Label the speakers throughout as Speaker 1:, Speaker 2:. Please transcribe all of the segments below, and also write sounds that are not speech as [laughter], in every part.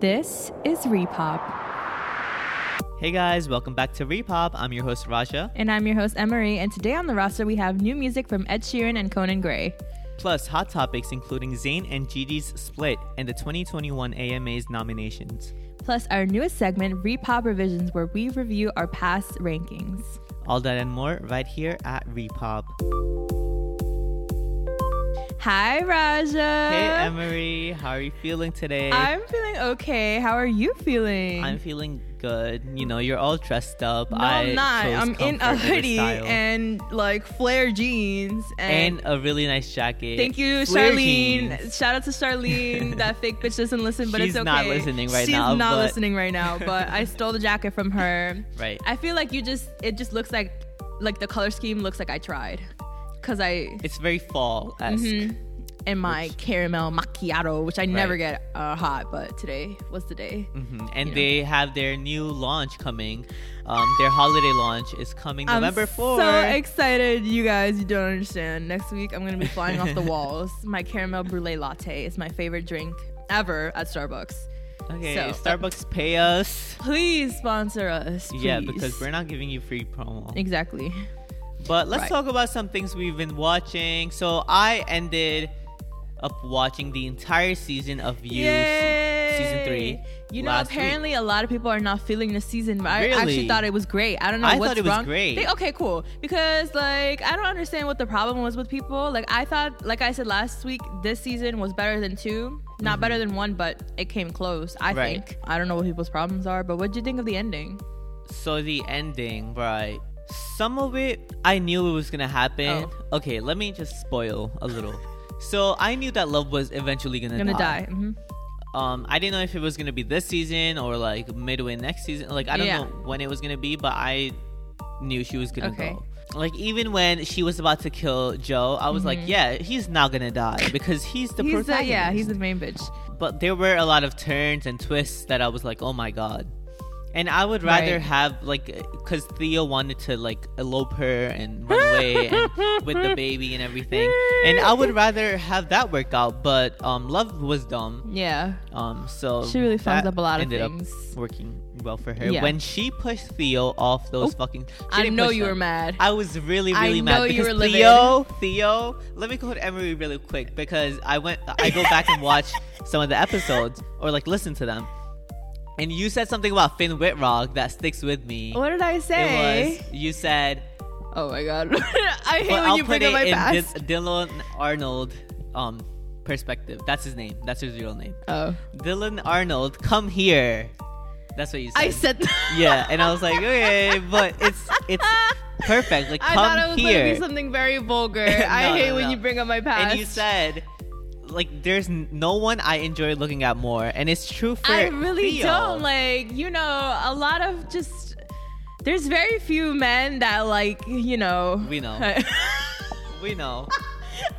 Speaker 1: This is Repop,
Speaker 2: Hey guys, welcome back to Repop. I'm your host Raja.
Speaker 1: and I'm your host Emery. And today on the roster we have new music from Ed Sheeran and Conan Gray.
Speaker 2: Plus, hot topics including Zayn and Gigi's split and the 2021 AMA's nominations.
Speaker 1: Plus our newest segment, Repop Revisions, where we review our past rankings.
Speaker 2: All that and more right here at Repop.
Speaker 1: Hi, Raja.
Speaker 2: Hey Emery, how are you feeling today?
Speaker 1: Uh, I'm feeling okay. How are you feeling?
Speaker 2: I'm feeling good. You know, you're all dressed up.
Speaker 1: no,
Speaker 2: I
Speaker 1: I'm not.
Speaker 2: chose
Speaker 1: I'm in
Speaker 2: comfort
Speaker 1: a
Speaker 2: over
Speaker 1: hoodie
Speaker 2: style.
Speaker 1: and like flare jeans
Speaker 2: And a really nice jacket.
Speaker 1: Thank you,
Speaker 2: Flare
Speaker 1: Charlene.
Speaker 2: jeans.
Speaker 1: Shout out to
Speaker 2: [laughs]
Speaker 1: Charlene. that fake bitch doesn't listen, but
Speaker 2: She's
Speaker 1: it's okay.
Speaker 2: not listening right
Speaker 1: She's
Speaker 2: now,
Speaker 1: not
Speaker 2: but-
Speaker 1: listening right now, but I stole the jacket from
Speaker 2: [laughs]
Speaker 1: her.
Speaker 2: Right.
Speaker 1: I feel like you just it just looks like like the color scheme looks like I tried. Cause I
Speaker 2: It's very fall esque.
Speaker 1: Mm-hmm. and my
Speaker 2: which-
Speaker 1: caramel macchiato, which I never
Speaker 2: Right.
Speaker 1: get uh, hot, but today was the day.
Speaker 2: Mhm. And
Speaker 1: You know.
Speaker 2: they have their new launch coming. Um, their holiday launch is coming November 4th.
Speaker 1: So excited, you guys. You don't understand. Next week, I'm going to be flying
Speaker 2: [laughs]
Speaker 1: off the walls. My caramel brulee latte is my favorite drink ever at Starbucks.
Speaker 2: okay,
Speaker 1: so, uh,
Speaker 2: Starbucks pay us.
Speaker 1: Please sponsor us.
Speaker 2: Yeah,
Speaker 1: please.
Speaker 2: because we're not giving you free promo.
Speaker 1: Exactly.
Speaker 2: But let's
Speaker 1: Right.
Speaker 2: talk about some things we've been watching. So I ended up watching the entire season of You season three.
Speaker 1: You know,
Speaker 2: last week.
Speaker 1: apparently a lot of people are not feeling the season, but I actually
Speaker 2: Really?
Speaker 1: thought it was great. I don't know
Speaker 2: I
Speaker 1: what's
Speaker 2: thought it was
Speaker 1: wrong.
Speaker 2: great.
Speaker 1: They- okay, cool. Because like I don't understand what the problem was with people. Like I thought, like I said last week, this season was better than two, not better than one, but it came close. I
Speaker 2: Mm-hmm. Right.
Speaker 1: think. I don't know what people's problems are, but what do you think of the ending?
Speaker 2: So the ending, right? Some of it I knew it was gonna happen.
Speaker 1: Oh.
Speaker 2: Okay, let me just spoil a little. So I knew that love was eventually gonna,
Speaker 1: Gonna die. Mhm.
Speaker 2: Um, I didn't know if it was gonna be this season or like midway next season. Like I don't
Speaker 1: Yeah.
Speaker 2: know when it was gonna be, but I knew she was gonna
Speaker 1: Okay.
Speaker 2: go. Like even when she was about to kill Joe, I was like, yeah, he's not gonna die because he's the
Speaker 1: Mm-hmm. he's the,
Speaker 2: protagonist.
Speaker 1: yeah, he's the main bitch.
Speaker 2: but there were a lot of turns and twists that I was like, oh my god. And I would rather
Speaker 1: Right.
Speaker 2: have like, because Theo wanted to like elope her and run
Speaker 1: [laughs]
Speaker 2: away and with the baby and everything, and I would rather have that work out. But um, love was dumb.
Speaker 1: Yeah.
Speaker 2: Um, so
Speaker 1: She really fucked
Speaker 2: that
Speaker 1: up a lot of
Speaker 2: ended
Speaker 1: things.
Speaker 2: Up working well for her
Speaker 1: Yeah.
Speaker 2: when she pushed Theo off those
Speaker 1: Oh.
Speaker 2: fucking. she
Speaker 1: I
Speaker 2: didn't
Speaker 1: know
Speaker 2: push
Speaker 1: you were
Speaker 2: him.
Speaker 1: mad.
Speaker 2: I was really
Speaker 1: I
Speaker 2: really
Speaker 1: know
Speaker 2: mad
Speaker 1: you
Speaker 2: because
Speaker 1: were livid.
Speaker 2: Theo, Theo. Let me quote Emery really quick because I went, I go back and
Speaker 1: [laughs]
Speaker 2: watch some of the episodes or like listen to them, and you said something about Finn Whitrock that sticks with me.
Speaker 1: what did I say?
Speaker 2: It was you said,
Speaker 1: Oh my god. [laughs] I hate
Speaker 2: but
Speaker 1: when
Speaker 2: I'll
Speaker 1: you
Speaker 2: put
Speaker 1: bring
Speaker 2: it
Speaker 1: up my
Speaker 2: in
Speaker 1: past.
Speaker 2: Dil- Dylan Arnold, um, perspective. That's his name. That's his real name.
Speaker 1: oh.
Speaker 2: Dylan Arnold, come here. That's what you said.
Speaker 1: I said
Speaker 2: [laughs] yeah, and I was like, okay, but it's it's perfect. Like,
Speaker 1: [laughs] I
Speaker 2: come
Speaker 1: thought it was
Speaker 2: here.
Speaker 1: gonna be something
Speaker 2: [laughs]
Speaker 1: very vulgar.
Speaker 2: No,
Speaker 1: I hate
Speaker 2: no,
Speaker 1: when
Speaker 2: no.
Speaker 1: you bring up my past.
Speaker 2: and you said, like, there's n- no one I enjoy looking at more, and it's true for
Speaker 1: I really
Speaker 2: Theo.
Speaker 1: don't like, you know, a lot of just there's very few men that like, you know
Speaker 2: We know.
Speaker 1: [laughs]
Speaker 2: we know.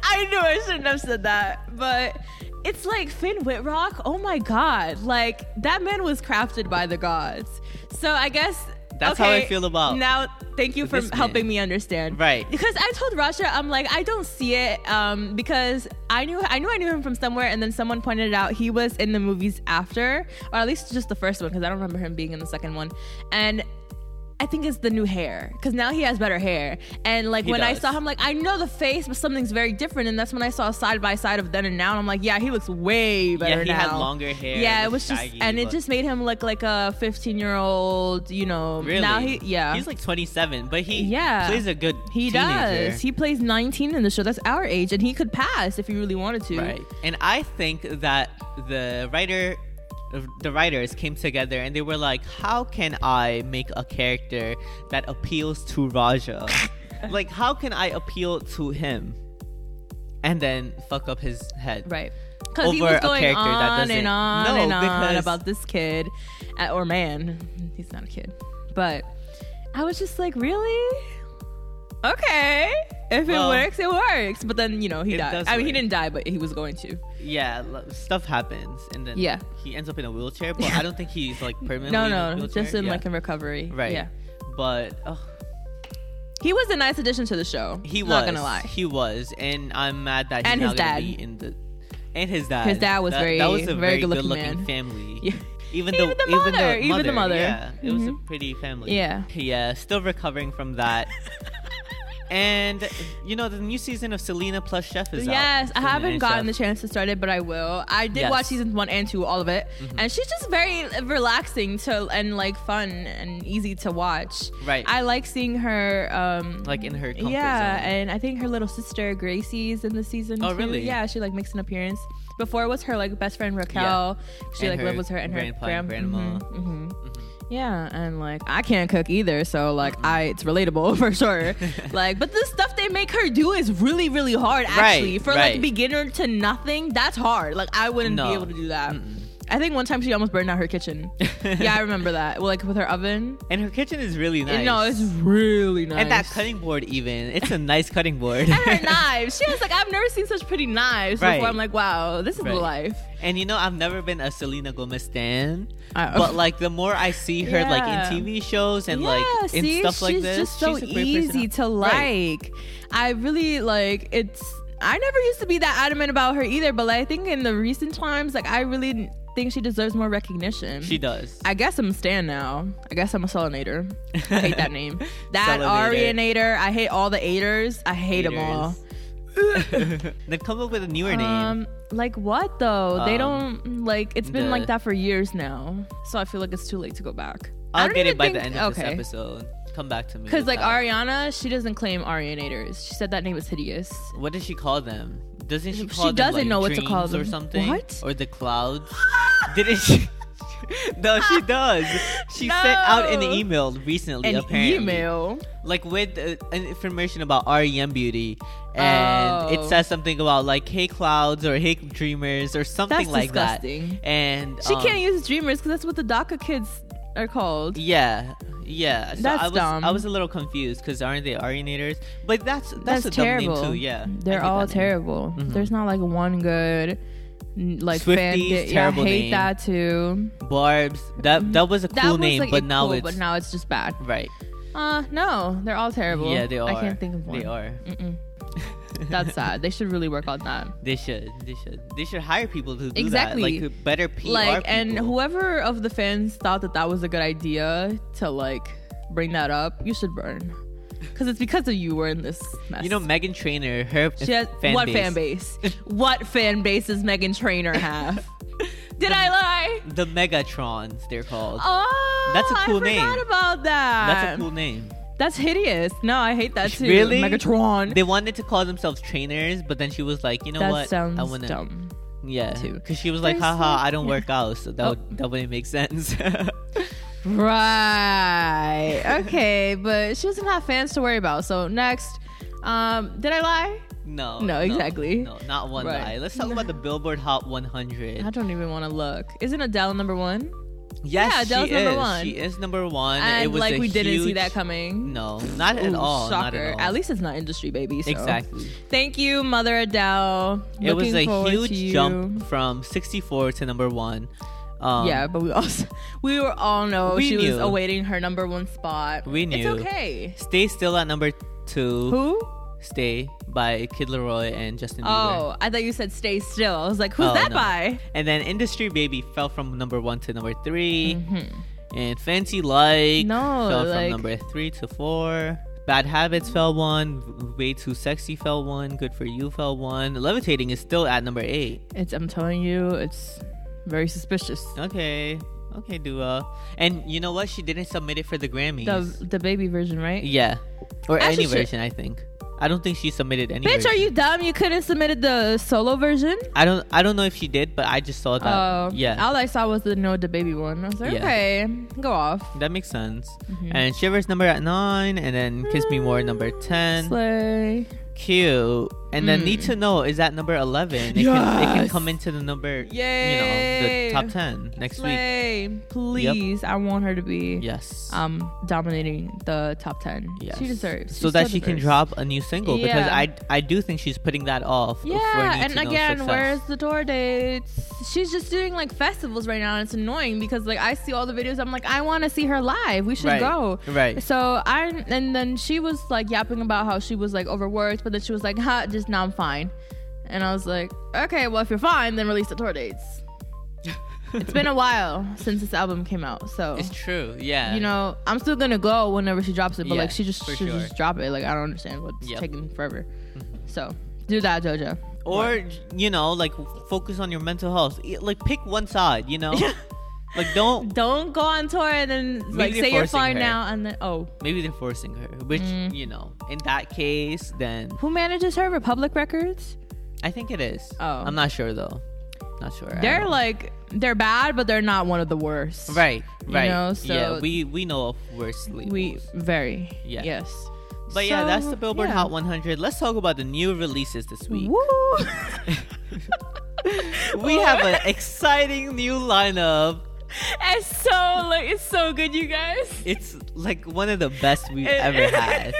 Speaker 1: I knew I shouldn't have said that, but it's like Finn Whitrock. Oh my god! Like that man was crafted by the gods. So I guess
Speaker 2: That's how I
Speaker 1: okay,
Speaker 2: feel about
Speaker 1: now. Thank you for
Speaker 2: this man.
Speaker 1: helping me understand.
Speaker 2: Right.
Speaker 1: Because I told Rasha, I'm like, I don't see it. Um, because I knew I knew I knew him from somewhere, and then someone pointed it out he was in the movies after, or at least just the first one, because I don't remember him being in the second one. And I think it's the new hair because now he has better hair. And like
Speaker 2: He
Speaker 1: when I
Speaker 2: does.
Speaker 1: saw him, like I know the face, but something's very different. And that's when I saw a side by side of then and now. And I'm like, yeah, he looks way better
Speaker 2: yeah, he
Speaker 1: now.
Speaker 2: had longer hair.
Speaker 1: yeah, it
Speaker 2: looked
Speaker 1: was just,
Speaker 2: shaggy,
Speaker 1: and it
Speaker 2: looked-
Speaker 1: just made him look like a 15 year old. You know,
Speaker 2: really.
Speaker 1: now he, yeah,
Speaker 2: he's like 27, but he
Speaker 1: Yeah.
Speaker 2: plays a good.
Speaker 1: he
Speaker 2: teenager.
Speaker 1: does. He plays 19 in the show. That's our age, and he could pass if he really wanted to.
Speaker 2: Right. And I think that the writer the writers came together and they were like, "How can I make a character that appeals to
Speaker 1: [laughs]
Speaker 2: Raja? like how can I appeal to him?" And then fuck up his head.
Speaker 1: Right. Because he
Speaker 2: Over
Speaker 1: was
Speaker 2: a
Speaker 1: going
Speaker 2: character that
Speaker 1: on
Speaker 2: doesn't-
Speaker 1: and on
Speaker 2: No,
Speaker 1: and on
Speaker 2: because-
Speaker 1: about this kid, uh, or man, he's not a kid, but I was just like, really? Okay, if
Speaker 2: Well,
Speaker 1: it works, it works. But then you know he
Speaker 2: it
Speaker 1: died.
Speaker 2: does
Speaker 1: I mean, he
Speaker 2: work.
Speaker 1: didn't die, but he was going to.
Speaker 2: Yeah, lo- stuff happens and then
Speaker 1: Yeah.
Speaker 2: he ends up in a wheelchair, but I don't think he's like
Speaker 1: [laughs]
Speaker 2: permanently
Speaker 1: No,
Speaker 2: in a
Speaker 1: no,
Speaker 2: wheelchair.
Speaker 1: just in
Speaker 2: Yeah.
Speaker 1: like a recovery.
Speaker 2: Right.
Speaker 1: Yeah.
Speaker 2: But ugh,
Speaker 1: He was a nice addition to the show.
Speaker 2: he was
Speaker 1: not gonna lie. [laughs]
Speaker 2: He was, and I'm mad that he's
Speaker 1: And
Speaker 2: not
Speaker 1: his
Speaker 2: gonna
Speaker 1: dad.
Speaker 2: be in the and his dad.
Speaker 1: His dad was
Speaker 2: that,
Speaker 1: very-
Speaker 2: that was a
Speaker 1: very
Speaker 2: very,
Speaker 1: good-looking
Speaker 2: good-looking
Speaker 1: man.
Speaker 2: [laughs] family.
Speaker 1: Yeah.
Speaker 2: Even,
Speaker 1: Even
Speaker 2: though
Speaker 1: the mother, even the mother. Mm-hmm.
Speaker 2: Yeah, it was a pretty family.
Speaker 1: Yeah.
Speaker 2: yeah. Still recovering from that. and you know, the new season of Selena plus Chef is out.
Speaker 1: Yes, I
Speaker 2: Selena
Speaker 1: haven't
Speaker 2: and
Speaker 1: gotten the
Speaker 2: Chef.
Speaker 1: chance to start it, but I will. I did
Speaker 2: Yes. Mm-hmm.
Speaker 1: watch season one and two, all of it, and she's just very relaxing to and like fun and easy to watch.
Speaker 2: Right.
Speaker 1: I like seeing her. Um,
Speaker 2: like in her comfort
Speaker 1: yeah,
Speaker 2: zone.
Speaker 1: and I think her little sister Gracie's in the season.
Speaker 2: Oh,
Speaker 1: too.
Speaker 2: really?
Speaker 1: Yeah, she like makes an appearance. Before it was her like best friend Raquel. She
Speaker 2: And
Speaker 1: like
Speaker 2: her
Speaker 1: lived with her and her
Speaker 2: grandpa
Speaker 1: grand-
Speaker 2: and grandma. Mm-hmm.
Speaker 1: Mhm, mhm. Yeah, and like I can't cook either, so like I it's relatable [laughs] for sure.
Speaker 2: [laughs]
Speaker 1: like, but the stuff they make her do is really, really hard. Actually, for like
Speaker 2: right.
Speaker 1: beginner to nothing, that's hard. Like I wouldn't
Speaker 2: No. Mm.
Speaker 1: be able to do that. I think one time she almost burned out her
Speaker 2: [laughs]
Speaker 1: kitchen. um, yeah, I remember that. Well, like with her oven.
Speaker 2: and her kitchen is really nice.
Speaker 1: No, it's really nice.
Speaker 2: and that cutting board even it's a nice cutting board.
Speaker 1: [laughs] and
Speaker 2: [laughs]
Speaker 1: her knives. She was like, I've never seen such pretty knives
Speaker 2: Right.
Speaker 1: before. I'm like, wow, this is
Speaker 2: Right.
Speaker 1: the life.
Speaker 2: And you know, I've never been a Selena Gomez stan,
Speaker 1: I-
Speaker 2: but like the more I see her like
Speaker 1: Yeah.
Speaker 2: in TV shows and
Speaker 1: yeah,
Speaker 2: like in
Speaker 1: see,
Speaker 2: stuff like
Speaker 1: she's
Speaker 2: this,
Speaker 1: just so
Speaker 2: she's a great
Speaker 1: easy
Speaker 2: person.
Speaker 1: to like.
Speaker 2: Right.
Speaker 1: I really like it's. I never used to be that adamant about her either, but like, I think in the recent times, like I really think she deserves more recognition.
Speaker 2: She does.
Speaker 1: I guess I'm a Stan now. I guess I'm a Solanator. I hate that
Speaker 2: [laughs]
Speaker 1: name. That
Speaker 2: Solanator.
Speaker 1: Arianator. I hate all the Aiders. I hate them
Speaker 2: [laughs]
Speaker 1: all.
Speaker 2: They've come up with a newer name.
Speaker 1: Um, like what though? they
Speaker 2: Um,
Speaker 1: don't like. It's been
Speaker 2: the-
Speaker 1: like that for years now, so I feel like it's too late to go back. I
Speaker 2: I'll
Speaker 1: don't
Speaker 2: get
Speaker 1: even
Speaker 2: it by the
Speaker 1: think-
Speaker 2: end of this
Speaker 1: okay.
Speaker 2: episode. Come back to me.
Speaker 1: Because
Speaker 2: with
Speaker 1: like
Speaker 2: that.
Speaker 1: Ariana, she doesn't claim Arianators. She said that name is
Speaker 2: [laughs]
Speaker 1: hideous.
Speaker 2: what does she call them? Doesn't she
Speaker 1: She
Speaker 2: call them
Speaker 1: doesn't
Speaker 2: like,
Speaker 1: know what to call
Speaker 2: dreams or
Speaker 1: them.
Speaker 2: something?
Speaker 1: What?
Speaker 2: Or the clouds? [laughs] Didn't she? [laughs] no, she does. She sent out an
Speaker 1: No.
Speaker 2: email recently.
Speaker 1: An
Speaker 2: apparently,
Speaker 1: email.
Speaker 2: like with uh, an information about REM beauty, and
Speaker 1: Oh.
Speaker 2: it says something about like "Hey clouds" or "Hey dreamers" or something
Speaker 1: That's
Speaker 2: like
Speaker 1: disgusting.
Speaker 2: that. And
Speaker 1: She
Speaker 2: um,
Speaker 1: can't use Dreamers because that's what the DACA kids are called.
Speaker 2: Yeah, yeah. So
Speaker 1: That's
Speaker 2: I was,
Speaker 1: dumb.
Speaker 2: I was a little confused because aren't they Arianators? But that's that's,
Speaker 1: That's,
Speaker 2: a
Speaker 1: terrible.
Speaker 2: dumb name too. Yeah, I
Speaker 1: They're
Speaker 2: hate
Speaker 1: all
Speaker 2: that name. Mm-hmm.
Speaker 1: terrible. There's not like one good. n- Like fan,
Speaker 2: Swifties,
Speaker 1: yeah,
Speaker 2: terrible
Speaker 1: I hate
Speaker 2: name.
Speaker 1: that too.
Speaker 2: Barb's. That that was a
Speaker 1: Mm-hmm. That
Speaker 2: cool
Speaker 1: was
Speaker 2: name,
Speaker 1: like
Speaker 2: but
Speaker 1: it
Speaker 2: now
Speaker 1: cool,
Speaker 2: it's
Speaker 1: but now it's just bad.
Speaker 2: right.
Speaker 1: Uh, no, they're all terrible.
Speaker 2: Yeah, they are.
Speaker 1: I can't think of one.
Speaker 2: They are. [laughs]
Speaker 1: Mm-mm. That's sad. They should really work on that.
Speaker 2: They should. They should. They should hire people to do
Speaker 1: Exactly.
Speaker 2: that. Like better PR
Speaker 1: like, and
Speaker 2: people.
Speaker 1: whoever of the fans thought that that was a good idea to like bring that up, you should burn, because it's because of you we're in this mess.
Speaker 2: You know, Megan Trainor, her
Speaker 1: she has
Speaker 2: fan
Speaker 1: what
Speaker 2: base.
Speaker 1: fan base?
Speaker 2: [laughs]
Speaker 1: what fan base does Megan Trainor have? Did I lie?
Speaker 2: The Megatrons, they're called.
Speaker 1: Oh,
Speaker 2: That's a cool
Speaker 1: I forgot
Speaker 2: name.
Speaker 1: about that.
Speaker 2: That's a cool name.
Speaker 1: That's hideous. No, I hate that too.
Speaker 2: Really?
Speaker 1: Megatron.
Speaker 2: They wanted to call themselves trainers, but then she was like, you know
Speaker 1: that
Speaker 2: what?
Speaker 1: sounds
Speaker 2: I wanna,
Speaker 1: dumb.
Speaker 2: Yeah,
Speaker 1: too.
Speaker 2: because she was like,
Speaker 1: They're
Speaker 2: haha,
Speaker 1: so-
Speaker 2: I don't
Speaker 1: [laughs] yeah. Oh.
Speaker 2: work out, so that would, that wouldn't make sense. [laughs]
Speaker 1: Right. Okay, but she doesn't have fans to worry about. So next, um, did I lie?
Speaker 2: no,
Speaker 1: No, exactly.
Speaker 2: No, not one
Speaker 1: Right.
Speaker 2: lie. Let's talk about the Billboard Hot 100.
Speaker 1: I don't even want to look. Isn't Adele number one?
Speaker 2: yes,
Speaker 1: yeah, Adele's
Speaker 2: she
Speaker 1: number
Speaker 2: is.
Speaker 1: one.
Speaker 2: She is number one.
Speaker 1: And
Speaker 2: it was
Speaker 1: like
Speaker 2: a
Speaker 1: we didn't see
Speaker 2: huge-
Speaker 1: that coming.
Speaker 2: No, not at
Speaker 1: Ooh,
Speaker 2: all. Not
Speaker 1: shocker.
Speaker 2: at all.
Speaker 1: At least it's not industry, baby. so.
Speaker 2: exactly.
Speaker 1: Thank you, Mother Adele.
Speaker 2: It was
Speaker 1: Looking
Speaker 2: a
Speaker 1: forward to
Speaker 2: huge
Speaker 1: you.
Speaker 2: jump from 64 to number one. Um,
Speaker 1: yeah, but we also [laughs] we were all know
Speaker 2: We
Speaker 1: she was
Speaker 2: knew.
Speaker 1: awaiting her number one spot.
Speaker 2: We knew.
Speaker 1: It's okay.
Speaker 2: Stay still at number two.
Speaker 1: Who?
Speaker 2: Stay by Kid Leroy and Justin Bieber.
Speaker 1: Oh, I thought you said stay still. I was like, who's
Speaker 2: Oh,
Speaker 1: that
Speaker 2: no.
Speaker 1: by?
Speaker 2: And then Industry Baby fell from number one to number 3
Speaker 1: Mm-hmm.
Speaker 2: And Fancy Like
Speaker 1: Mm. No,
Speaker 2: fell
Speaker 1: like-
Speaker 2: from number three to four. Bad Habits fell one. Way Too Sexy fell one. Good for You fell one. Levitating is still at number eight.
Speaker 1: It's I'm telling you, it's very suspicious.
Speaker 2: Okay. Okay, Dua. And you know what? She didn't submit it for the Grammys.
Speaker 1: The the baby version, right?
Speaker 2: Yeah. Or
Speaker 1: Actually,
Speaker 2: any
Speaker 1: she-
Speaker 2: version, I think. I don't think she submitted any.
Speaker 1: Bitch, are
Speaker 2: version.
Speaker 1: you dumb? You couldn't submitted the solo version.
Speaker 2: I don't. I don't know if she did, but I just saw that.
Speaker 1: Uh,
Speaker 2: yeah,
Speaker 1: All I saw was the no the baby one. I was like,
Speaker 2: Yeah.
Speaker 1: okay, go off.
Speaker 2: that makes sense.
Speaker 1: Mm-hmm.
Speaker 2: And Shivers number at nine, and then Kiss Me More number
Speaker 1: Mm.
Speaker 2: ten.
Speaker 1: Slay.
Speaker 2: Cute. And then
Speaker 1: Mm.
Speaker 2: Need to Know is at number eleven. It, can, it can
Speaker 1: Yes.
Speaker 2: come into the number.
Speaker 1: Yay.
Speaker 2: You know, the top ten next week.
Speaker 1: Slay. Please, I want her to be
Speaker 2: Yes.
Speaker 1: um dominating the top ten.
Speaker 2: Yes.
Speaker 1: She deserves.
Speaker 2: so
Speaker 1: She
Speaker 2: that
Speaker 1: still
Speaker 2: she can
Speaker 1: deserves.
Speaker 2: drop a new single because
Speaker 1: Yeah.
Speaker 2: I I do think she's putting that off. for
Speaker 1: Yeah,
Speaker 2: Need
Speaker 1: and
Speaker 2: to Know's
Speaker 1: again,
Speaker 2: success.
Speaker 1: where's the tour dates? She's just doing like festivals right now, and it's annoying because like I see all the videos. I'm like, I want to see her live. We should
Speaker 2: Right.
Speaker 1: go.
Speaker 2: Right.
Speaker 1: So I and then she was like yapping about how she was like overworked, but then she was like, "Ha, just now I'm fine." And I was like, "Okay, well if you're fine, then release the tour dates." it's been a while since this album came out, so
Speaker 2: It's true. Yeah.
Speaker 1: you know I'm still gonna go whenever she drops it. But
Speaker 2: Yeah,
Speaker 1: like she just
Speaker 2: for
Speaker 1: she
Speaker 2: sure.
Speaker 1: just drop it. Like I don't understand what's
Speaker 2: Yep.
Speaker 1: taking forever. So do that, JoJo.
Speaker 2: or you know, like focus on your mental health. E- Like pick one side. You
Speaker 1: [laughs]
Speaker 2: know, like don't.
Speaker 1: Don't go on tour and then like
Speaker 2: they're
Speaker 1: say you're
Speaker 2: forcing
Speaker 1: fine
Speaker 2: her.
Speaker 1: now and then oh
Speaker 2: Maybe they're forcing her, which
Speaker 1: Mm.
Speaker 2: you know, in that case, then
Speaker 1: who manages her? Republic Records.
Speaker 2: I think it is.
Speaker 1: Oh.
Speaker 2: I'm not sure though. Not sure. I
Speaker 1: They're
Speaker 2: don't-
Speaker 1: like they're bad, but they're not one of the worst.
Speaker 2: right, right.
Speaker 1: know,
Speaker 2: yeah,
Speaker 1: so-
Speaker 2: we we know of worse labels.
Speaker 1: We very
Speaker 2: Yeah.
Speaker 1: yes.
Speaker 2: but yeah, that's
Speaker 1: So,
Speaker 2: the Billboard
Speaker 1: yeah.
Speaker 2: Hot 100. Let's talk about the new releases this week.
Speaker 1: Woo!
Speaker 2: [laughs]
Speaker 1: [laughs]
Speaker 2: We have an exciting new lineup.
Speaker 1: It's so like it's so good, you guys.
Speaker 2: It's like one of the best we've ever had.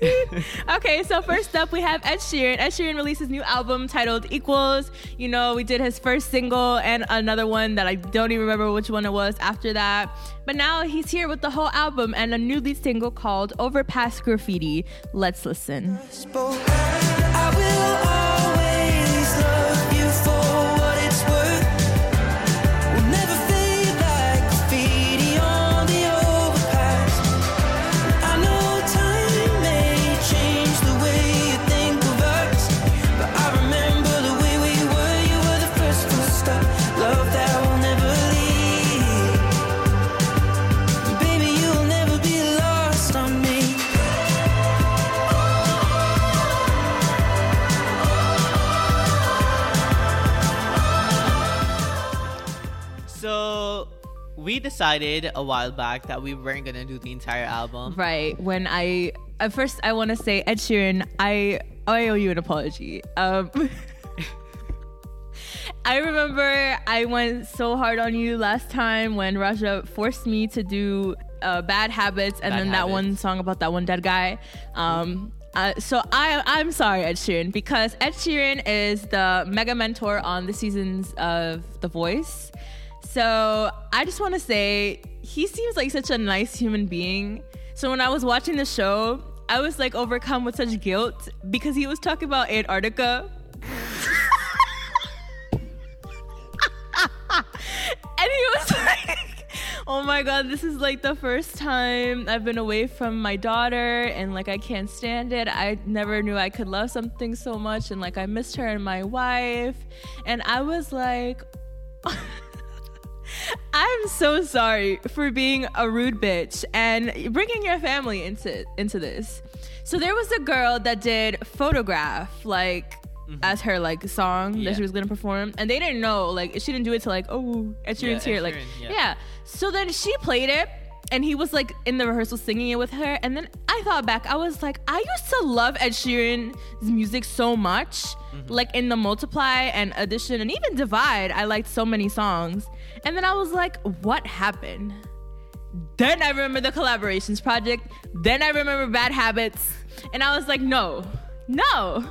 Speaker 1: [laughs] okay, so first up we have Ed Sheeran. Ed Sheeran released his new album titled Equals. You know, we did his first single and another one that I don't even remember which one it was after that. But now he's here with the whole album and a new lead single called Overpass Graffiti. Let's listen.
Speaker 3: I will always love you for what it's worth. We'll never fade like graffiti on the overpass. I know time may change the way you think of us, but I remember the way we were. You were the first to stop love that will never leave. Baby, you will never be lost on me.
Speaker 2: So we decided a while back that we weren't gonna do the entire album.
Speaker 1: Right. When I at first I want to say Ed Sheeran, I I owe you an apology. Um [laughs] I remember I went so hard on you last time when Raja forced me to do uh, Bad Habits and
Speaker 2: Bad
Speaker 1: then that one
Speaker 2: Habits.
Speaker 1: song about that one dead guy. Um uh, so I I'm sorry Ed Sheeran because Ed Sheeran is the mega mentor on the seasons of The Voice. So I just want to say he seems like such a nice human being. So when I was watching the show, I was like overcome with such guilt because he was talking about Antarctica. and he was [laughs] like, "Oh my god, this is like the first time I've been away from my daughter, and like I can't stand it. I never knew I could love something so much, and like I missed her and my wife." And I was like, [laughs] "I'm so sorry for being a rude bitch and bringing your family into into this." So there was a girl that did photograph like. As her like song
Speaker 2: Yeah.
Speaker 1: that she was gonna perform, and they didn't know like she didn't do it till like oh Ed
Speaker 2: Yeah,
Speaker 1: Sheeran's here.
Speaker 2: Ed
Speaker 1: Like,
Speaker 2: Sheeran, yeah.
Speaker 1: yeah. So then she played it, and he was like in the rehearsal singing it with her. And then I thought back, I was like, I used to love Ed Sheeran's music so much. Like in the Multiply and Addition and even Divide, I liked so many songs. And then I was like, what happened? Then I remember the collaborations project. Then I remember Bad Habits. And I was like, no, no.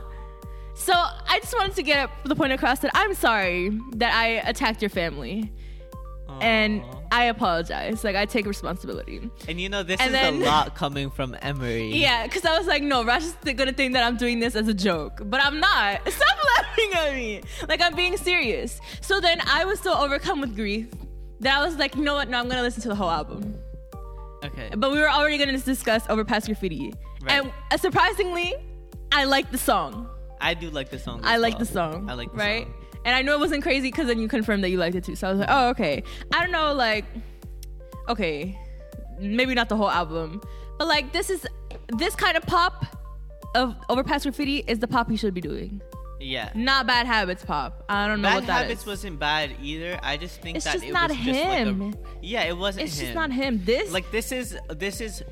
Speaker 1: So I just wanted to get the point across that I'm sorry that I attacked your family and
Speaker 2: Aw.
Speaker 1: I apologize. Like I take responsibility.
Speaker 2: and you know this
Speaker 1: and
Speaker 2: is
Speaker 1: then-
Speaker 2: a lot coming from Emery.
Speaker 1: Yeah, because I was like, no, Rash is th- gonna think that I'm doing this as a joke, but I'm not. [laughs] Stop laughing at me. Like I'm being serious. So then I was so overcome with grief that I was like, you know what? No, I'm gonna listen to the whole album.
Speaker 2: Okay.
Speaker 1: But we were already gonna discuss Overpass Graffiti,
Speaker 2: Right.
Speaker 1: and uh, surprisingly, I like the song.
Speaker 2: I do like the song.
Speaker 1: I
Speaker 2: as
Speaker 1: like
Speaker 2: well.
Speaker 1: the song.
Speaker 2: I like the
Speaker 1: right.
Speaker 2: song.
Speaker 1: And I know it wasn't crazy because then you confirmed that you liked it too. So I was like, oh okay. I don't know, like, okay, maybe not the whole album, but like this is this kind of pop of Overpass Graffiti is the pop you should be doing,
Speaker 2: Yeah.
Speaker 1: not Bad Habits pop. I don't know
Speaker 2: Bad
Speaker 1: what that
Speaker 2: Habits
Speaker 1: is.
Speaker 2: wasn't bad either. I just think
Speaker 1: It's
Speaker 2: that
Speaker 1: just
Speaker 2: it
Speaker 1: not
Speaker 2: was just like
Speaker 1: him.
Speaker 2: a, yeah, it wasn't.
Speaker 1: it's
Speaker 2: him.
Speaker 1: just not him. This
Speaker 2: Like this is this is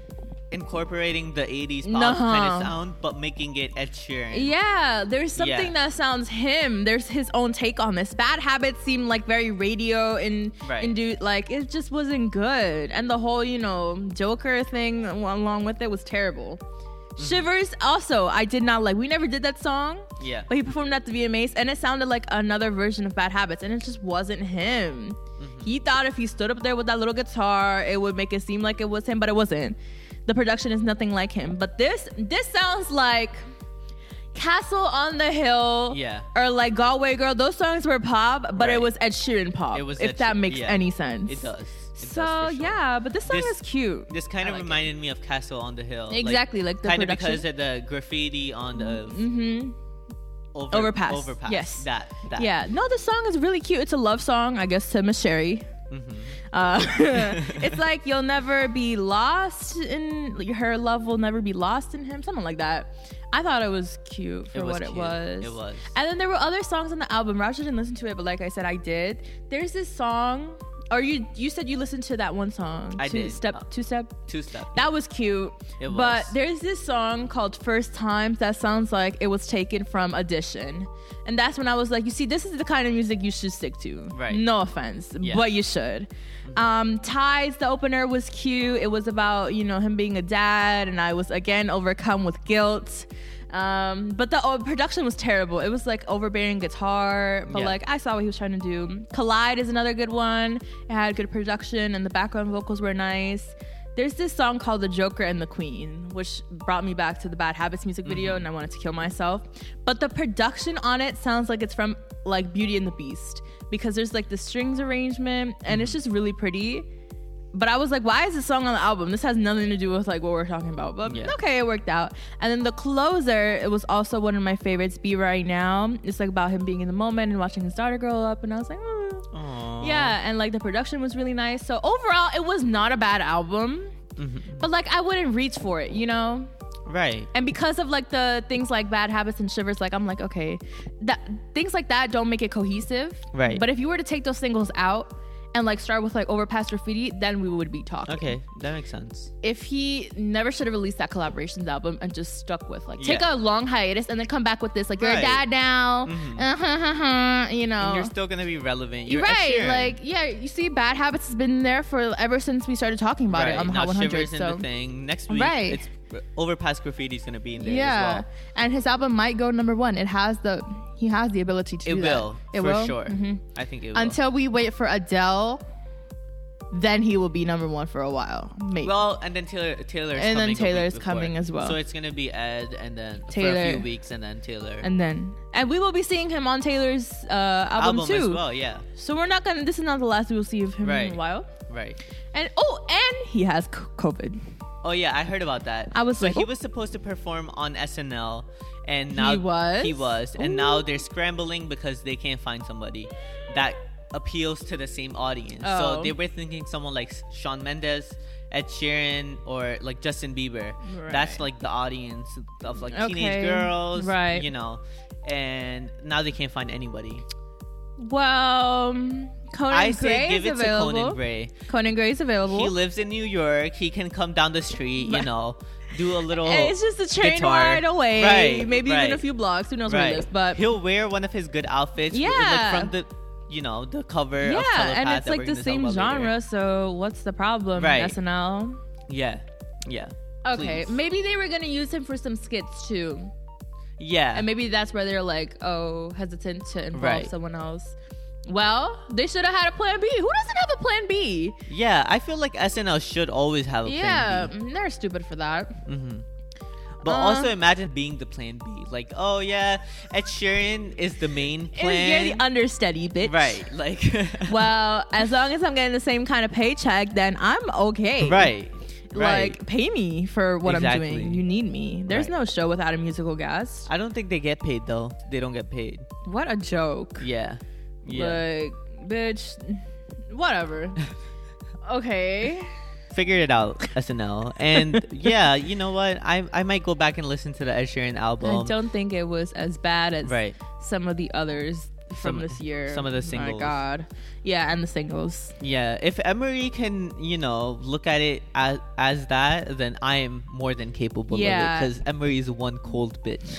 Speaker 2: incorporating the '80s pop
Speaker 1: No.
Speaker 2: kind of sound, but making it Ed Sheeran.
Speaker 1: Yeah, there's something
Speaker 2: Yeah.
Speaker 1: that sounds him. There's his own take on this. Bad habits seem like very radio and
Speaker 2: Right.
Speaker 1: and do like it just wasn't good. And the whole you know Joker thing along with it was terrible.
Speaker 2: Mm-hmm.
Speaker 1: Shivers also I did not like. We never did that song,
Speaker 2: Yeah.
Speaker 1: but he performed at the VMAs and it sounded like another version of Bad Habits, and it just wasn't him.
Speaker 2: Mm-hmm.
Speaker 1: He thought if he stood up there with that little guitar, it would make it seem like it was him, but it wasn't. The production is nothing like him. But this this sounds like Castle on the Hill,
Speaker 2: Yeah.
Speaker 1: or like Galway Girl, those songs were pop, but
Speaker 2: Right.
Speaker 1: it was Ed Sheeran pop.
Speaker 2: It was
Speaker 1: if
Speaker 2: Ed
Speaker 1: that
Speaker 2: Sheeran,
Speaker 1: makes
Speaker 2: yeah.
Speaker 1: any sense.
Speaker 2: It does. It does
Speaker 1: So
Speaker 2: for sure.
Speaker 1: yeah, but this song
Speaker 2: This-
Speaker 1: is cute.
Speaker 2: This kind
Speaker 1: I
Speaker 2: of
Speaker 1: like it.
Speaker 2: reminded me of Castle on the Hill.
Speaker 1: Exactly, like the
Speaker 2: kind of
Speaker 1: production.
Speaker 2: because of the graffiti on the
Speaker 1: Mm-hmm.
Speaker 2: over,
Speaker 1: Overpass.
Speaker 2: Overpass.
Speaker 1: Yes.
Speaker 2: That. that.
Speaker 1: Yeah. No, this song is really cute. It's a love song, I guess, to Miss Sherry.
Speaker 2: Mm-hmm.
Speaker 1: Uh, [laughs] it's like you'll never be lost in her love will never be lost in him, something like that. I thought it was cute for
Speaker 2: It was
Speaker 1: what it
Speaker 2: cute.
Speaker 1: was.
Speaker 2: It was.
Speaker 1: And then there were other songs on the album. Raj didn't listen to it, but like I said, I did. There's this song, or you you said you listened to that one song.
Speaker 2: I
Speaker 1: two
Speaker 2: did. Uh,
Speaker 1: Step, two step.
Speaker 2: Two step.
Speaker 1: That was cute.
Speaker 2: It
Speaker 1: But
Speaker 2: was.
Speaker 1: there's this song called First Times that sounds like it was taken from Audition. And that's when I was like, you see, this is the kind of music you should stick to.
Speaker 2: Right.
Speaker 1: No offense,
Speaker 2: Yeah.
Speaker 1: but you should. Um, Tides, the opener was cute. It was about, you know, him being a dad, and I was again overcome with guilt. Um, but the oh, production was terrible. It was like overbearing guitar, but
Speaker 2: Yeah.
Speaker 1: like I saw what he was trying to do. Collide is another good one. It had good production and the background vocals were nice. There's this song called The Joker and the Queen, which brought me back to the Bad Habits music video and I wanted to kill myself. But the production on it sounds like it's from like Beauty and the Beast because there's like the strings arrangement and it's just really pretty. But I was like, why is this song on the album? This has nothing to do with like what we're talking about. But
Speaker 2: Yeah.
Speaker 1: okay, it worked out. And then the closer, it was also one of my favorites, Be Right Now. It's like about him being in the moment and watching his daughter grow up. And I was like, oh.
Speaker 2: Aw.
Speaker 1: Yeah, and like the production was really nice. So overall, it was not a bad album,
Speaker 2: Mm-hmm.
Speaker 1: but like I wouldn't reach for it, you know.
Speaker 2: Right.
Speaker 1: And because of like the things like bad habits and shivers, like I'm like okay, that things like that don't make it cohesive.
Speaker 2: Right.
Speaker 1: But if you were to take those singles out and like start with like overpass graffiti, then we would be talking.
Speaker 2: Okay, that makes sense.
Speaker 1: If he never should have released that collaborations album and just stuck with like take a
Speaker 2: Yeah.
Speaker 1: long hiatus and then come back with this like you're
Speaker 2: Right. Mm-hmm.
Speaker 1: a dad now, uh-huh, you know.
Speaker 2: And you're still gonna be relevant.
Speaker 1: You're
Speaker 2: You're Ed
Speaker 1: right.
Speaker 2: Sheeran.
Speaker 1: Like, yeah, you see, Bad Habits has been there for ever since we started talking about
Speaker 2: right.
Speaker 1: it on the
Speaker 2: now
Speaker 1: Hot 100.
Speaker 2: Shivers in
Speaker 1: So,
Speaker 2: the thing. Next week,
Speaker 1: Right.
Speaker 2: it's uh, Overpass Graffiti is gonna be in there
Speaker 1: yeah,
Speaker 2: as well.
Speaker 1: and his album might go number one. It has the he has the ability to.
Speaker 2: It
Speaker 1: do that.
Speaker 2: will.
Speaker 1: It
Speaker 2: for
Speaker 1: will.
Speaker 2: sure.
Speaker 1: Mhm.
Speaker 2: I think it will.
Speaker 1: Until we wait for Adele, then he will be number one for a while. Maybe.
Speaker 2: well, and then Taylor, Taylor's
Speaker 1: And then
Speaker 2: coming a week
Speaker 1: Taylor's
Speaker 2: before.
Speaker 1: coming as well.
Speaker 2: So it's gonna be Ed, and then for a
Speaker 1: Taylor.
Speaker 2: few weeks, and then Taylor
Speaker 1: and then, and we will be seeing him on Taylor's uh, album,
Speaker 2: album
Speaker 1: too.
Speaker 2: as well. Yeah,
Speaker 1: So we're not gonna. This is not the last we will see of him in
Speaker 2: Right.
Speaker 1: a while.
Speaker 2: right.
Speaker 1: And oh, and he has c- COVID.
Speaker 2: Oh yeah, I heard about that.
Speaker 1: I was
Speaker 2: so
Speaker 1: like,
Speaker 2: he
Speaker 1: "Oh."
Speaker 2: was supposed to perform on SNL, and now
Speaker 1: was?
Speaker 2: he was, and
Speaker 1: Ooh.
Speaker 2: now they're scrambling because they can't find somebody that appeals to the same audience. So
Speaker 1: Oh.
Speaker 2: they were thinking someone like Sean Mendes, Ed Sheeran, or like Justin Bieber. That's
Speaker 1: Right.
Speaker 2: like the audience of like
Speaker 1: Okay.
Speaker 2: teenage girls,
Speaker 1: Right.
Speaker 2: You know, and now they can't find anybody.
Speaker 1: Well, um, Conan Gray
Speaker 2: I say give
Speaker 1: is
Speaker 2: it
Speaker 1: available.
Speaker 2: to Conan Gray.
Speaker 1: Conan Gray is available.
Speaker 2: He lives in New York. He can come down the street,
Speaker 1: [laughs]
Speaker 2: you
Speaker 1: Right.
Speaker 2: know, do a little.
Speaker 1: And it's just a train
Speaker 2: guitar.
Speaker 1: ride away,
Speaker 2: Right,
Speaker 1: maybe
Speaker 2: right.
Speaker 1: even a few blocks. Who knows where he lives? But
Speaker 2: he'll wear one of his good outfits. like,
Speaker 1: Yeah.
Speaker 2: from the you know the cover. of
Speaker 1: yeah,
Speaker 2: Telepath
Speaker 1: and it's
Speaker 2: that
Speaker 1: like
Speaker 2: we're
Speaker 1: the
Speaker 2: gonna talk
Speaker 1: same
Speaker 2: about later.
Speaker 1: genre. So what's the problem?
Speaker 2: Right.
Speaker 1: SNL.
Speaker 2: Yeah, yeah.
Speaker 1: Okay,
Speaker 2: Please.
Speaker 1: maybe they were gonna use him for some skits too,
Speaker 2: yeah.
Speaker 1: and maybe that's where they're like, oh, hesitant to involve
Speaker 2: Right.
Speaker 1: someone else. Well, they should have had a plan B. Who doesn't have a plan B?
Speaker 2: yeah, I feel like SNL should always have a
Speaker 1: yeah,
Speaker 2: plan B. Mm-hmm.
Speaker 1: mm, they're stupid for that.
Speaker 2: But
Speaker 1: Uh,
Speaker 2: also imagine being the plan B. Like, oh yeah, Ed Sheeran is the main plan.
Speaker 1: You're the understudy, bitch.
Speaker 2: right. Like [laughs]
Speaker 1: Well, as long as I'm getting the same kind of paycheck, then I'm okay.
Speaker 2: Right. Right.
Speaker 1: Like, pay me for what
Speaker 2: Exactly.
Speaker 1: I'm doing. You need me. There's
Speaker 2: Right.
Speaker 1: no show without a musical guest.
Speaker 2: I don't think they get paid though. They don't get paid.
Speaker 1: What a joke.
Speaker 2: Yeah. Yeah.
Speaker 1: Like, bitch,
Speaker 2: [laughs]
Speaker 1: whatever. okay.
Speaker 2: Figure it out, SNL.
Speaker 1: [laughs]
Speaker 2: And yeah, you know what? I I might go back and listen to the Ed Sheeran album.
Speaker 1: I don't think it was as bad as
Speaker 2: Um, Right.
Speaker 1: some of the others from
Speaker 2: Some-
Speaker 1: this year.
Speaker 2: some of the
Speaker 1: My
Speaker 2: singles.
Speaker 1: God. Yeah, and the singles.
Speaker 2: Yeah. If Emery can, you know, look at it as as that, then I am more than capable
Speaker 1: Yeah.
Speaker 2: of it. Because Emery is one cold
Speaker 1: [laughs]
Speaker 2: bitch.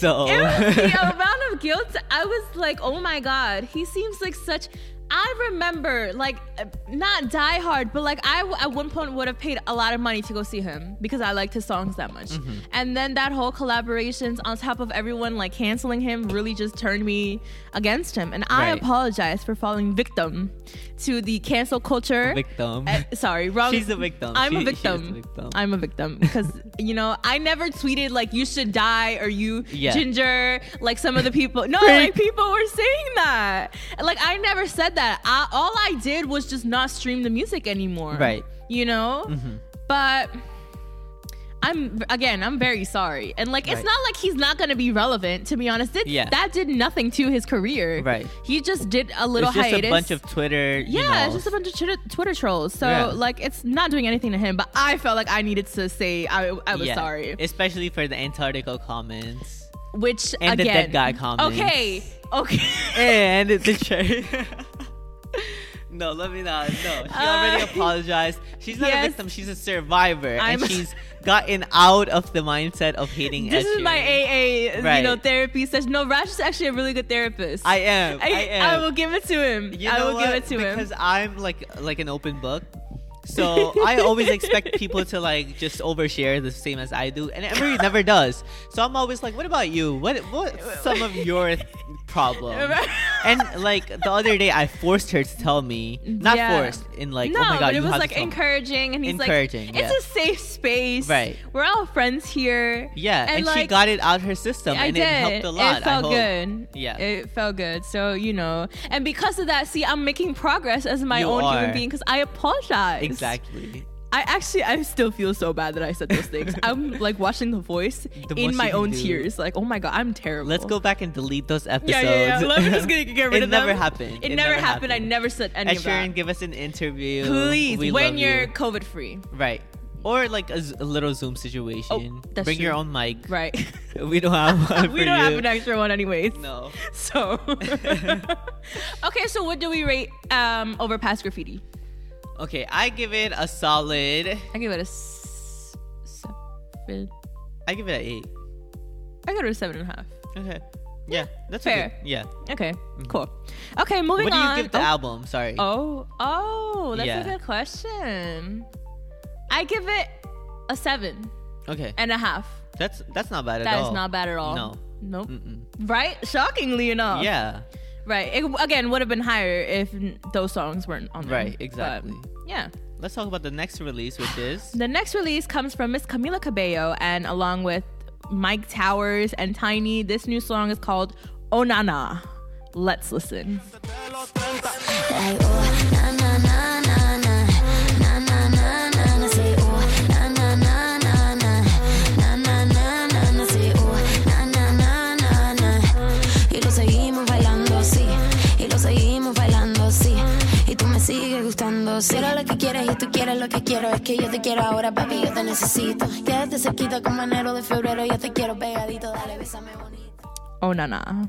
Speaker 2: so
Speaker 1: oh
Speaker 2: [laughs]
Speaker 1: It was the amount of guilt. I was like, oh my God, he seems like such. I remember, like, uh, not Die Hard, but like, I w- at one point would have paid a lot of money to go see him because I liked his songs that much. And then that whole collaborations on top of everyone like canceling him really just turned me against him. And I
Speaker 2: Right.
Speaker 1: apologize for falling victim to the cancel culture.
Speaker 2: victim.
Speaker 1: Uh, sorry, wrong.
Speaker 2: She's a victim.
Speaker 1: I'm a
Speaker 2: She- she is a
Speaker 1: victim.
Speaker 2: victim.
Speaker 1: I'm a victim because you know I never tweeted like you should die or you
Speaker 2: Yeah.
Speaker 1: ginger like some of the people. No,
Speaker 2: Freak.
Speaker 1: like people were saying that. Like I never said that. I, all I did was just not stream the music anymore.
Speaker 2: Right. Mm-hmm.
Speaker 1: You know. But I'm again. I'm very sorry. And like it's
Speaker 2: Right.
Speaker 1: not like he's not gonna be relevant. To be honest, it,
Speaker 2: Yeah.
Speaker 1: that did nothing to his career.
Speaker 2: Right.
Speaker 1: He just did a little
Speaker 2: it's just
Speaker 1: hiatus.
Speaker 2: a bunch of Twitter. you
Speaker 1: Yeah, it's
Speaker 2: know,
Speaker 1: just a bunch of Twitter, Twitter trolls. So
Speaker 2: Yeah.
Speaker 1: like, it's not doing anything to him. But I felt like I needed to say I, I was
Speaker 2: yeah.
Speaker 1: sorry.
Speaker 2: Especially for the Antarctica comments
Speaker 1: Which
Speaker 2: and the
Speaker 1: again,
Speaker 2: dead guy comments.
Speaker 1: Okay, okay. [laughs]
Speaker 2: and the cherry. [laughs] no, let me not. No, she already
Speaker 1: Uh,
Speaker 2: apologized. She's not
Speaker 1: yes.
Speaker 2: a victim. She's a survivor,
Speaker 1: I'm-
Speaker 2: and she's gotten out of the mindset of hating.
Speaker 1: this
Speaker 2: Ed
Speaker 1: is my
Speaker 2: Sheeran.
Speaker 1: AA, you
Speaker 2: Right.
Speaker 1: know, therapy session. No, Raj is actually a really good therapist.
Speaker 2: I am. I, am.
Speaker 1: will give it to him.
Speaker 2: You
Speaker 1: I
Speaker 2: know
Speaker 1: will
Speaker 2: what?
Speaker 1: give it to [laughs]
Speaker 2: because
Speaker 1: him.
Speaker 2: I'm like like an open book.
Speaker 1: [laughs]
Speaker 2: So I always expect people to like just overshare the same as I do, and Emery never does. So I'm always like, "What about you? What what's some of your th- problems?"
Speaker 1: [laughs]
Speaker 2: And like the other day, I forced her to tell me, not
Speaker 1: Yeah.
Speaker 2: forced, in like,
Speaker 1: no,
Speaker 2: "Oh my god,
Speaker 1: but it
Speaker 2: you
Speaker 1: was
Speaker 2: have
Speaker 1: like
Speaker 2: to tell me."
Speaker 1: encouraging, and he's
Speaker 2: Encouraging,
Speaker 1: like, "It's
Speaker 2: yeah.
Speaker 1: a safe space.
Speaker 2: Right.
Speaker 1: We're all friends here."
Speaker 2: Yeah, and, she
Speaker 1: like,
Speaker 2: got it out her system, and it helped a lot.
Speaker 1: It
Speaker 2: I
Speaker 1: felt
Speaker 2: hope.
Speaker 1: good.
Speaker 2: Yeah.
Speaker 1: It felt good. So, you know, and because of that, see, I'm making progress as my
Speaker 2: You
Speaker 1: own human
Speaker 2: are.
Speaker 1: being because I apologize.
Speaker 2: Exactly.
Speaker 1: I actually, I still feel so bad that I said those
Speaker 2: [laughs]
Speaker 1: things. I'm like watching The Voice
Speaker 2: The most
Speaker 1: in my
Speaker 2: you can
Speaker 1: own
Speaker 2: do.
Speaker 1: tears. Like, oh my God, I'm terrible.
Speaker 2: Let's go back and delete those episodes.
Speaker 1: Yeah, yeah, yeah. Let me
Speaker 2: [laughs]
Speaker 1: just get, get rid
Speaker 2: It
Speaker 1: of them.
Speaker 2: never happened.
Speaker 1: It, never, happened. I never said any
Speaker 2: And
Speaker 1: of
Speaker 2: Sharon,
Speaker 1: that.
Speaker 2: give us an interview.
Speaker 1: Please,
Speaker 2: We
Speaker 1: when
Speaker 2: love
Speaker 1: you're
Speaker 2: you.
Speaker 1: COVID free.
Speaker 2: right, or like a, z- a little Zoom situation.
Speaker 1: Oh, that's
Speaker 2: Bring your
Speaker 1: true.
Speaker 2: own mic.
Speaker 1: Right.
Speaker 2: [laughs] We
Speaker 1: [laughs]
Speaker 2: don't have one
Speaker 1: we
Speaker 2: for
Speaker 1: don't have
Speaker 2: you.
Speaker 1: an extra one, anyways.
Speaker 2: No.
Speaker 1: [laughs] So, okay, so what do we rate um, over past graffiti?
Speaker 2: Okay, I give it a solid.
Speaker 1: I give it a s- seven.
Speaker 2: I give it an eight.
Speaker 1: I give it a seven and a half.
Speaker 2: Okay. Yeah, that's
Speaker 1: Fair.
Speaker 2: Okay. Yeah.
Speaker 1: Okay, cool. Okay, moving
Speaker 2: Mm-hmm. what do you
Speaker 1: on.
Speaker 2: give the
Speaker 1: oh,
Speaker 2: album? Sorry.
Speaker 1: oh, oh, that's
Speaker 2: Yeah.
Speaker 1: a good question. I give it a seven
Speaker 2: Okay.
Speaker 1: and a half.
Speaker 2: That's that's not bad at
Speaker 1: Eh. That
Speaker 2: all.
Speaker 1: is not bad at all. Oh.
Speaker 2: No.
Speaker 1: Nope.
Speaker 2: Mm-mm.
Speaker 1: Right? Shockingly enough.
Speaker 2: Yeah.
Speaker 1: Right. It, again, would have been higher if n- those songs weren't on there.
Speaker 2: Right.
Speaker 1: But,
Speaker 2: Exactly.
Speaker 1: yeah.
Speaker 2: Let's talk about the next release, which is
Speaker 1: The next release comes from Miss Camila Cabello, and along with Mike Towers and Tiny, this new song is called Onana. Let's listen.
Speaker 4: Like, oh, na, na, na, na, na. Na, na, na, na, na. Say, oh, na, na, na, na, na. Na, na, na, na, na. Say, oh, na, na, na, na, na. Y lo seguimos bailando así, y lo seguimos bailando así, y tú me sigues gustando. Si era lo que quieres y tú quieres lo que quiero, es que yo te quiero ahora, papi, yo te necesito. Quédate cerquita como enero de febrero, yo te quiero pegadito, dale, bésame bonito.
Speaker 1: Onana.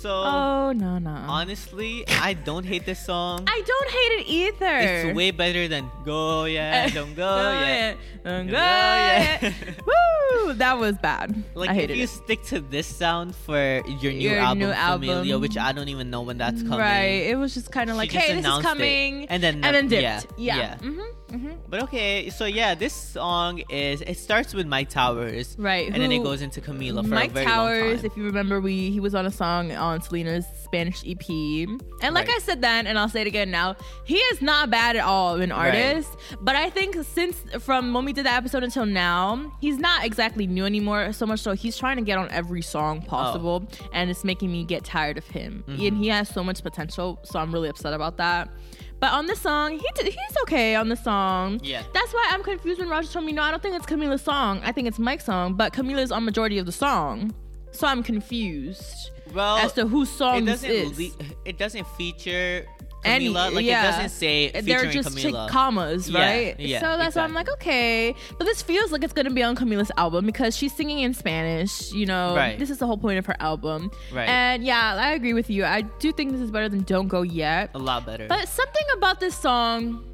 Speaker 2: so.
Speaker 1: Onana.
Speaker 2: Honestly, I don't hate this song.
Speaker 1: oh. I don't hate it either.
Speaker 2: It's way better than
Speaker 1: [laughs]
Speaker 2: Go Yeah, Don't Go Yeah.
Speaker 1: Don't Eh. go
Speaker 2: Go yet.
Speaker 1: yet. Woo! That was bad.
Speaker 2: [laughs] Like
Speaker 1: I
Speaker 2: if
Speaker 1: hated
Speaker 2: you
Speaker 1: it.
Speaker 2: stick to this sound for your new
Speaker 1: Your
Speaker 2: album,
Speaker 1: new
Speaker 2: Familia,
Speaker 1: album.
Speaker 2: which I don't even know when that's coming.
Speaker 1: Right. It was just kind of
Speaker 2: She
Speaker 1: like,
Speaker 2: just
Speaker 1: hey, this is
Speaker 2: announced it,
Speaker 1: coming.
Speaker 2: and then
Speaker 1: and then
Speaker 2: nothing.
Speaker 1: dipped. Yeah.
Speaker 2: Yeah, yeah.
Speaker 1: Mm-hmm, mm-hmm.
Speaker 2: But okay, so yeah, this song is it starts with Mike Towers,
Speaker 1: Right,
Speaker 2: and then it
Speaker 1: who-
Speaker 2: goes into Camila for
Speaker 1: Mike
Speaker 2: a very long
Speaker 1: Towers,
Speaker 2: time.
Speaker 1: if you remember, we he was on a song on Selena's Spanish EP, and like
Speaker 2: Right.
Speaker 1: I said then, and I'll say it again now, he is not bad at all of an
Speaker 2: Right.
Speaker 1: artist. But I think since from when we did that episode until now, he's not exactly new anymore. So much so he's trying to get on every song
Speaker 2: Oh.
Speaker 1: possible, and it's making me get tired of him.
Speaker 2: Mm-hmm.
Speaker 1: And he has so much potential, so I'm really upset about that. But on this song, he did, he's okay on the song.
Speaker 2: Yeah.
Speaker 1: That's why I'm confused when Roger told me, no, I don't think it's Camila's song. I think it's Mike's song, but Camila's on majority of the song. So I'm confused
Speaker 2: well,
Speaker 1: as to whose song
Speaker 2: Oh, it
Speaker 1: this
Speaker 2: doesn't
Speaker 1: is.
Speaker 2: le- it doesn't feature Camila.
Speaker 1: Any-
Speaker 2: like
Speaker 1: yeah.
Speaker 2: it doesn't say
Speaker 1: They're
Speaker 2: featuring
Speaker 1: just chick
Speaker 2: Camila.
Speaker 1: commas,
Speaker 2: Yeah,
Speaker 1: right?
Speaker 2: yeah,
Speaker 1: so that's why I'm
Speaker 2: exactly.
Speaker 1: like, okay. But this feels like it's gonna be on Camila's album because she's singing in Spanish, you know.
Speaker 2: Right.
Speaker 1: This is the whole point of her album.
Speaker 2: Right.
Speaker 1: And yeah, I agree with you. I do think this is better than Don't Go Yet.
Speaker 2: a lot better.
Speaker 1: But something about this song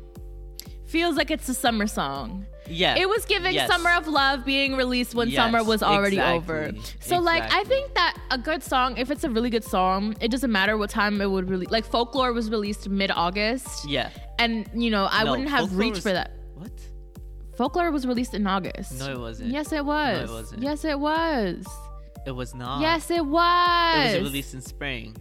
Speaker 1: feels like it's a summer song.
Speaker 2: Yeah.
Speaker 1: It was giving
Speaker 2: Yes.
Speaker 1: Summer of Love being released when
Speaker 2: Yes,
Speaker 1: summer was already
Speaker 2: exactly,
Speaker 1: over. So like I
Speaker 2: exactly.
Speaker 1: think that a good song, if it's a really good song, it doesn't matter what time it would release. Like Folklore was released mid August.
Speaker 2: Yeah.
Speaker 1: And you know, I
Speaker 2: No,
Speaker 1: wouldn't have
Speaker 2: Folklore
Speaker 1: reached
Speaker 2: was-
Speaker 1: for that.
Speaker 2: What?
Speaker 1: Folklore was released in August.
Speaker 2: No, it wasn't.
Speaker 1: Yes, it was.
Speaker 2: No, it wasn't.
Speaker 1: Yes, it was.
Speaker 2: It was not.
Speaker 1: Yes, it
Speaker 2: It
Speaker 1: was.
Speaker 2: was released in spring.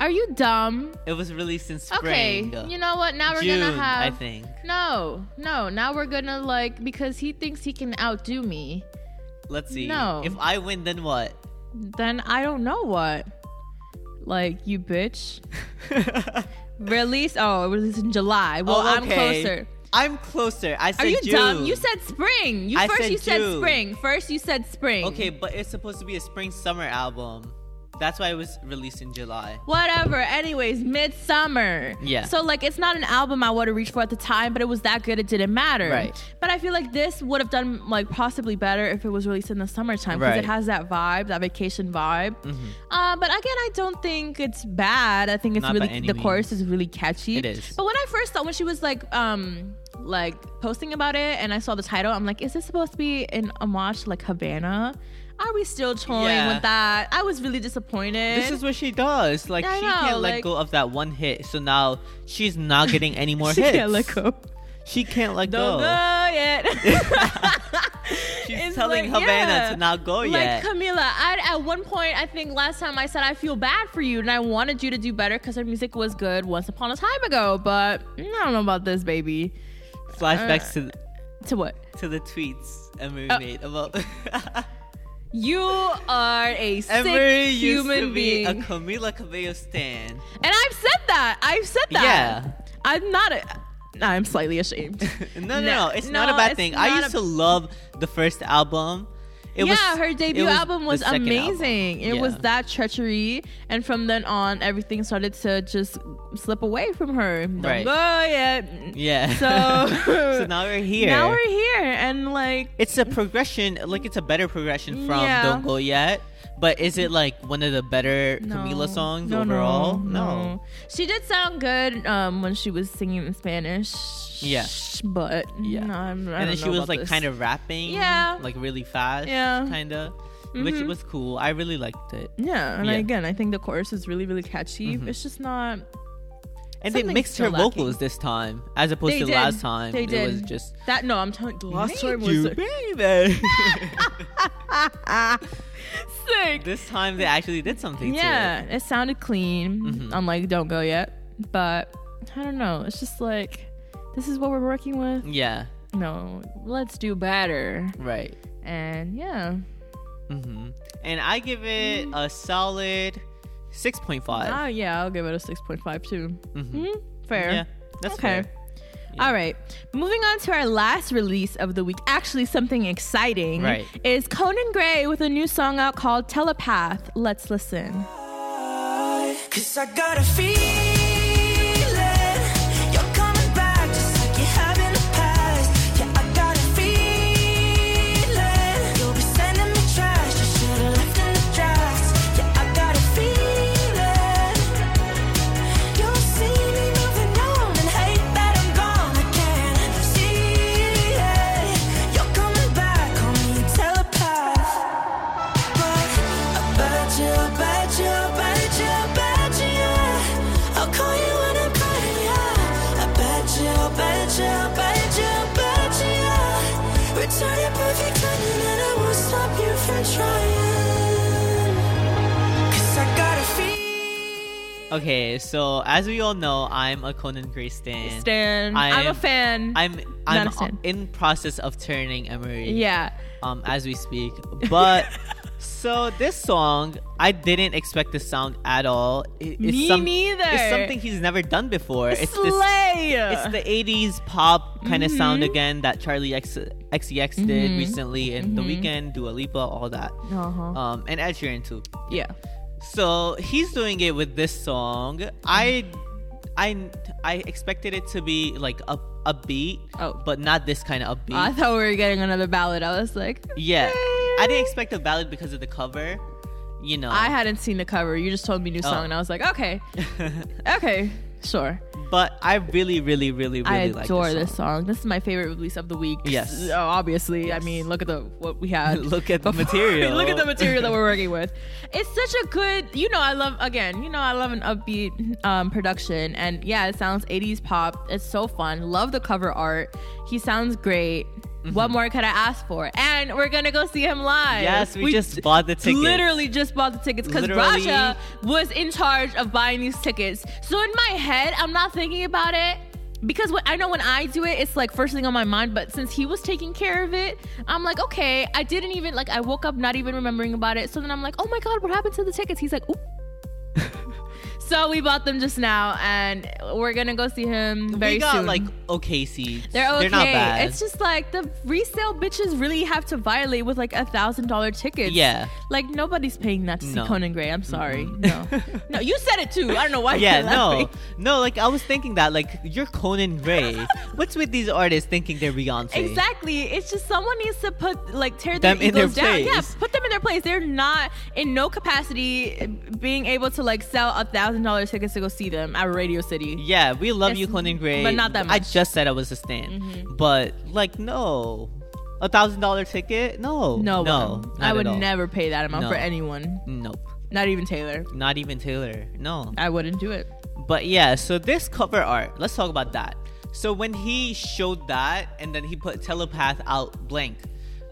Speaker 1: Are you dumb?
Speaker 2: It was released in spring.
Speaker 1: Okay. You know what? Now we're
Speaker 2: June,
Speaker 1: gonna
Speaker 2: I
Speaker 1: have.
Speaker 2: think.
Speaker 1: No, no. Now we're gonna like because he thinks he can outdo me.
Speaker 2: Let's see.
Speaker 1: No.
Speaker 2: If I win,
Speaker 1: [laughs]
Speaker 2: then what?
Speaker 1: Then I don't know what. Like you, bitch. Release? Oh, it was released in July. Well,
Speaker 2: Oh,
Speaker 1: I'm
Speaker 2: okay.
Speaker 1: closer.
Speaker 2: I'm closer. I said
Speaker 1: Are you
Speaker 2: June.
Speaker 1: dumb? You said spring. You
Speaker 2: I
Speaker 1: first
Speaker 2: said
Speaker 1: you said
Speaker 2: June.
Speaker 1: spring. First you said spring.
Speaker 2: Okay, but it's supposed to be a spring summer album. That's why it was released in July.
Speaker 1: Whatever. Anyways, midsummer.
Speaker 2: Yeah.
Speaker 1: So like, it's not an album I would have reached for at the time, but it was that good. It didn't matter.
Speaker 2: Right.
Speaker 1: But I feel like this would have done like possibly better if it was released in the summertime because
Speaker 2: Right. Mm-hmm.
Speaker 1: it has that vibe, that vacation vibe. Uh, but again, I don't think it's bad. I think it's
Speaker 2: Not by
Speaker 1: really
Speaker 2: any
Speaker 1: the chorus is really catchy.
Speaker 2: It is.
Speaker 1: But when I first saw when she was like um like posting about it and I saw the title, I'm like, is this supposed to be an homage to like Havana? Are we still toying
Speaker 2: Yeah.
Speaker 1: with that? I was really disappointed.
Speaker 2: This is what she does. Like
Speaker 1: I
Speaker 2: she
Speaker 1: know,
Speaker 2: can't let
Speaker 1: like-
Speaker 2: go of that one hit. So now she's not
Speaker 1: [laughs]
Speaker 2: getting any more
Speaker 1: she
Speaker 2: hits.
Speaker 1: can't let go.
Speaker 2: She can't let
Speaker 1: Don't
Speaker 2: go.
Speaker 1: go yet.
Speaker 2: [laughs]
Speaker 1: [laughs]
Speaker 2: She's
Speaker 1: It's
Speaker 2: telling
Speaker 1: like,
Speaker 2: Havana
Speaker 1: yeah.
Speaker 2: to not go
Speaker 1: like
Speaker 2: yet.
Speaker 1: Camila, I, at one point, I think last time I said I feel bad for you, and I wanted you to do better because her music was good once upon a time ago. But mm, I don't know about this, baby.
Speaker 2: Flashbacks to
Speaker 1: To what?
Speaker 2: to the tweets Emery
Speaker 1: Uh,
Speaker 2: made about
Speaker 1: You are a sick
Speaker 2: [laughs] Emery used
Speaker 1: human
Speaker 2: to be
Speaker 1: being,
Speaker 2: a
Speaker 1: and
Speaker 2: Camila Cabello stan.
Speaker 1: I've said that. I've said that.
Speaker 2: Yeah.
Speaker 1: I'm not. A, I'm slightly ashamed.
Speaker 2: [laughs] No, no,
Speaker 1: No,
Speaker 2: no, it's
Speaker 1: no,
Speaker 2: not a bad
Speaker 1: it's
Speaker 2: thing. I
Speaker 1: not
Speaker 2: used
Speaker 1: a-
Speaker 2: to love the first album. It
Speaker 1: yeah,
Speaker 2: was,
Speaker 1: her
Speaker 2: it
Speaker 1: debut album
Speaker 2: the
Speaker 1: was
Speaker 2: second album.
Speaker 1: amazing. It was
Speaker 2: Yeah.
Speaker 1: that treachery, and from then on, everything started to just slip away from her. Don't
Speaker 2: Right.
Speaker 1: go yet.
Speaker 2: Yeah. [laughs]
Speaker 1: So-
Speaker 2: so now we're here.
Speaker 1: Now we're here, and like,
Speaker 2: it's a progression like it's a better progression from
Speaker 1: Yeah.
Speaker 2: don't go yet but is it like one of the better
Speaker 1: no.
Speaker 2: camila songs
Speaker 1: No, no,
Speaker 2: overall
Speaker 1: She did sound good um, when she was singing in Spanish.
Speaker 2: Yeah.
Speaker 1: but
Speaker 2: Yeah.
Speaker 1: no, I'm, I
Speaker 2: and then
Speaker 1: don't
Speaker 2: she
Speaker 1: know
Speaker 2: was
Speaker 1: about
Speaker 2: like
Speaker 1: this.
Speaker 2: kind of rapping
Speaker 1: Yeah.
Speaker 2: like really fast
Speaker 1: Yeah.
Speaker 2: kind of which
Speaker 1: Mhm.
Speaker 2: was cool i really liked it
Speaker 1: yeah. And
Speaker 2: Yeah. Mm-hmm.
Speaker 1: again, I think the chorus is really, really catchy. It's just not.
Speaker 2: and they
Speaker 1: Something's
Speaker 2: mixed her
Speaker 1: still lacking.
Speaker 2: vocals this time as opposed
Speaker 1: They
Speaker 2: to
Speaker 1: did.
Speaker 2: last time
Speaker 1: They
Speaker 2: it
Speaker 1: did.
Speaker 2: was just
Speaker 1: That no, I'm telling. Last time
Speaker 2: "Need
Speaker 1: was
Speaker 2: you, baby.
Speaker 1: [laughs]
Speaker 2: [laughs]
Speaker 1: sick.
Speaker 2: this time they actually did something
Speaker 1: yeah,
Speaker 2: to it.
Speaker 1: it. sounded clean.
Speaker 2: Mhm.
Speaker 1: I'm like, don't go yet. But I don't know. It's just like, this is what we're working with.
Speaker 2: yeah
Speaker 1: No, let's do better.
Speaker 2: right
Speaker 1: And yeah,
Speaker 2: hmm and i give it a solid 6.5
Speaker 1: oh yeah, I'll give it a six point five too.
Speaker 2: Mhm.
Speaker 1: Mhm, Fair.
Speaker 2: yeah that's
Speaker 1: Okay.
Speaker 2: fair. Yeah.
Speaker 1: All right. Moving on to our last release of the week. Actually, something exciting
Speaker 2: Right.
Speaker 1: is Conan Gray with a new song out called Telepath. Let's listen.
Speaker 3: Cause I got a feeling you're coming back just like you have in the past. Yeah, I got a feeling you'll be sending me trash. You should've left in the drafts. Yeah, I got a feeling you'll see me moving on and hate that I'm gone again. See it. You're coming back, call me a telepath. About you, about you, about you, about you. I'll call you when I'm crying. Yeah. About you, about you, about you, about you. Return your perfect timing, and I won't stop you from trying. 'Cause I got a feeling.
Speaker 2: Okay, so as we all know, I'm a Conan Gray stan.
Speaker 1: Stan,
Speaker 2: I
Speaker 1: I'm a
Speaker 2: am-
Speaker 1: fan.
Speaker 2: I'm
Speaker 1: Not
Speaker 2: I'm
Speaker 1: a stan.
Speaker 2: in process of turning Emery.
Speaker 1: yeah.
Speaker 2: Um, as we
Speaker 1: [laughs]
Speaker 2: speak, but so this song, I didn't expect this sound at all. It-
Speaker 1: Me neither.
Speaker 2: It's something he's never done before. It's this.
Speaker 1: Slay. [laughs]
Speaker 2: It's the '80s pop kind of
Speaker 1: Mm-hmm.
Speaker 2: sound again that Charlie X XCX did recently, and The
Speaker 1: Mm-hmm.
Speaker 2: Weeknd, Dua Lipa, all that,
Speaker 1: uh-huh.
Speaker 2: um, and Ed Sheeran too.
Speaker 1: yeah.
Speaker 2: So he's doing it with this song. I, I, I expected it to be like up, upbeat,
Speaker 1: Oh.
Speaker 2: but not this kind of upbeat.
Speaker 1: I thought we were getting another ballad. I was like,
Speaker 2: yeah, I
Speaker 1: [laughs]
Speaker 2: didn't expect a ballad because of the cover. You know, [laughs] Oh.
Speaker 1: I hadn't seen the cover. You just told me new song, and I was like, okay, okay, Sure.
Speaker 2: But I really, really, really, really
Speaker 1: I
Speaker 2: like
Speaker 1: adore
Speaker 2: this.
Speaker 1: this,
Speaker 2: song.
Speaker 1: song. This is my favorite release of the week.
Speaker 2: Yes.
Speaker 1: Oh, obviously. I mean, look at the what we had.
Speaker 2: [laughs] Look at the
Speaker 1: before- [laughs]
Speaker 2: material.
Speaker 1: look at the material that
Speaker 2: [laughs]
Speaker 1: we're working with. It's such a good, you know, I love again, you know, I love an upbeat um, production and yeah, it sounds 80s pop. It's so fun. Love the cover art. He sounds great. What
Speaker 2: Mm-hmm.
Speaker 1: more could I ask for? And we're going to go see him live.
Speaker 2: Yes, we, just bought the ticket.
Speaker 1: Literally just bought the tickets because
Speaker 2: Literally.
Speaker 1: Raja was in charge of buying these tickets. So in my head, I'm not thinking about it because when, I know when I do it, it's like first thing on my mind. But since he was taking care of it, I'm like, okay, I didn't even like I woke up not even remembering about it. So then I'm like, oh my god, what happened to the tickets? He's like,
Speaker 2: [laughs]
Speaker 1: oop. so we bought them just now, and we're gonna go see him very
Speaker 2: we got
Speaker 1: soon.
Speaker 2: like okay seats.
Speaker 1: They're okay.
Speaker 2: They're not bad.
Speaker 1: It's just like the resale bitches really have to violate with like a thousand dollar tickets.
Speaker 2: yeah.
Speaker 1: Like nobody's paying that to
Speaker 2: No.
Speaker 1: see Conan Gray. I'm sorry.
Speaker 2: [laughs]
Speaker 1: No. No, you said it too. I don't know [laughs] why.
Speaker 2: Yeah,
Speaker 1: you're
Speaker 2: no,
Speaker 1: laughing.
Speaker 2: no. Like I was thinking that, like you're Conan Gray. What's with these artists thinking they're Beyonce?
Speaker 1: Exactly. It's just someone needs to put like tear
Speaker 2: Them
Speaker 1: their
Speaker 2: in their
Speaker 1: egos down. Yeah,
Speaker 2: place.
Speaker 1: put them in their place. They're not in no capacity eh, being able to like sell a thousand dollar tickets to go see them at Radio City.
Speaker 2: Yeah, we love
Speaker 1: It's-
Speaker 2: you, Conan Gray.
Speaker 1: but not that
Speaker 2: I
Speaker 1: much. Mm-hmm.
Speaker 2: just said I was a stan, but like no, a thousand dollar ticket? No,
Speaker 1: No,
Speaker 2: no.
Speaker 1: one.
Speaker 2: not
Speaker 1: I
Speaker 2: at
Speaker 1: would
Speaker 2: all.
Speaker 1: never pay that amount
Speaker 2: No.
Speaker 1: for anyone.
Speaker 2: Nope.
Speaker 1: Not even Taylor.
Speaker 2: Not even Taylor. No.
Speaker 1: I wouldn't do it.
Speaker 2: But yeah, so this cover art, let's talk about that. So when he showed that and then he put Telepath out blank,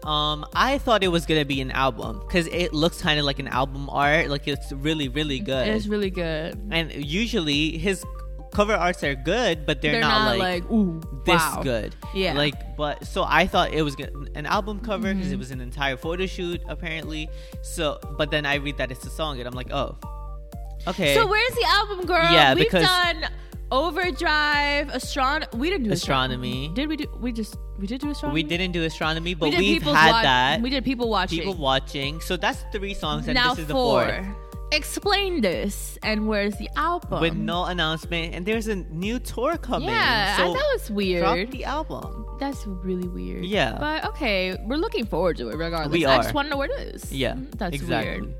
Speaker 2: um, I thought it was gonna be an album because it looks kind of like an album art. Like it's really, really good.
Speaker 1: It's really good.
Speaker 2: and usually his cover arts are good, but they're,
Speaker 1: They're,
Speaker 2: not,
Speaker 1: not, like, ooh
Speaker 2: this
Speaker 1: wow.
Speaker 2: good.
Speaker 1: Yeah.
Speaker 2: Like, but so I thought it was gonna, an album cover
Speaker 1: Mm-hmm.
Speaker 2: because it was an entire photo shoot apparently. So, but then I read that it's a song and I'm like, oh, okay.
Speaker 1: So where's the album, girl?
Speaker 2: Yeah,
Speaker 1: we've
Speaker 2: because-
Speaker 1: done Overdrive, Astron. We didn't do
Speaker 2: Astronomy.
Speaker 1: Astron- Did we do? We just we did do Astronomy.
Speaker 2: We didn't do astronomy, but
Speaker 1: did
Speaker 2: we have
Speaker 1: People's
Speaker 2: had
Speaker 1: Watch-
Speaker 2: that.
Speaker 1: We did people watching.
Speaker 2: people watching. So that's three songs, and
Speaker 1: now
Speaker 2: this is the
Speaker 1: four.
Speaker 2: fourth.
Speaker 1: Explain this and where's the album?
Speaker 2: With no announcement, and there's a new tour coming.
Speaker 1: Yeah,
Speaker 2: so
Speaker 1: that was
Speaker 2: drop
Speaker 1: weird.
Speaker 2: the album.
Speaker 1: That's really weird.
Speaker 2: Yeah.
Speaker 1: but okay, we're looking forward to it regardless.
Speaker 2: We
Speaker 1: I
Speaker 2: are.
Speaker 1: just want to know where it is. Mm-hmm,
Speaker 2: Yeah,
Speaker 1: that's
Speaker 2: Mm-hmm. exactly.
Speaker 1: weird.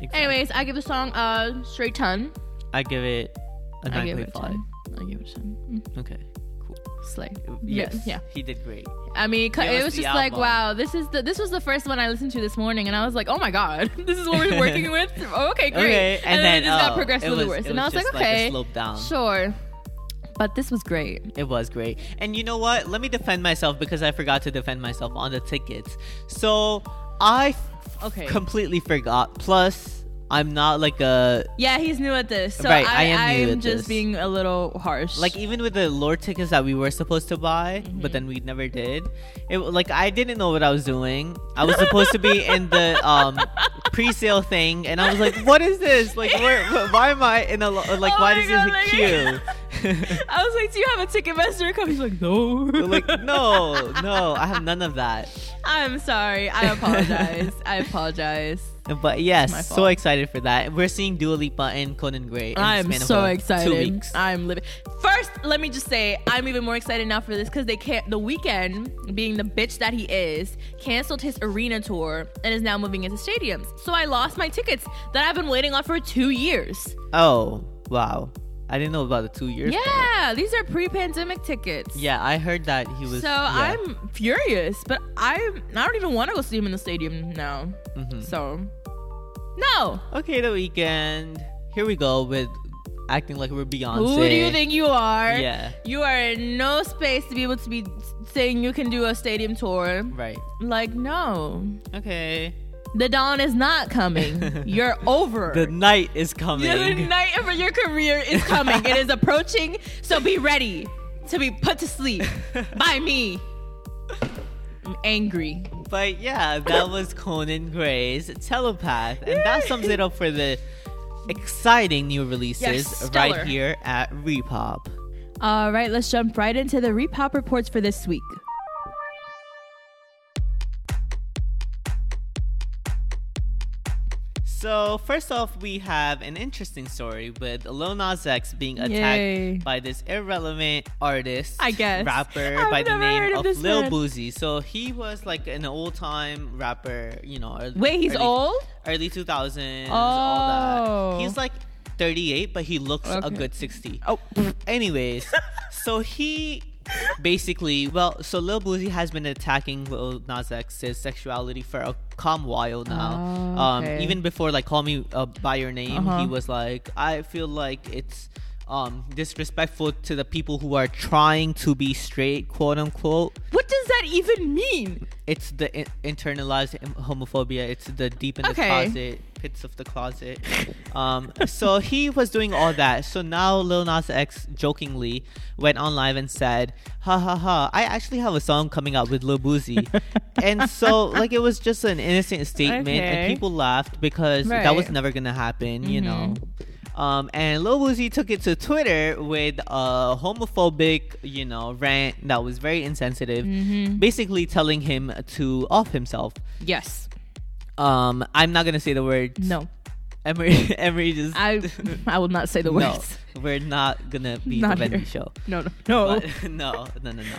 Speaker 2: Exactly.
Speaker 1: Anyways, I give the song a straight ten.
Speaker 2: I give it a
Speaker 1: I
Speaker 2: nine
Speaker 1: give it
Speaker 2: point
Speaker 1: a
Speaker 2: five.
Speaker 1: ten. I give it a ten. Mm,
Speaker 2: Okay, cool.
Speaker 1: Slay.
Speaker 2: Yes,
Speaker 1: Yeah. yeah.
Speaker 2: he did great.
Speaker 1: I mean, c-
Speaker 2: Give
Speaker 1: it
Speaker 2: us
Speaker 1: was
Speaker 2: the
Speaker 1: just like,
Speaker 2: album.
Speaker 1: wow, this is the this was the first one I listened to this morning, and I was like, oh my god, [laughs] this is what we're working with. Oh, okay, great.
Speaker 2: Okay,
Speaker 1: and, then, it just got
Speaker 2: oh,
Speaker 1: progressively
Speaker 2: it was,
Speaker 1: worse,
Speaker 2: it
Speaker 1: and I was like,
Speaker 2: just
Speaker 1: okay,
Speaker 2: a slope down.
Speaker 1: sure, but this was great.
Speaker 2: It was great. And you know what? Let me defend myself because I forgot to defend myself on the tickets. So I f-
Speaker 1: Okay.
Speaker 2: completely forgot. Plus, I'm not like a
Speaker 1: Yeah, he's new at this, so
Speaker 2: Right,
Speaker 1: I,
Speaker 2: I am new
Speaker 1: I'm
Speaker 2: at
Speaker 1: just
Speaker 2: this.
Speaker 1: being a little harsh.
Speaker 2: like even with the lore tickets that we were supposed to buy, but
Speaker 1: Mm-hmm.
Speaker 2: then we never did. It like I didn't know what I was doing. I was supposed to be in the um pre-sale thing, and I was like, "What is this? Like, where, wh- why am I in a lo- like?
Speaker 1: Oh my
Speaker 2: why does
Speaker 1: God,
Speaker 2: this
Speaker 1: like-
Speaker 2: queue?"
Speaker 1: [laughs] I was like, do you have a Ticketmaster account? He's like, no.
Speaker 2: [laughs]
Speaker 1: [laughs]
Speaker 2: like, no, no, I have none of that.
Speaker 1: I'm sorry. I apologize. [laughs] I apologize.
Speaker 2: But
Speaker 1: my
Speaker 2: yes, so
Speaker 1: fault.
Speaker 2: excited for that. We're seeing Dua Lipa and Conan Gray. in the
Speaker 1: I'm
Speaker 2: span of
Speaker 1: so
Speaker 2: about
Speaker 1: excited.
Speaker 2: Two weeks.
Speaker 1: I'm living. First, let me just say I'm even more excited now for this because they can't. The weekend, being the bitch that he is, canceled his arena tour and is now moving into stadiums. So I lost my tickets that I've been waiting on for two years.
Speaker 2: Oh wow, I didn't know about the two years. part.
Speaker 1: Yeah, these are pre-pandemic tickets.
Speaker 2: Yeah, I heard that he was.
Speaker 1: So
Speaker 2: yeah.
Speaker 1: I'm furious, but I I don't even want to go see him in the stadium now. So no.
Speaker 2: Mm-hmm. Okay, the weekend. Here we go with acting like we're Beyonce.
Speaker 1: Who do you think you are?
Speaker 2: Yeah,
Speaker 1: You are in no space to be able to be saying you can do a stadium tour.
Speaker 2: right.
Speaker 1: Like, no.
Speaker 2: Okay.
Speaker 1: The dawn is not
Speaker 2: [laughs]
Speaker 1: coming. You're over.
Speaker 2: The night is coming.
Speaker 1: The night of your career is coming. it
Speaker 2: [laughs]
Speaker 1: is approaching. So be ready to be put to sleep
Speaker 2: [laughs]
Speaker 1: by me. I'm angry.
Speaker 2: But yeah, that was Conan Gray's Telepath, and that sums it up for the exciting new releases
Speaker 1: stellar.
Speaker 2: right here at Repop.
Speaker 1: All right, let's jump right into the repop reports for this week.
Speaker 2: So first off, we have an interesting story with Lil Nas X being attacked
Speaker 1: Yay.
Speaker 2: by this irrelevant artist,
Speaker 1: I guess.
Speaker 2: rapper
Speaker 1: I've
Speaker 2: by the
Speaker 1: never heard
Speaker 2: name
Speaker 1: of
Speaker 2: of,
Speaker 1: this
Speaker 2: Lil
Speaker 1: man.
Speaker 2: Boozy. So he was like an old time rapper, you know. early-
Speaker 1: Wait, he's
Speaker 2: early-
Speaker 1: old?
Speaker 2: Early two thousands, all that.
Speaker 1: Oh.
Speaker 2: He's like 38, but he looks a
Speaker 1: Okay.
Speaker 2: good 60.
Speaker 1: Oh,
Speaker 2: [laughs] Anyways, so he basically, well, so Lil Boozy has been attacking Lil Nas X's sexuality for a calm while now.
Speaker 1: Oh,
Speaker 2: Um,
Speaker 1: okay.
Speaker 2: even before like Call Me uh, by Your Name,
Speaker 1: Uh-huh.
Speaker 2: he was like, I feel like it's um disrespectful to the people who are trying to be straight, quote unquote.
Speaker 1: what does that even mean?
Speaker 2: It's the in- internalized im- homophobia. It's the deep in the
Speaker 1: Okay.
Speaker 2: closet, pits of the closet. Um, so he was doing all that. So now Lil Nas X jokingly went on live and said, "Ha ha ha! I actually have a song coming out with Lil
Speaker 1: [laughs]
Speaker 2: Boozy," and so like it was just an innocent statement, and
Speaker 1: Okay.
Speaker 2: people laughed because that was
Speaker 1: Right. Mm-hmm.
Speaker 2: never gonna happen, you know. Um, and Lil Boozy took it to Twitter with a homophobic, you know, rant that was very insensitive,
Speaker 1: Mm-hmm.
Speaker 2: basically telling him to off himself.
Speaker 1: Yes.
Speaker 2: Um, I'm not gonna say the word.
Speaker 1: No.
Speaker 2: Emery, [laughs] Emery just. [laughs]
Speaker 1: I I will not say the
Speaker 2: no,
Speaker 1: words.
Speaker 2: we're not gonna be
Speaker 1: Not
Speaker 2: the Wendy
Speaker 1: here. Oh.
Speaker 2: show.
Speaker 1: No, no, no.
Speaker 2: But, [laughs] no, no, no, no.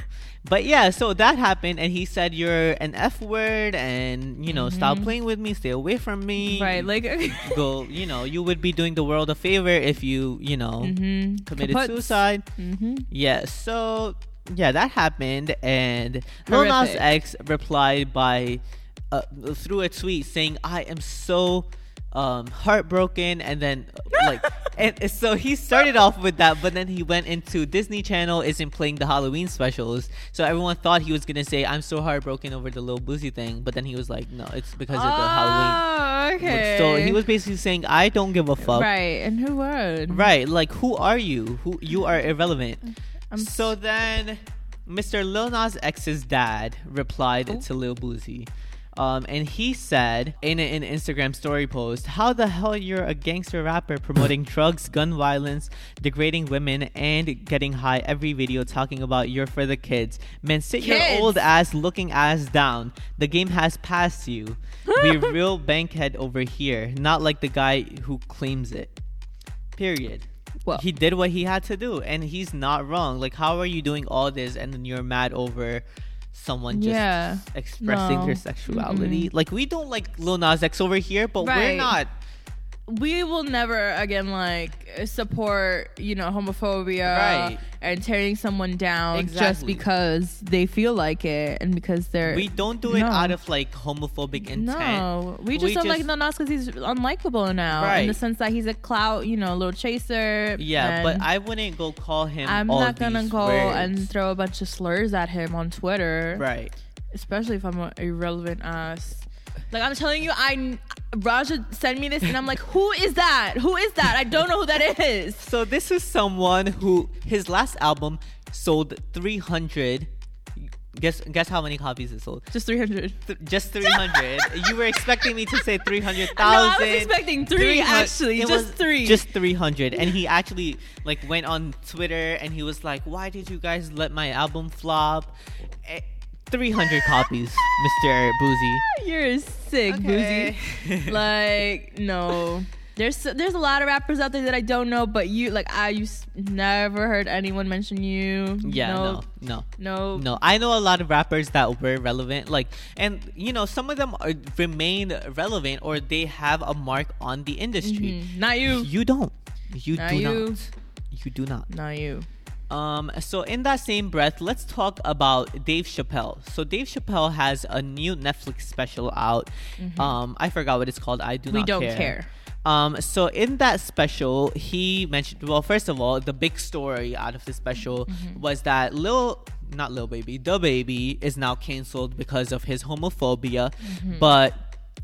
Speaker 2: But yeah, so that happened, and he said, "You're an F word, and you know, stop playing with me, stay away from me."
Speaker 1: Mm-hmm. right, like
Speaker 2: [laughs] go, you know, you would be doing the world a favor if you, you know, committed
Speaker 1: Mm-hmm. Kaput.
Speaker 2: suicide.
Speaker 1: Mhm.
Speaker 2: Yeah, so yeah, that happened, and Lil Nas
Speaker 1: Horrific.
Speaker 2: X replied by uh, through a tweet saying, "I am so." Um, heartbroken, and then uh, like,
Speaker 1: [laughs]
Speaker 2: and so he started off with that, but then he went into Disney Channel isn't playing the Halloween specials, so everyone thought he was gonna say, "I'm so heartbroken over the little boozy thing," but then he was like, "No, it's because of the Halloween."
Speaker 1: Oh, okay.
Speaker 2: So he was basically saying, I don't give a fuck.
Speaker 1: right, and who would?
Speaker 2: Right, Like, who are you? Who You are irrelevant.
Speaker 1: Mm, I'm
Speaker 2: so then Mr. Lil Nas X's dad replied
Speaker 1: Oh.
Speaker 2: to Lil Boozy. Um, and he said in an in Instagram story post, "How the hell you're a gangster
Speaker 1: [laughs]
Speaker 2: rapper promoting drugs, gun violence, degrading women, and getting high every video talking about you're for the kids. Man, sit your
Speaker 1: Kids.
Speaker 2: old ass looking ass down. The game has passed you.
Speaker 1: [laughs]
Speaker 2: Be real bankhead over here, not like the guy who claims it. Period.
Speaker 1: Well.
Speaker 2: he did what he had to do, and he's not wrong. Like, how are you doing all this and then you're mad over someone just
Speaker 1: Yeah.
Speaker 2: expressing
Speaker 1: No.
Speaker 2: their sexuality? Like, we don't like Lil Nas X over here, but we're
Speaker 1: Right.
Speaker 2: not.
Speaker 1: we will never again like support you know homophobia
Speaker 2: Right.
Speaker 1: and tearing someone down just
Speaker 2: Exactly.
Speaker 1: because they feel like it and because they're
Speaker 2: We don't do it
Speaker 1: Er, No.
Speaker 2: out of like homophobic intent.
Speaker 1: no we just don't like Lil Nas because he's unlikable now in
Speaker 2: Right.
Speaker 1: the sense that he's a clout you know little chaser
Speaker 2: Yeah, but
Speaker 1: and
Speaker 2: I wouldn't go call him.
Speaker 1: I'm
Speaker 2: all
Speaker 1: not gonna
Speaker 2: these
Speaker 1: go
Speaker 2: words.
Speaker 1: and throw a bunch of slurs at him on Twitter
Speaker 2: right.
Speaker 1: especially if I'm a irrelevant ass. Like I'm telling you, I Raja sent me this, and I'm like, who is that? Who is that? I don't know who that is.
Speaker 2: So this is someone who his last album sold 300. Guess guess how many copies it sold?
Speaker 1: Just 300.
Speaker 2: Th-
Speaker 1: [laughs]
Speaker 2: just 300. you were expecting me to say 300,000.
Speaker 1: No, I was expecting three,
Speaker 2: 300
Speaker 1: actually,
Speaker 2: it
Speaker 1: just
Speaker 2: was
Speaker 1: three.
Speaker 2: Just 300. And he actually like went on Twitter and he was like, "Why did you guys let my album flop?" Eh, 300 copies, Mr. Boozy.
Speaker 1: You're sick, boozy. Like no. There's there's a lot of rappers out there that I don't know, but you like I you s- never heard anyone mention you.
Speaker 2: [laughs] Yeah,
Speaker 1: no,
Speaker 2: no. No.
Speaker 1: no,
Speaker 2: No, I know a lot of rappers that were relevant, like, and you know, some of them are, remain relevant or they have a mark on the industry.
Speaker 1: Mm, not you,
Speaker 2: You don't. You
Speaker 1: Mm-hmm. Not
Speaker 2: do
Speaker 1: you.
Speaker 2: not. You do not.
Speaker 1: not you.
Speaker 2: Um, so in that same breath, let's talk about Dave Chappelle. So Dave Chappelle has a new Netflix special out. Um, I forgot what it's called. I do
Speaker 1: Mm-hmm. We
Speaker 2: not
Speaker 1: don't
Speaker 2: care.
Speaker 1: care.
Speaker 2: Um, so in that special, he mentioned. Well, first of all, the big story out of the special was that Lil, not Lil Baby, the baby is now canceled because of his homophobia. But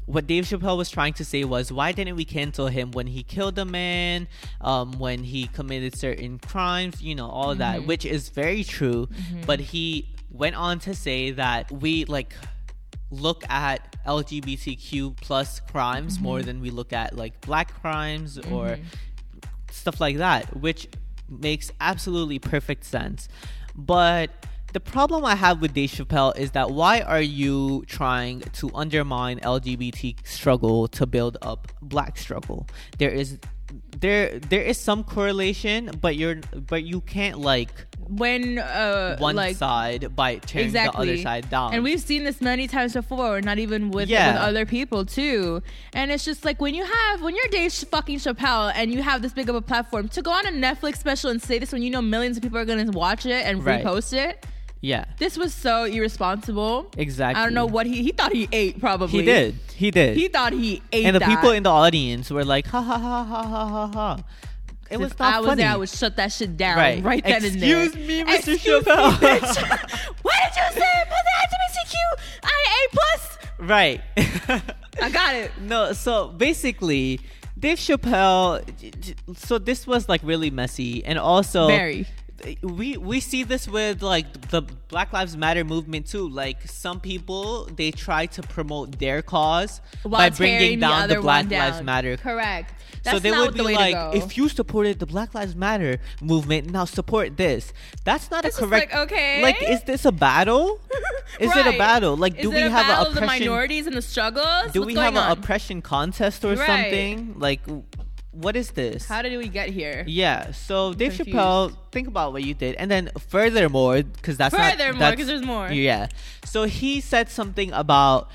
Speaker 2: what Dave Chappelle was trying to say was, why didn't we cancel him when he killed a man, um, when he committed certain crimes, you know, all that, which is very true. But he went on to say that we like look at LGBTQ plus crimes
Speaker 1: Mm-hmm.
Speaker 2: more than we look at like black crimes or
Speaker 1: Mm-hmm.
Speaker 2: stuff like that, which makes absolutely perfect sense. But the problem I have with Dave Chappelle is that why are you trying to undermine LGBT struggle to build up black struggle? There is there there is some correlation, but you're but you can't like
Speaker 1: when uh,
Speaker 2: one
Speaker 1: like,
Speaker 2: side by tearing
Speaker 1: exactly
Speaker 2: the other side down.
Speaker 1: And we've seen this many times before, not even with,
Speaker 2: Yeah.
Speaker 1: with other people too. And it's just like when you have when you're Dave Ch- fucking Chappelle and you have this big of a platform to go on a Netflix special and say this when you know millions of people are gonna watch it and
Speaker 2: Right.
Speaker 1: repost it.
Speaker 2: yeah,
Speaker 1: This was so irresponsible.
Speaker 2: exactly.
Speaker 1: I don't know what he he thought he ate probably.
Speaker 2: he did. He did.
Speaker 1: He thought he ate
Speaker 2: and the
Speaker 1: that.
Speaker 2: people in the audience were like, ha ha ha ha ha ha ha. It was
Speaker 1: if
Speaker 2: not
Speaker 1: I was
Speaker 2: funny.
Speaker 1: there, I would shut that shit down right,
Speaker 2: Right.
Speaker 1: then and
Speaker 2: Excuse me,
Speaker 1: there.
Speaker 2: Mr. Chappelle.
Speaker 1: bitch. [laughs] Why did you say
Speaker 2: [laughs]
Speaker 1: it? But I had to be CQ. I A plus.
Speaker 2: right.
Speaker 1: [laughs] I got it.
Speaker 2: no, so basically, Dave Chappelle. j- j- So this was like really messy, and also
Speaker 1: Very.
Speaker 2: We we see this with like the Black Lives Matter movement too. Like some people, they try to promote their cause by
Speaker 1: While tearing
Speaker 2: bringing
Speaker 1: the
Speaker 2: down the,
Speaker 1: other
Speaker 2: Black
Speaker 1: one down.
Speaker 2: Lives Matter
Speaker 1: Correct. That's
Speaker 2: so they
Speaker 1: not
Speaker 2: would
Speaker 1: the
Speaker 2: be
Speaker 1: way
Speaker 2: like,
Speaker 1: to go.
Speaker 2: if you supported the Black Lives Matter movement, now support this. That's not
Speaker 1: It's
Speaker 2: a
Speaker 1: just
Speaker 2: correct.
Speaker 1: like, okay.
Speaker 2: Like, is this a
Speaker 1: [laughs]
Speaker 2: battle? Is it
Speaker 1: Right.
Speaker 2: a battle? Like,
Speaker 1: Is
Speaker 2: do
Speaker 1: it
Speaker 2: we
Speaker 1: a
Speaker 2: have
Speaker 1: battle
Speaker 2: a
Speaker 1: of the
Speaker 2: oppression?
Speaker 1: minorities and the struggles?
Speaker 2: do
Speaker 1: What's
Speaker 2: we
Speaker 1: going
Speaker 2: have an
Speaker 1: on?
Speaker 2: oppression contest or
Speaker 1: Right.
Speaker 2: something? Like, w- what is this?
Speaker 1: How did we get here?
Speaker 2: yeah. So Dave
Speaker 1: confused.
Speaker 2: Chappelle, think about what you did, and then furthermore, because that's not-
Speaker 1: Furthermore,
Speaker 2: that's-
Speaker 1: 'cause there's more.
Speaker 2: Yeah. So he said something about,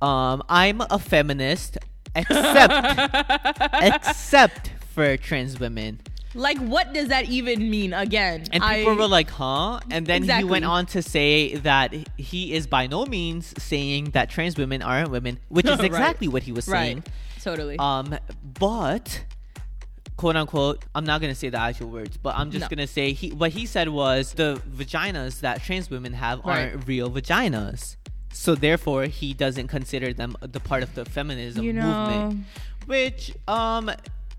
Speaker 2: um, I'm a feminist, except
Speaker 1: [laughs]
Speaker 2: except for trans women.
Speaker 1: Like, what does that even mean? Again,
Speaker 2: And
Speaker 1: I-
Speaker 2: people were like, huh? And then he
Speaker 1: Exactly.
Speaker 2: went on to say that he is by no means saying that trans women aren't women, which
Speaker 1: [laughs]
Speaker 2: is
Speaker 1: Right.
Speaker 2: exactly what he was
Speaker 1: right,
Speaker 2: saying.
Speaker 1: totally.
Speaker 2: Um, but quote unquote, I'm not gonna say the actual words, but I'm just
Speaker 1: No.
Speaker 2: gonna say he what he said was the vaginas that trans women have
Speaker 1: Right.
Speaker 2: aren't real vaginas. So therefore he doesn't consider them the part of the feminism
Speaker 1: You
Speaker 2: movement. Which um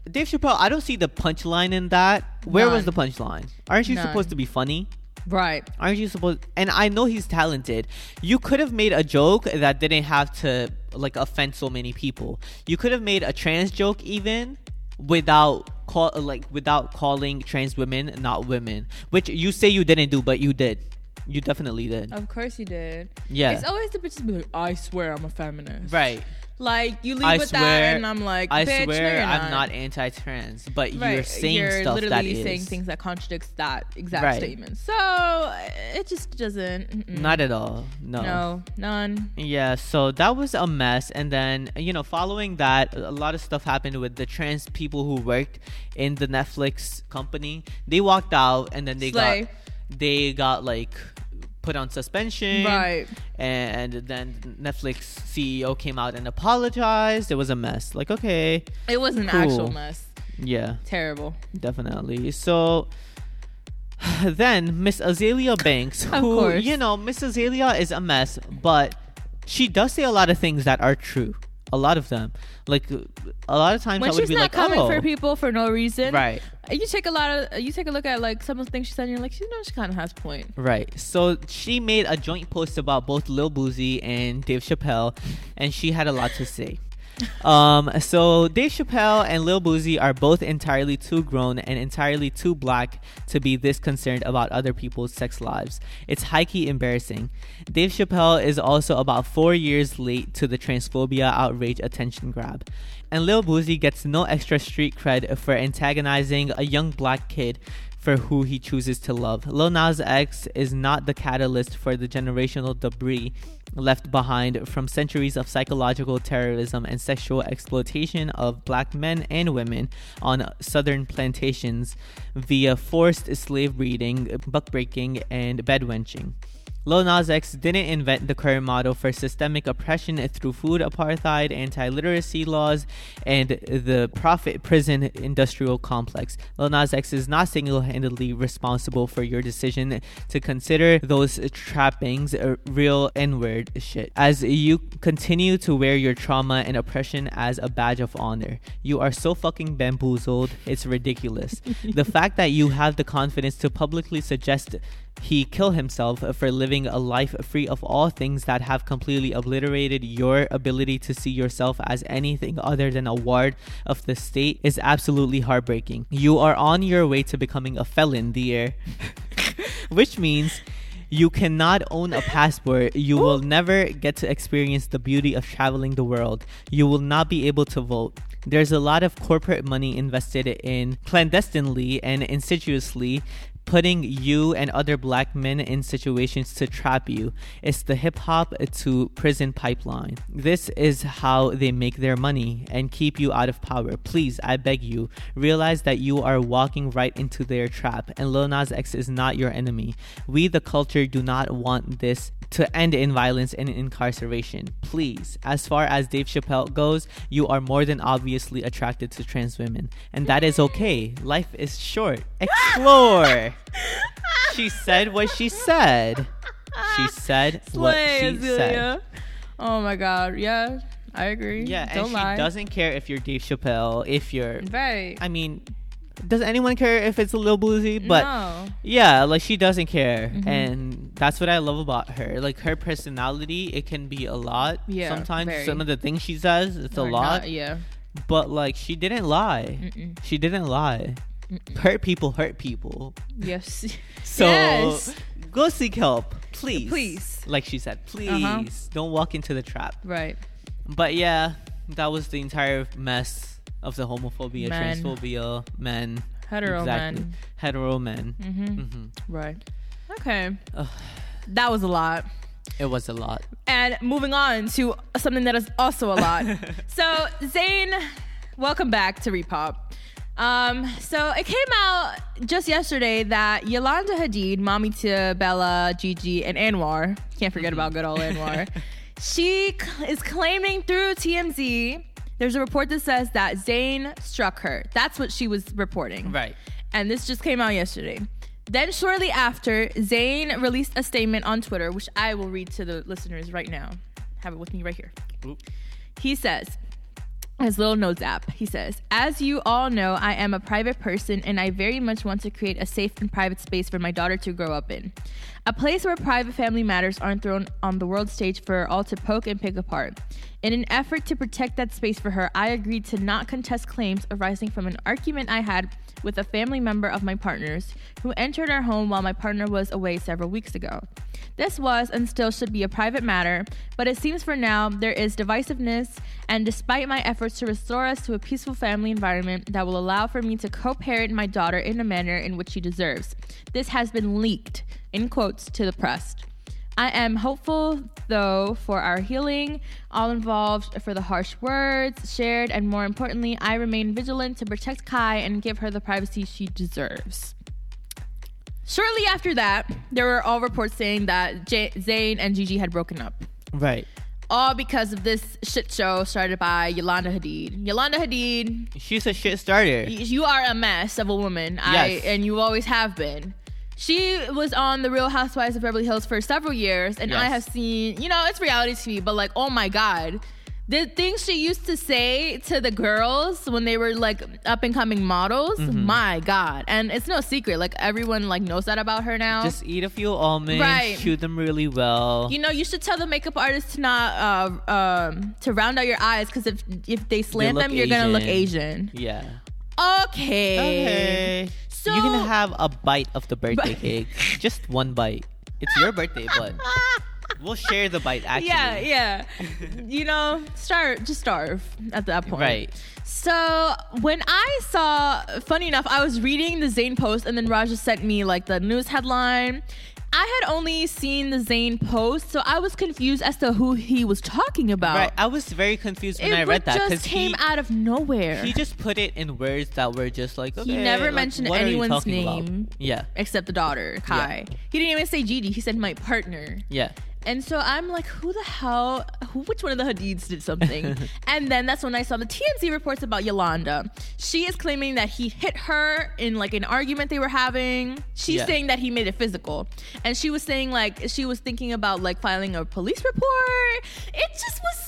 Speaker 2: Dave Chappelle, I don't see the punchline in that. Where was the
Speaker 1: None.
Speaker 2: punchline? Aren't you supposed
Speaker 1: None.
Speaker 2: to be funny?
Speaker 1: right.
Speaker 2: Aren't you supposed? And I know he's talented. You could have made a joke that didn't have to like offend so many people. You could have made a trans joke even without call like without calling trans women not women, which you say you didn't do, but you did. You definitely did.
Speaker 1: Of course you did.
Speaker 2: Yeah.
Speaker 1: It's always the bitches be like, I swear I'm a feminist.
Speaker 2: Right.
Speaker 1: Like you leave
Speaker 2: I
Speaker 1: with that,
Speaker 2: swear.
Speaker 1: and I'm like,
Speaker 2: I
Speaker 1: bitch, no,
Speaker 2: swear
Speaker 1: you're
Speaker 2: I'm not anti-trans, but you're saying
Speaker 1: you're
Speaker 2: stuff
Speaker 1: literally
Speaker 2: that is
Speaker 1: saying things that contradicts that exact
Speaker 2: Right.
Speaker 1: statement. So uh, it just doesn't. mm-mm.
Speaker 2: not at all. No.
Speaker 1: no, none.
Speaker 2: Yeah, so that was a mess. And then, you know, following that, a lot of stuff happened with the trans people who worked in the Netflix company. They walked out and then they
Speaker 1: Slay.
Speaker 2: got they got like put on suspension.
Speaker 1: Right.
Speaker 2: And then Netflix CEO came out and apologized. It was a mess. Like, okay.
Speaker 1: It was an
Speaker 2: Cool.
Speaker 1: actual mess.
Speaker 2: Yeah,
Speaker 1: Terrible.
Speaker 2: definitely. So [sighs] then Miss Azalea Banks,
Speaker 1: Of
Speaker 2: who
Speaker 1: course.
Speaker 2: you know, Miss Azalea is a mess, but she does say a lot of things that are true. A lot of them, like a lot of times,
Speaker 1: When
Speaker 2: I would
Speaker 1: she's
Speaker 2: be
Speaker 1: not
Speaker 2: like,
Speaker 1: coming
Speaker 2: "Oh,
Speaker 1: for people for no reason,
Speaker 2: right,
Speaker 1: You take a lot of you take a look at like some of the things she said, and you're like, you know, she kind of has a point.
Speaker 2: right." So she made a joint post about both Lil Boozy and Dave Chappelle, and she had a lot to say. um, so Dave Chappelle and Lil Boozy are both entirely too grown and entirely too black to be this concerned about other people's sex lives. It's high key embarrassing. Dave Chappelle is also about four years late to the transphobia outrage attention grab. And Lil Boozy gets no extra street cred for antagonizing a young black kid for who he chooses to love. Lil Nas X is not the catalyst for the generational debris left behind from centuries of psychological terrorism and sexual exploitation of black men and women on southern plantations via forced slave breeding, buck breaking, and bedwenching. Lil Nas X didn't invent the current model for systemic oppression through food apartheid, anti literacy laws, and the profit prison industrial complex. Lil Nas X is not single handedly responsible for your decision to consider those trappings a real N word shit. As you continue to wear your trauma and oppression as a badge of honor, you are so fucking bamboozled, it's ridiculous. the fact that you have the confidence to publicly suggest he kill himself for living a life free of all things that have completely obliterated your ability to see yourself as anything other than a ward of the state is absolutely heartbreaking. You are on your way to becoming a felon, dear. [laughs] Which means you cannot own a passport. You will never get to experience the beauty of traveling the world. You will not be able to vote. there's a lot of corporate money invested in clandestinely and insidiously putting you and other black men in situations to trap you. It's the hip hop to prison pipeline. This is how they make their money and keep you out of power. Please, I beg you, realize that you are walking right into their trap and Lil Nas X is not your enemy. We, the culture, do not want this to end in violence and incarceration. Please, as far as Dave Chappelle goes, you are more than obviously attracted to trans women, and that is okay. Life is short. Explore. she said what she said. She said what
Speaker 1: Slay,
Speaker 2: she said.
Speaker 1: Azealia. Oh my god. Yeah, I agree.
Speaker 2: Yeah,
Speaker 1: don't
Speaker 2: and
Speaker 1: lie.
Speaker 2: she doesn't care if you're Dave Chappelle, if you're.
Speaker 1: Right.
Speaker 2: I mean, does anyone care if it's a little bluesy? But
Speaker 1: no. Mm-hmm.
Speaker 2: yeah like she doesn't care and that's what i love about her like her personality it can be a lot
Speaker 1: Yeah,
Speaker 2: sometimes
Speaker 1: very.
Speaker 2: some of the things she says it's
Speaker 1: Or
Speaker 2: a
Speaker 1: not,
Speaker 2: lot
Speaker 1: Oh yeah.
Speaker 2: but like she didn't lie
Speaker 1: Mm-mm.
Speaker 2: she didn't lie hurt people hurt people
Speaker 1: Yes. [laughs]
Speaker 2: so
Speaker 1: Yes.
Speaker 2: go seek help please
Speaker 1: Please.
Speaker 2: like she said please
Speaker 1: Uh-huh.
Speaker 2: don't walk into the trap
Speaker 1: Right.
Speaker 2: but yeah that was the entire mess of the homophobia
Speaker 1: Men.
Speaker 2: transphobia men
Speaker 1: Hetero
Speaker 2: exactly.
Speaker 1: man.
Speaker 2: hetero men
Speaker 1: Mm-hmm.
Speaker 2: Mhm.
Speaker 1: Right. Okay.
Speaker 2: Ugh.
Speaker 1: That was a lot.
Speaker 2: it was a lot
Speaker 1: And moving on to something that is also a lot. so, Zayn, welcome back to Repop. Um, so it came out just yesterday that Yolanda Hadid, mommy to Bella, Gigi, and Anwar, can't forget about good old Anwar, she c- is claiming through TMZ. There's a report that says that Zayn struck her. That's what she was reporting
Speaker 2: right
Speaker 1: and this just came out yesterday. Then shortly after, Zayn released a statement on Twitter, which I will read to the listeners right now. Have it with me right here.
Speaker 2: Oop.
Speaker 1: He says, his little notes app, he says, As you all know, I am a private person and I very much want to create a safe and private space for my daughter to grow up in. A place where private family matters aren't thrown on the world stage for all to poke and pick apart. In an effort to protect that space for her, I agreed to not contest claims arising from an argument I had with a family member of my partner's who entered our home while my partner was away several weeks ago. This was and still should be a private matter, but it seems for now there is divisiveness, and despite my efforts to restore us to a peaceful family environment that will allow for me to co parent my daughter in a manner in which she deserves, this has been leaked, in quotes, to the press. I am hopeful, though, for our healing, all involved for the harsh words shared, and more importantly, I remain vigilant to protect Kai and give her the privacy she deserves. Shortly after that, there were all reports saying that J- Zayn and Gigi had broken up.
Speaker 2: Right.
Speaker 1: All because of this shit show started by Yolanda Hadid. Yolanda Hadid,
Speaker 2: She's a shit starter.
Speaker 1: y- you are a mess of a woman, I,
Speaker 2: Yes.
Speaker 1: and you always have been. She was on The Real Housewives of Beverly Hills for several years, and I
Speaker 2: Yes.
Speaker 1: have seen, you know, it's reality TV, but like, oh my God. The things she used to say to the girls when they were like up and coming models,
Speaker 2: Mm-hmm.
Speaker 1: my God. And it's no secret. Like, everyone like knows that about her now.
Speaker 2: Just eat a few almonds,
Speaker 1: Right.
Speaker 2: chew them really well.
Speaker 1: You know, you should tell the makeup artist to not uh, um, to round out your eyes because if if they slant
Speaker 2: look
Speaker 1: them, you're gonna look
Speaker 2: Asian.
Speaker 1: Asian.
Speaker 2: yeah.
Speaker 1: Okay.
Speaker 2: Okay.
Speaker 1: So-
Speaker 2: you can have a bite of the birthday
Speaker 1: But- [laughs]
Speaker 2: cake. Just one bite. It's your birthday, but
Speaker 1: Ah,
Speaker 2: we'll share the bite actually.
Speaker 1: [laughs]
Speaker 2: [laughs]
Speaker 1: yeah, yeah. you know, starve, just starve at that point.
Speaker 2: Right.
Speaker 1: So when I saw, funny enough, I was reading the Zane post, and then Raja sent me like the news headline. I had only seen the Zane post, so I was confused as to who he was talking about.
Speaker 2: Right. I was very confused when
Speaker 1: it
Speaker 2: I read that
Speaker 1: just came
Speaker 2: he,
Speaker 1: out of nowhere.
Speaker 2: he just put it in words that were just like okay,
Speaker 1: never
Speaker 2: like,
Speaker 1: mentioned
Speaker 2: what are you
Speaker 1: anyone's
Speaker 2: talking about?
Speaker 1: name.
Speaker 2: Yeah.
Speaker 1: except the daughter, Kai. He didn't even say Gigi. He said my partner.
Speaker 2: Yeah.
Speaker 1: And so I'm like, who the hell? Who, which one of the Hadids did
Speaker 2: [laughs]
Speaker 1: something? and then that's when I saw the TMZ reports about Yolanda. She is claiming that he hit her in like an argument they were having. She's
Speaker 2: Yeah.
Speaker 1: saying that he made it physical, and she was saying like she was thinking about like filing a police report. It just was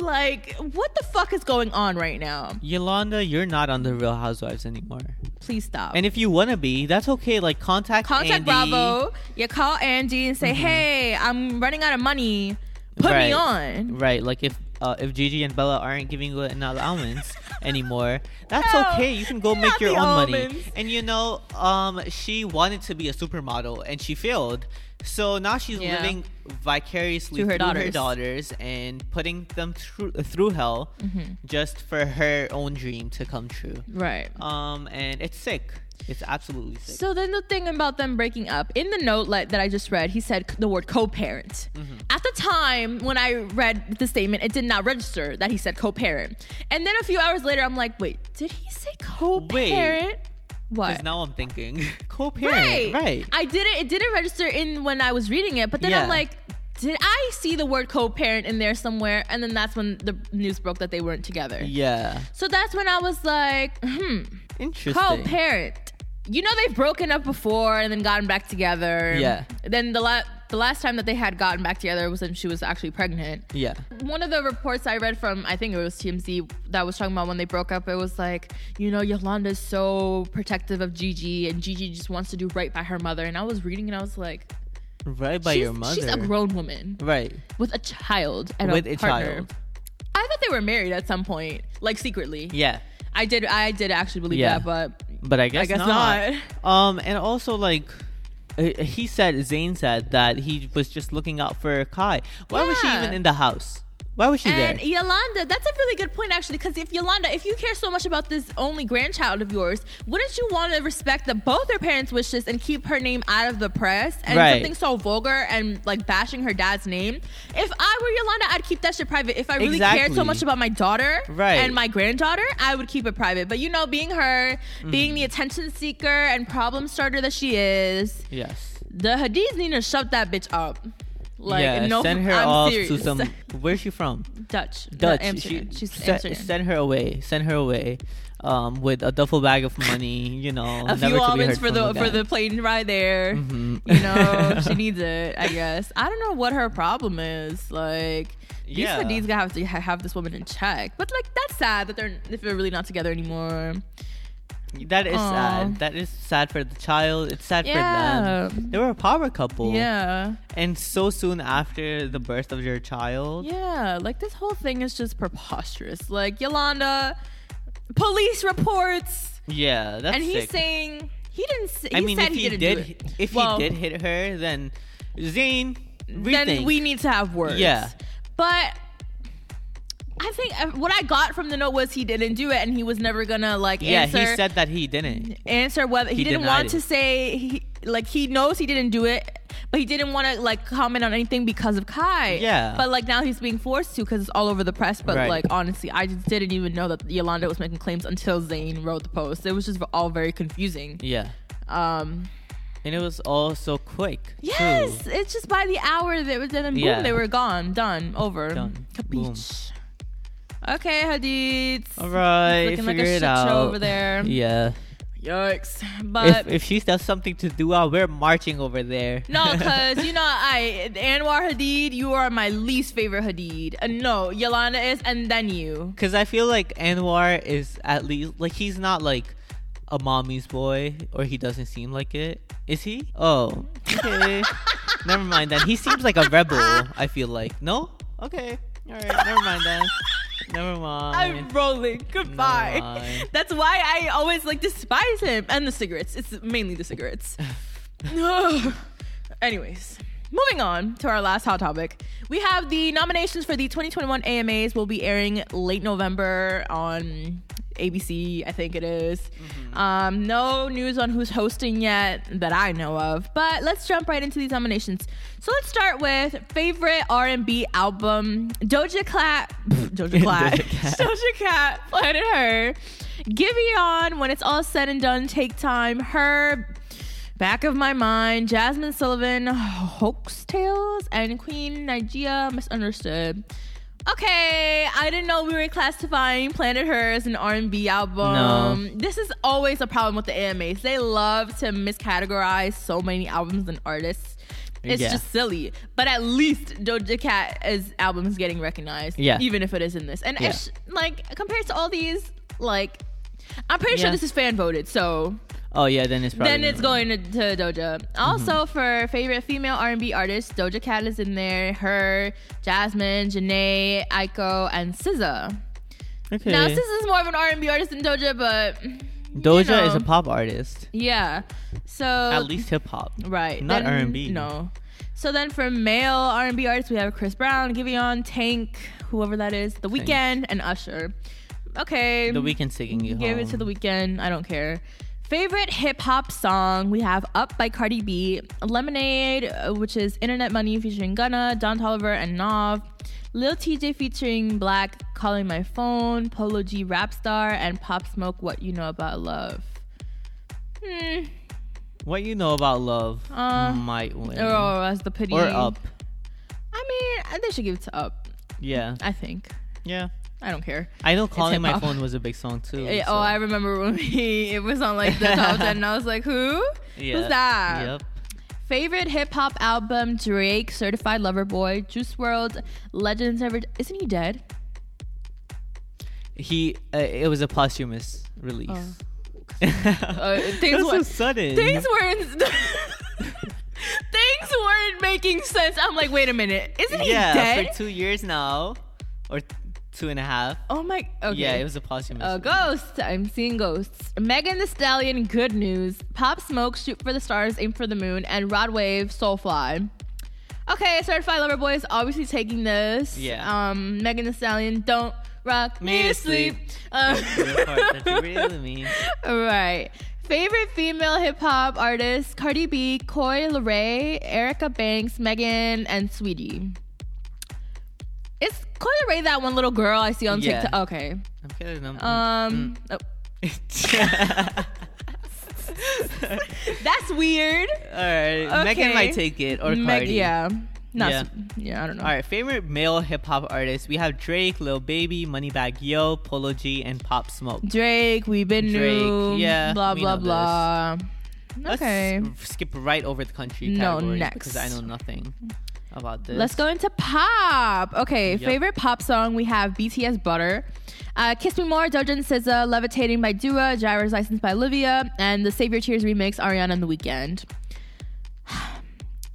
Speaker 1: so like, what the fuck is going on right now?
Speaker 2: Yolanda, you're not on the Real Housewives anymore.
Speaker 1: Please stop.
Speaker 2: And if you wanna be, that's okay. Like contact
Speaker 1: contact
Speaker 2: Andy. Mm-hmm.
Speaker 1: Bravo. You call Andy and say, "Hey, I'm running out of money. Put me
Speaker 2: Right.
Speaker 1: on."
Speaker 2: Right. Like if uh, if Gigi and Bella aren't giving you
Speaker 1: [laughs]
Speaker 2: an allowance anymore, that's
Speaker 1: No,
Speaker 2: okay. You can go
Speaker 1: not
Speaker 2: make your
Speaker 1: the
Speaker 2: own money.
Speaker 1: almonds.
Speaker 2: And you know, um, she wanted to be a supermodel and she failed. So now she's
Speaker 1: Yeah.
Speaker 2: living vicariously
Speaker 1: To her
Speaker 2: through her
Speaker 1: daughters.
Speaker 2: daughters and putting them through through hell
Speaker 1: Mm-hmm.
Speaker 2: just for her own dream to come true.
Speaker 1: Right.
Speaker 2: Um, and it's sick. It's absolutely sick.
Speaker 1: So then the thing about them breaking up in the note like, that I just read, he said c- the word co-parent.
Speaker 2: Mm-hmm.
Speaker 1: At the time when I read the statement, it did not register that he said co-parent. And then a few hours later, I'm like, wait, did he say co-parent?
Speaker 2: Because
Speaker 1: what?
Speaker 2: now I'm thinking [laughs]
Speaker 1: right,
Speaker 2: co-parent, right?
Speaker 1: I didn't. It didn't register in when I was reading it, but then
Speaker 2: Yeah.
Speaker 1: I'm like. Did I see the word co-parent in there somewhere? And then that's when the news broke that they weren't together.
Speaker 2: yeah,
Speaker 1: So that's when I was like, hmm,
Speaker 2: interesting.
Speaker 1: co-parent. You know they've broken up before and then gotten back together.
Speaker 2: Yeah.
Speaker 1: Then the la- the last time that they had gotten back together was when she was actually pregnant.
Speaker 2: Yeah,
Speaker 1: One of the reports I read from I think it was TMZ that was talking about when they broke up. It was like you know Yolanda's so protective of Gigi and Gigi just wants to do right by her mother. And I was reading and I was like,
Speaker 2: right by
Speaker 1: she's,
Speaker 2: your mother.
Speaker 1: she's a grown woman
Speaker 2: right
Speaker 1: with a child and
Speaker 2: with
Speaker 1: a
Speaker 2: a
Speaker 1: partner.
Speaker 2: child.
Speaker 1: I thought they were married at some point, like secretly.
Speaker 2: Yeah,
Speaker 1: I did. I did actually believe
Speaker 2: Yeah.
Speaker 1: that, but
Speaker 2: but I guess,
Speaker 1: I guess not.
Speaker 2: [laughs] Um, and also like. uh, He said, Zayn said that he was just looking out for Kai. Why was she
Speaker 1: Yeah.
Speaker 2: even in the house? Why was she
Speaker 1: And e-
Speaker 2: there?
Speaker 1: Yolanda, that's a really good point actually, because if Yolanda, if you care so much about this only grandchild of yours, wouldn't you want to respect the, both her parents' wishes and keep her name out of the press and
Speaker 2: Right.
Speaker 1: something so vulgar and like bashing her dad's name? If I were Yolanda, I'd keep that shit private. If I really cared so
Speaker 2: Exactly.
Speaker 1: much about my daughter
Speaker 2: Right.
Speaker 1: and my granddaughter, I would keep it private. But you know, being her,
Speaker 2: Mm-hmm.
Speaker 1: being the attention seeker and problem starter that she is,
Speaker 2: Yes.
Speaker 1: the Hadid's need to shut that bitch up. Like
Speaker 2: yeah,
Speaker 1: no,
Speaker 2: send her
Speaker 1: I'm
Speaker 2: off
Speaker 1: serious. [laughs]
Speaker 2: to some. Where's she from?
Speaker 1: Dutch. No,
Speaker 2: Dutch.
Speaker 1: Amsterdam.
Speaker 2: She-
Speaker 1: She's
Speaker 2: se-
Speaker 1: Amsterdam.
Speaker 2: Send her away. Send her away. Um, with a duffel bag of money, you know,
Speaker 1: a
Speaker 2: never
Speaker 1: few
Speaker 2: to be heard
Speaker 1: almonds for
Speaker 2: from
Speaker 1: the
Speaker 2: again. Mm-hmm. Mm.
Speaker 1: for the plane ride there. You know,
Speaker 2: [laughs]
Speaker 1: she needs it, I guess. I don't know what her problem is. Like these
Speaker 2: Yeah.
Speaker 1: yeah. Hadid's gonna have to ha- have this woman in check. But like that's sad that they're if they're really not together anymore.
Speaker 2: That is
Speaker 1: Aw.
Speaker 2: sad. That is sad for the child. It's sad
Speaker 1: Yeah.
Speaker 2: for them. They were a power couple.
Speaker 1: Yeah.
Speaker 2: And so soon after the birth of your child.
Speaker 1: Yeah. Like this whole thing is just preposterous. Like Yolanda, police reports,
Speaker 2: Yeah, that's
Speaker 1: and he's
Speaker 2: sick.
Speaker 1: saying he didn't. Say, he
Speaker 2: I mean,
Speaker 1: said
Speaker 2: if he,
Speaker 1: didn't
Speaker 2: did,
Speaker 1: do it.
Speaker 2: hi- if
Speaker 1: Well-
Speaker 2: he did hit her, then Zayn, rethink.
Speaker 1: then we need to have words.
Speaker 2: Yeah.
Speaker 1: But I think uh, what I got from the note was he didn't do it, and he was never gonna like
Speaker 2: yeah,
Speaker 1: answer.
Speaker 2: he said that he didn't.
Speaker 1: answer whether he,
Speaker 2: He
Speaker 1: didn't
Speaker 2: denied
Speaker 1: want
Speaker 2: it.
Speaker 1: to say he, like he knows he didn't do it, but he didn't want to like comment on anything because of Kai.
Speaker 2: Yeah.
Speaker 1: But like now he's being forced to because it's all over the press. But
Speaker 2: Right.
Speaker 1: like honestly, I just didn't even know that Yolanda was making claims until Zayn wrote the post. It was just all very confusing.
Speaker 2: Yeah.
Speaker 1: Um.
Speaker 2: And it was all so quick. too.
Speaker 1: Yes, it's just by the hour that was then boom,
Speaker 2: Yeah.
Speaker 1: they were gone, done, over.
Speaker 2: Done.
Speaker 1: Capiche. Okay, Hadid.
Speaker 2: All right.
Speaker 1: Looking
Speaker 2: figure
Speaker 1: like a
Speaker 2: it
Speaker 1: shit show
Speaker 2: out.
Speaker 1: over there.
Speaker 2: Yeah.
Speaker 1: Yikes. But
Speaker 2: if, if she does something to do out, we're marching over there. [laughs]
Speaker 1: no, cause you know I Anwar Hadid, you are my least favorite Hadid. Uh, no, Yolanda is, and then you.
Speaker 2: Because I feel like Anwar is at least like he's not like a mommy's boy, or he doesn't seem like it. Is he? Oh,
Speaker 1: [laughs]
Speaker 2: okay. never mind then. He seems like a rebel. I feel like no. Okay. All right. Never mind then.
Speaker 1: I'm
Speaker 2: Never mind.
Speaker 1: rolling. Goodbye.
Speaker 2: mind.
Speaker 1: [laughs] That's why I always like despise him and the cigarettes. It's mainly the cigarettes. [sighs] Anyways, moving on to our last hot topic. We have the nominations for the 2021 AMAs will be airing late November on ABC, I think it is. Um, no news on who's hosting yet that I know of, but let's jump right into these nominations. So let's start with favorite R&B album. Doja Cat, [laughs] Doja Cat, [laughs]
Speaker 2: Doja Cat.
Speaker 1: Doja Cat, Planet Her, Giveon. When it's all said and done, take time. Her Back of My Mind, Jasmine Sullivan, Hoax Tales, and Queen Nigeria Misunderstood. Okay, I didn't know we were classifying Planet Her as an R&B album. This is always a problem with the AMAs. They love to miscategorize so many albums and artists. It's
Speaker 2: Yeah.
Speaker 1: just silly. But at least Doja Cat's album is getting recognized,
Speaker 2: Yeah.
Speaker 1: even if it is in this. And
Speaker 2: Yeah.
Speaker 1: it's, like compared to all these, like I'm pretty sure
Speaker 2: Yeah.
Speaker 1: this is fan voted, so
Speaker 2: Oh yeah, then it's probably Mm-hmm.
Speaker 1: Then it's going to, to Doja. Also, for favorite female R and B artists, Doja Cat is in there. Her, Jasmine, Janae, Aiko, and SZA.
Speaker 2: Okay.
Speaker 1: Now SZA is more of an R and B artist than Doja, but
Speaker 2: Doja
Speaker 1: you know.
Speaker 2: is a pop artist,
Speaker 1: yeah. So
Speaker 2: at least hip hop.
Speaker 1: right,
Speaker 2: not
Speaker 1: then-
Speaker 2: R&B.
Speaker 1: No. So then for male R and B artists, we have Chris Brown, Giveon, Tank, whoever that is, The
Speaker 2: Tank.
Speaker 1: Weeknd, and Usher. Okay.
Speaker 2: The weekend singing you
Speaker 1: Give it
Speaker 2: home.
Speaker 1: to the weekend. I don't care. Favorite hip hop song we have Up by Cardi B, Lemonade, uh, which is Internet Money featuring Gunna, Don Tolliver, and Nov, Lil TJ featuring Black, Calling My Phone, Polo G Rapstar, and Pop Smoke, What You Know About Love. Hmm.
Speaker 2: What you know about love
Speaker 1: Uh,
Speaker 2: might win,
Speaker 1: Oh, that's the pity.
Speaker 2: Hmm. or up.
Speaker 1: I mean, uh, they should give it to Up,
Speaker 2: Yeah,
Speaker 1: I think.
Speaker 2: yeah.
Speaker 1: I don't care.
Speaker 2: I know calling my
Speaker 1: hip-hop.
Speaker 2: phone was a big song too.
Speaker 1: Yeah,
Speaker 2: so-
Speaker 1: Oh, I remember when we, [laughs] it was on like the top 10, and I was like,
Speaker 2: [laughs]
Speaker 1: who? Who's that?
Speaker 2: Yep.
Speaker 1: Favorite hip hop album: Drake, Certified Lover Boy, Juice World, Legends Ever. Isn't he dead?
Speaker 2: He. Uh, it was a posthumous release. [laughs]
Speaker 1: Oh. things
Speaker 2: things were
Speaker 1: were-
Speaker 2: so sudden.
Speaker 1: Things weren't. [laughs] things weren't making sense. I'm like, wait a minute, isn't he
Speaker 2: yeah,
Speaker 1: dead?
Speaker 2: for two years now, or two and a half.
Speaker 1: oh my. Okay. Oh,
Speaker 2: Yeah, it was a posthumous.
Speaker 1: A ghost. I'm seeing ghosts. Megan the Stallion, Good News. Pop Smoke, Shoot for the Stars, Aim for the Moon, and Rod Wave, Soulfly. Okay, Certified Lover Boy is obviously taking this.
Speaker 2: Yeah.
Speaker 1: Um, Megan the Stallion, Don't Rock Me, to Sleep. Um,
Speaker 2: The part that you really mean.
Speaker 1: right. Favorite female hip hop artists: Cardi B, Koi Leray, Erica Banks, Megan, and Sweetie. Is Koi Leray that one little girl I see on
Speaker 2: Yeah. Mm-hmm.
Speaker 1: TikTok? Okay.
Speaker 2: I'm kidding. I'm,
Speaker 1: Um. oh.
Speaker 2: Mm.
Speaker 1: That's weird.
Speaker 2: [laughs] All right, Megan
Speaker 1: Okay.
Speaker 2: might take it or Cardi.
Speaker 1: Meg- yeah. Not
Speaker 2: Yeah.
Speaker 1: yeah. yeah, I don't know.
Speaker 2: All right, favorite male hip hop artists. We have Drake, Lil Baby, Moneybag Yo, Polo G, and Pop Smoke.
Speaker 1: Drake, we've been
Speaker 2: Drake,
Speaker 1: new.
Speaker 2: yeah,
Speaker 1: Blah
Speaker 2: we
Speaker 1: blah
Speaker 2: know
Speaker 1: blah.
Speaker 2: Let's
Speaker 1: Okay.
Speaker 2: s- skip right over the country
Speaker 1: No,
Speaker 2: categories
Speaker 1: next.
Speaker 2: because I know nothing about this.
Speaker 1: Let's go into pop. Okay,
Speaker 2: Yep.
Speaker 1: favorite pop song we have BTS Butter, uh, Kiss Me More, Doja and SZA, Levitating by Dua, Gyra's License by Olivia, and the Save Your Tears remix, Ariana and The Weeknd. [sighs]